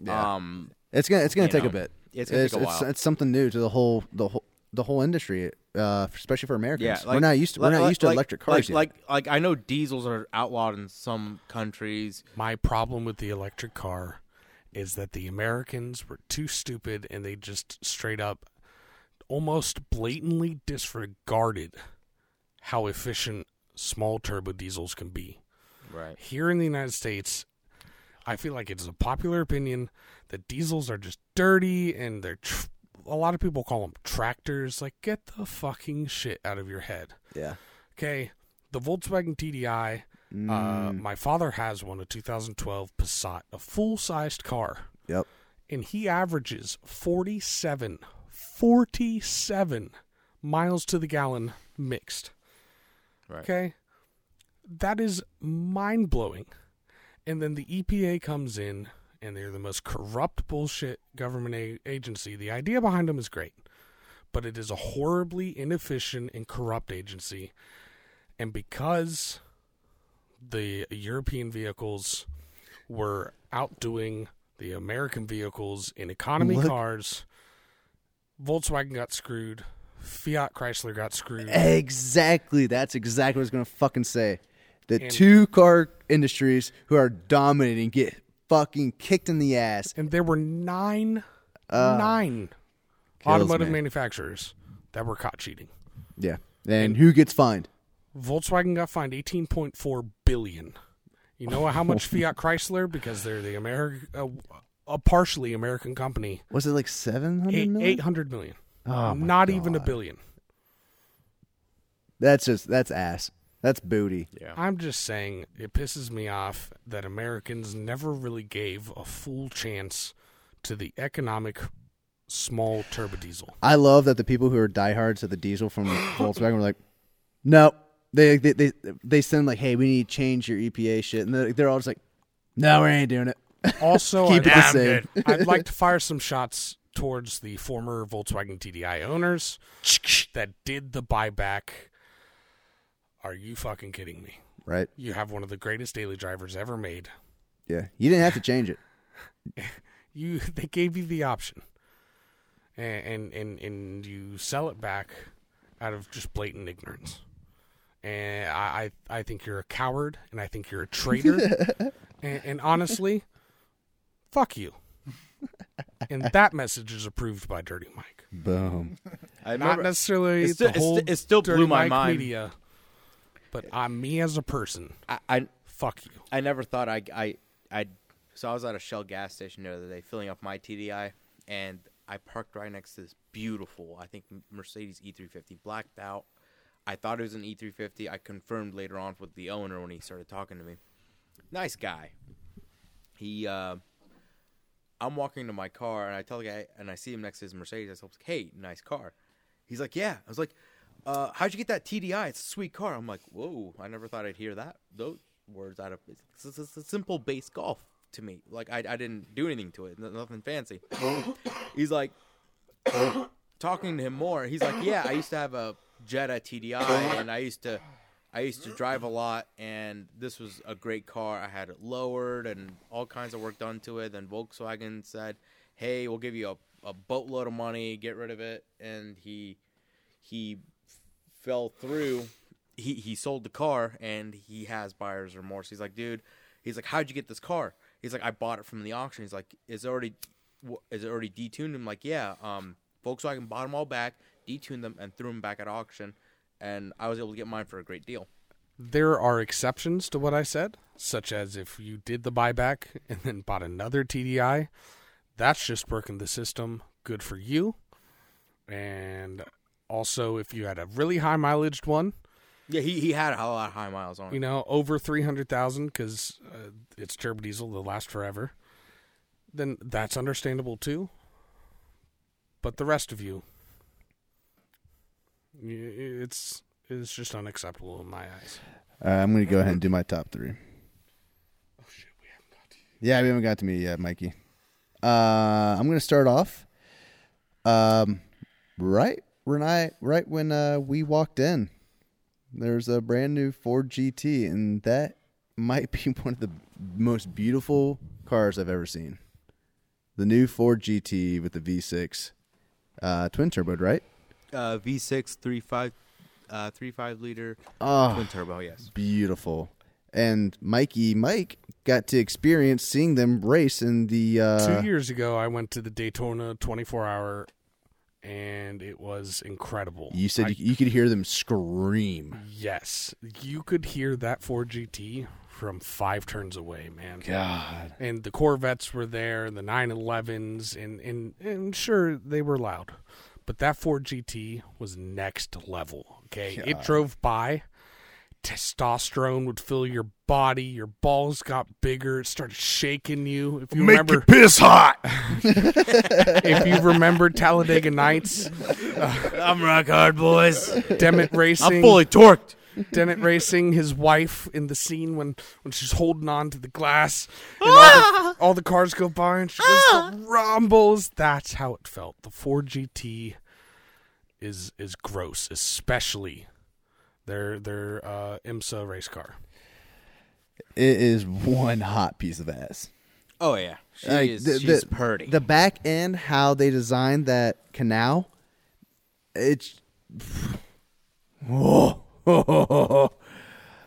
[SPEAKER 3] Um
[SPEAKER 2] It's gonna it's gonna
[SPEAKER 3] you
[SPEAKER 2] take
[SPEAKER 3] know,
[SPEAKER 2] a bit.
[SPEAKER 3] it's gonna take a
[SPEAKER 2] It's,
[SPEAKER 3] while.
[SPEAKER 2] it's something new to the whole the whole the whole industry, uh, especially for Americans.
[SPEAKER 3] yeah, like,
[SPEAKER 2] we're not used to we're
[SPEAKER 3] like-
[SPEAKER 2] not
[SPEAKER 3] like-
[SPEAKER 2] used to
[SPEAKER 3] like-
[SPEAKER 2] electric cars
[SPEAKER 3] Like,
[SPEAKER 2] yet.
[SPEAKER 3] like like I know diesels are outlawed in some countries.
[SPEAKER 1] my problem with the electric car is that the Americans were too stupid and they just straight up, almost blatantly disregarded how efficient small turbo diesels can be.
[SPEAKER 3] Right.
[SPEAKER 1] Here in the United States, I feel like it's a popular opinion that diesels are just dirty and they're. Tr- a lot of people call them tractors. Like, get the fucking shit out of your head.
[SPEAKER 2] yeah.
[SPEAKER 1] Okay, the Volkswagen TDI. Uh, my father has one, a 2012 Passat, a full-sized car,
[SPEAKER 2] Yep.
[SPEAKER 1] and he averages 47, 47 miles to the gallon mixed.
[SPEAKER 3] Right.
[SPEAKER 1] Okay, that is mind blowing. And then the EPA comes in, and they're the most corrupt bullshit government a- agency. The idea behind them is great, but it is a horribly inefficient and corrupt agency. And because the European vehicles were outdoing the American vehicles in economy
[SPEAKER 2] Look-
[SPEAKER 1] cars, Volkswagen got screwed. Fiat Chrysler got screwed.
[SPEAKER 2] Exactly. That's exactly what I was going to fucking say. The
[SPEAKER 1] And-
[SPEAKER 2] two car industries who are dominating get fucking kicked in the ass.
[SPEAKER 1] and there were nine
[SPEAKER 2] Uh,
[SPEAKER 1] nine
[SPEAKER 2] Kills
[SPEAKER 1] automotive
[SPEAKER 2] me.
[SPEAKER 1] manufacturers that were caught cheating.
[SPEAKER 2] Yeah. And who gets fined?
[SPEAKER 1] Volkswagen got fined 18.4 billion. You know how much Fiat Chrysler because they're the American, uh, a partially American company.
[SPEAKER 2] Was it like seven hundred
[SPEAKER 1] Eight,
[SPEAKER 2] million?
[SPEAKER 1] 800 million.
[SPEAKER 2] Oh, my
[SPEAKER 1] Not even a
[SPEAKER 2] God.
[SPEAKER 1] billion.
[SPEAKER 2] That's just that's ass. That's booty.
[SPEAKER 3] Yeah.
[SPEAKER 1] I'm just saying it pisses me off that Americans never really gave a full chance to the economic small turbo diesel.
[SPEAKER 2] I love that the people who are diehards of the diesel from Volkswagen were like, no. They they they they send like, hey, we need to change your EPA shit, and they're, they're all just like, no, we ain't doing it.
[SPEAKER 1] Also,
[SPEAKER 2] Keep
[SPEAKER 1] I'd,
[SPEAKER 2] it the same.
[SPEAKER 1] I'd like to fire some shots towards the former Volkswagen TDI owners that did the buyback. Are you fucking kidding me?
[SPEAKER 2] Right?
[SPEAKER 1] You have one of the greatest daily drivers ever made.
[SPEAKER 2] Yeah. You didn't have to change it.
[SPEAKER 1] You they gave you the option, and and and, and you sell it back out of just blatant ignorance. And I, I I think you're a coward, and I think you're a traitor. and, and honestly, fuck you. And that message is approved by Dirty Mike,
[SPEAKER 2] Boom.
[SPEAKER 3] I
[SPEAKER 1] not
[SPEAKER 3] remember-
[SPEAKER 1] necessarily
[SPEAKER 3] It still-
[SPEAKER 1] the
[SPEAKER 3] it
[SPEAKER 1] whole
[SPEAKER 3] still- it still
[SPEAKER 1] Dirty
[SPEAKER 3] blew my
[SPEAKER 1] Mike
[SPEAKER 3] mind.
[SPEAKER 1] media, but I'm me as a person.
[SPEAKER 3] I, I
[SPEAKER 1] Fuck you.
[SPEAKER 3] I never thought I I I so I was at a Shell gas station the other day filling up my TDI, and I parked right next to this beautiful I think Mercedes E350 blacked out. I thought it was an E350. I confirmed later on with the owner when he started talking to me. Nice guy. He uh, I'm walking to my car and I tell the guy and I see him next to his Mercedes. I was like, "Hey, nice car." He's like, "Yeah." I was like, uh, "How'd you get that TDI? It's a sweet car." I'm like, "Whoa! I never thought I'd hear that those words out of it's, it's, it's a simple base golf to me. Like I, I didn't do anything to it, no- nothing fancy." he's like, talking to him more. He's like, "Yeah, I used to have a Jetta TDI, and I used to, I used to drive a lot, and this was a great car. I had it lowered and all kinds of work done to it. Then Volkswagen said, "Hey, we'll give you a, a boatload of money, get rid of it," and he, he fell through. He he sold the car and he has buyer's remorse. He's like, dude. He's like, how'd you get this car? He's like, I bought it from the auction. He's like, it's already, wh- is it already detuned? I'm like, yeah. Um, Volkswagen bought them all back, detuned them, and threw them back at auction. And I was able to get mine for a great deal.
[SPEAKER 1] There are exceptions to what I said, such as if you did the buyback and then bought another TDI. That's just working the system. Good for you. And also, if you had a really high mileaged one,
[SPEAKER 3] Yeah, he, he had a lot of high miles on it.
[SPEAKER 1] you know, over 300,000 because uh, it's turbo diesel, they'll last forever, then that's understandable too. But the rest of you, y- it's, it's just unacceptable in my eyes.
[SPEAKER 2] Uh, I'm gonna go ahead and do my top three.
[SPEAKER 1] Oh, shit, we haven't got to
[SPEAKER 2] Yeah, we haven't got to me yet, Mikey. Uh, I'm gonna start off. Um, right when I right when uh, we walked in, there's a brand new Ford GT, and that might be one of the most beautiful cars I've ever seen. The new Ford GT with the V6 uh, twin turbo, right?
[SPEAKER 3] Uh, V6, 3.5 uh, 3.5 liter
[SPEAKER 1] Ah,
[SPEAKER 2] Oh,
[SPEAKER 3] twin turbo, yes.
[SPEAKER 2] beautiful. And Mikey Mike got to experience seeing them race in the uh,
[SPEAKER 1] Two years ago, I went to the Daytona 24 hour, and it was incredible.
[SPEAKER 2] You said
[SPEAKER 1] I-
[SPEAKER 2] you, you could hear them scream.
[SPEAKER 1] yes. You could hear that Ford GT from five turns away, man.
[SPEAKER 2] God.
[SPEAKER 1] And the Corvettes were there, the 911s, and, and, and sure, they were loud. But that Ford GT was next level, okay? It drove by. Testosterone would fill your body. Your balls got bigger. It started shaking you. If you
[SPEAKER 4] Make
[SPEAKER 1] remember,
[SPEAKER 4] your piss hot.
[SPEAKER 1] if you remember Talladega Nights,
[SPEAKER 3] I'm rock hard, boys.
[SPEAKER 1] Demet Racing,
[SPEAKER 3] torqued.
[SPEAKER 1] Dennett Racing, his wife in the scene when, when she's holding on to the glass, and all, the, all the cars go by and she just rumbles. That's how it felt. The 4GT is is gross, especially their their uh, IMSA race car.
[SPEAKER 2] It is one hot piece of ass.
[SPEAKER 3] Oh, yeah. She
[SPEAKER 2] Like,
[SPEAKER 3] is,
[SPEAKER 2] the- the-
[SPEAKER 3] she's purty.
[SPEAKER 2] The back end, how they designed that canal, it's. Whoa.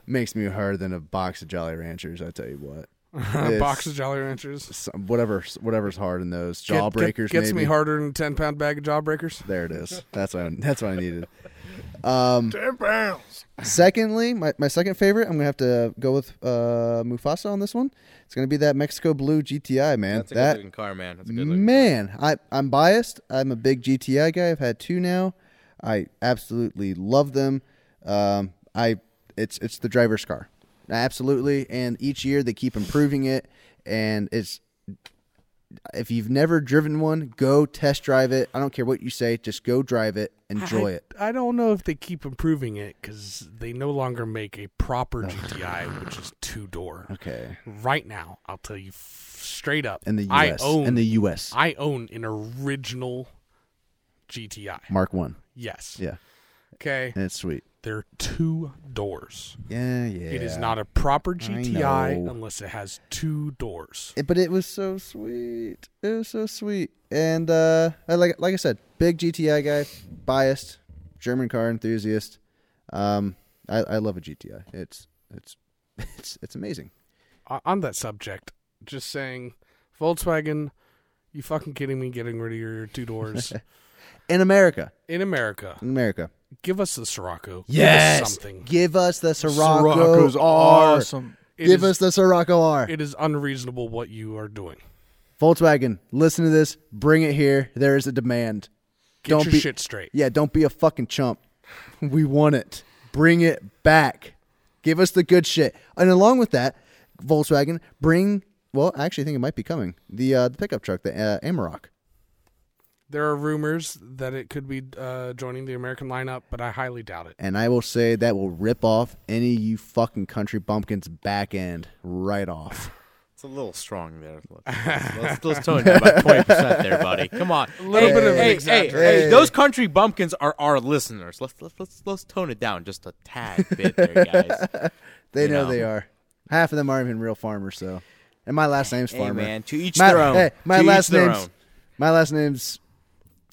[SPEAKER 2] Makes me harder than a box of Jolly Ranchers, I tell you what.
[SPEAKER 1] A
[SPEAKER 2] It's
[SPEAKER 1] box of Jolly Ranchers.
[SPEAKER 2] some- whatever, whatever's hard in those
[SPEAKER 1] Get- get-
[SPEAKER 2] jawbreakers.
[SPEAKER 1] gets
[SPEAKER 2] maybe.
[SPEAKER 1] me harder than a ten pound bag of jawbreakers.
[SPEAKER 2] There it is. That's what I, that's what I needed. Um,
[SPEAKER 4] Ten pounds.
[SPEAKER 2] Secondly, my, my second favorite, I'm gonna have to go with uh, Mufasa on this one. It's gonna be that Mexico Blue GTI, man.
[SPEAKER 3] That's a
[SPEAKER 2] that
[SPEAKER 3] good looking car, man. That's a good looking.
[SPEAKER 2] man, I I'm biased. I'm a big GTI guy. I've had two now. I absolutely love them. Um, I it's it's the driver's car, absolutely. And each year they keep improving it, and it's if you've never driven one, go test drive it. I don't care what you say, just go drive it, enjoy
[SPEAKER 1] I,
[SPEAKER 2] it.
[SPEAKER 1] I don't know if they keep improving it because they no longer make a proper GTI, which is two door.
[SPEAKER 2] Okay.
[SPEAKER 1] Right now, I'll tell you f- straight up.
[SPEAKER 2] In the
[SPEAKER 1] I
[SPEAKER 2] U.S.
[SPEAKER 1] own
[SPEAKER 2] in the U.S.
[SPEAKER 1] I own an original GTI.
[SPEAKER 2] Mark one.
[SPEAKER 1] Yes.
[SPEAKER 2] Yeah,
[SPEAKER 1] Okay.
[SPEAKER 2] and it's sweet.
[SPEAKER 1] They're two doors.
[SPEAKER 2] Yeah, yeah.
[SPEAKER 1] It is not a proper GTI
[SPEAKER 2] know.
[SPEAKER 1] unless it has two doors.
[SPEAKER 2] It- but it was so sweet. It was so sweet. And uh, I like like I said, big GTI guy, biased German car enthusiast. Um, I, I love a GTI. It's it's it's it's amazing.
[SPEAKER 1] O- on that subject, just saying, Volkswagen, you fucking kidding me? Getting rid of your two doors
[SPEAKER 2] In America,
[SPEAKER 1] in America?
[SPEAKER 2] in America,
[SPEAKER 1] Give us the Sirocco. Give us something.
[SPEAKER 2] Give us the Sirocco
[SPEAKER 4] Sirocco's
[SPEAKER 2] R.
[SPEAKER 4] awesome.
[SPEAKER 1] It
[SPEAKER 2] Give
[SPEAKER 1] is-
[SPEAKER 2] us the Sirocco R.
[SPEAKER 1] It is unreasonable what you are doing.
[SPEAKER 2] Volkswagen, listen to this. Bring it here. There is a demand.
[SPEAKER 1] Get
[SPEAKER 2] Don't
[SPEAKER 1] your
[SPEAKER 2] be-
[SPEAKER 1] shit straight.
[SPEAKER 2] Yeah, don't be a fucking chump. We want it. Bring it back. Give us the good shit. And along with that, Volkswagen, bring. Well, I actually think it might be coming. The uh, the pickup truck, the uh, Amarok.
[SPEAKER 1] There are rumors that it could be uh, joining the American lineup, but I highly doubt it.
[SPEAKER 2] And I will say that will rip off any you fucking country bumpkins back end right off.
[SPEAKER 3] It's a little strong there. Let's, let's, let's tone it down by twenty percent there, buddy. Come on, a
[SPEAKER 1] little bit of an
[SPEAKER 3] hey, hey,
[SPEAKER 1] exaggeration.
[SPEAKER 3] hey,
[SPEAKER 2] Hey.
[SPEAKER 3] those country bumpkins are our listeners. Let's let's let's, let's tone it down just a tad bit, there, guys.
[SPEAKER 2] They
[SPEAKER 3] You
[SPEAKER 2] know,
[SPEAKER 3] know.
[SPEAKER 2] they are. Half of them aren't even real farmers, so. And my last name's
[SPEAKER 3] hey,
[SPEAKER 2] Farmer.
[SPEAKER 3] man, to each
[SPEAKER 2] my,
[SPEAKER 3] their own.
[SPEAKER 2] hey, my
[SPEAKER 3] To each
[SPEAKER 2] last
[SPEAKER 3] their
[SPEAKER 2] name's my last name's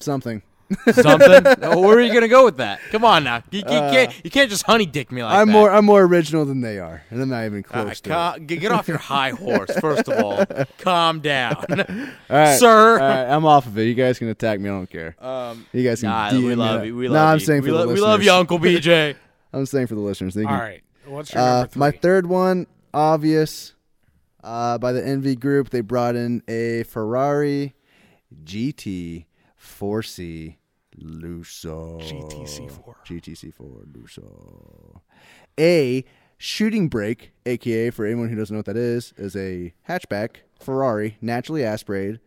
[SPEAKER 2] something.
[SPEAKER 3] own. something. Now, where are you gonna go with that? Come on now, you, you can't you can't just honey dick me like
[SPEAKER 2] Uh, I'm
[SPEAKER 3] that.
[SPEAKER 2] more I'm more original than they are, and I'm not even
[SPEAKER 3] Uh,
[SPEAKER 2] close to. it.
[SPEAKER 3] ca- g- get off your high horse, first of all. Calm down,
[SPEAKER 2] All right.
[SPEAKER 3] sir.
[SPEAKER 2] All right, I'm off of it. You guys can attack me. I don't care. Um, you guys can.
[SPEAKER 3] Nah,
[SPEAKER 2] DM
[SPEAKER 3] we
[SPEAKER 2] me
[SPEAKER 3] love
[SPEAKER 2] that.
[SPEAKER 3] you. We
[SPEAKER 2] Nah,
[SPEAKER 3] love you.
[SPEAKER 2] I'm saying
[SPEAKER 3] we,
[SPEAKER 2] for
[SPEAKER 3] lo-
[SPEAKER 2] the
[SPEAKER 3] we love you,
[SPEAKER 2] listeners.
[SPEAKER 3] Uncle BJ.
[SPEAKER 2] I'm saying for the listeners. They can,
[SPEAKER 1] All right. What's your
[SPEAKER 2] Uh,
[SPEAKER 1] number three?
[SPEAKER 2] my third one, obvious. Uh, by the Envy Group, they brought in a Ferrari GT 4C Lusso.
[SPEAKER 1] GTC4.
[SPEAKER 2] GTC4 Lusso. A shooting brake, aka for anyone who doesn't know what that is, is a hatchback Ferrari, naturally aspirated,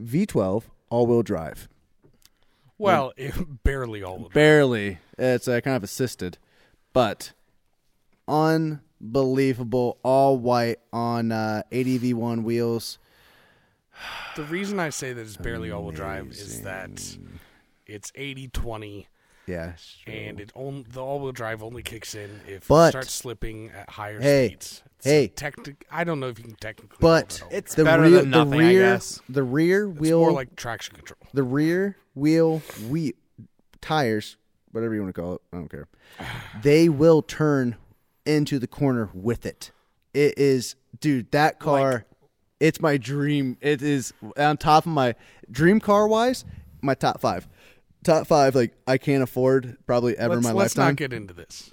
[SPEAKER 2] V12, all-wheel drive.
[SPEAKER 1] well, it, barely all of it.
[SPEAKER 2] barely. It's uh, kind of assisted, but unbelievable. All white on uh, ADV one wheels.
[SPEAKER 1] The reason I say that it's barely all-wheel drive is that it's 80-20,
[SPEAKER 2] Yeah.
[SPEAKER 1] and it only, the all-wheel drive only kicks in if
[SPEAKER 2] But-
[SPEAKER 1] it starts slipping at higher
[SPEAKER 2] Hey,
[SPEAKER 1] speeds. It's
[SPEAKER 2] hey.
[SPEAKER 1] technic- I don't know if you can technically. call
[SPEAKER 2] But
[SPEAKER 1] it all-wheel
[SPEAKER 3] It's
[SPEAKER 2] the
[SPEAKER 3] better
[SPEAKER 2] rear,
[SPEAKER 3] than nothing,
[SPEAKER 2] the
[SPEAKER 3] I
[SPEAKER 2] rear,
[SPEAKER 3] guess.
[SPEAKER 2] The rear
[SPEAKER 1] It's
[SPEAKER 2] wheel,
[SPEAKER 1] more like traction control.
[SPEAKER 2] the rear wheel, we tires, whatever you want to call it. I don't care. They will turn into the corner with it. It is, dude. That car. it's my dream. It is on top of my dream car wise, my top five. Top five, like I can't afford probably ever in
[SPEAKER 1] Let's,
[SPEAKER 2] my
[SPEAKER 1] let's
[SPEAKER 2] lifetime.
[SPEAKER 1] not get into this.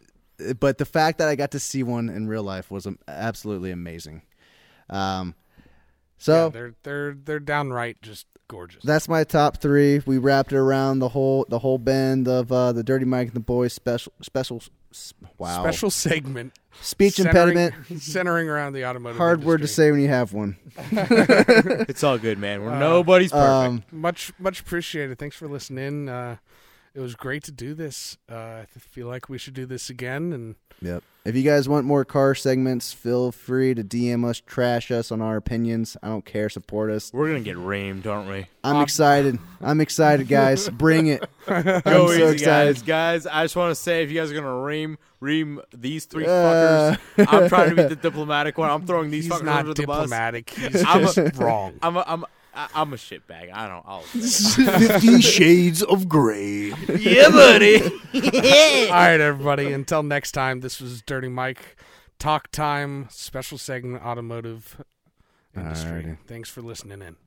[SPEAKER 2] but the fact that I got to see one in real life was um, absolutely amazing. Um, so
[SPEAKER 1] Yeah, they're they're they're downright just gorgeous.
[SPEAKER 2] that's my top three. We wrapped it around the whole the whole bend of uh, the Dirty Mike and the Boys special special. s- Wow,
[SPEAKER 1] Special segment.
[SPEAKER 2] speech
[SPEAKER 1] centering-
[SPEAKER 2] impediment.
[SPEAKER 1] centering around the automotive.
[SPEAKER 2] Hard word to
[SPEAKER 1] industry.
[SPEAKER 2] say when you have one.
[SPEAKER 3] It's all good, man.
[SPEAKER 2] Uh,
[SPEAKER 3] We're nobody's perfect.
[SPEAKER 2] Um,
[SPEAKER 1] Much much appreciated. Thanks for listening. Uh, it was great to do this. Uh, I th- feel like we should do this again. And
[SPEAKER 2] Yep. If you guys want more car segments, feel free to DM us, trash us on our opinions. I don't care. Support us.
[SPEAKER 3] We're gonna get reamed, aren't we?
[SPEAKER 2] I'm excited. I'm excited, guys. Bring it. I'm
[SPEAKER 3] Um, Go
[SPEAKER 2] so
[SPEAKER 3] easy,
[SPEAKER 2] excited.
[SPEAKER 3] guys. Guys, I just want to say if you guys are gonna ream ream these three
[SPEAKER 2] Uh.
[SPEAKER 3] fuckers, I'm trying to be the diplomatic one. I'm throwing these
[SPEAKER 1] he's
[SPEAKER 3] fuckers
[SPEAKER 1] not
[SPEAKER 3] under the bus.
[SPEAKER 1] diplomatic. He's
[SPEAKER 3] I'm a-
[SPEAKER 1] just wrong.
[SPEAKER 3] I'm a, I'm a, I'm a shitbag. I don't. I'll
[SPEAKER 4] Fifty Shades of Grey.
[SPEAKER 3] yeah, buddy.
[SPEAKER 1] All right, everybody. Until next time, this was Dirty Mike. Talk time special segment automotive industry.
[SPEAKER 2] Alrighty.
[SPEAKER 1] Thanks for listening in.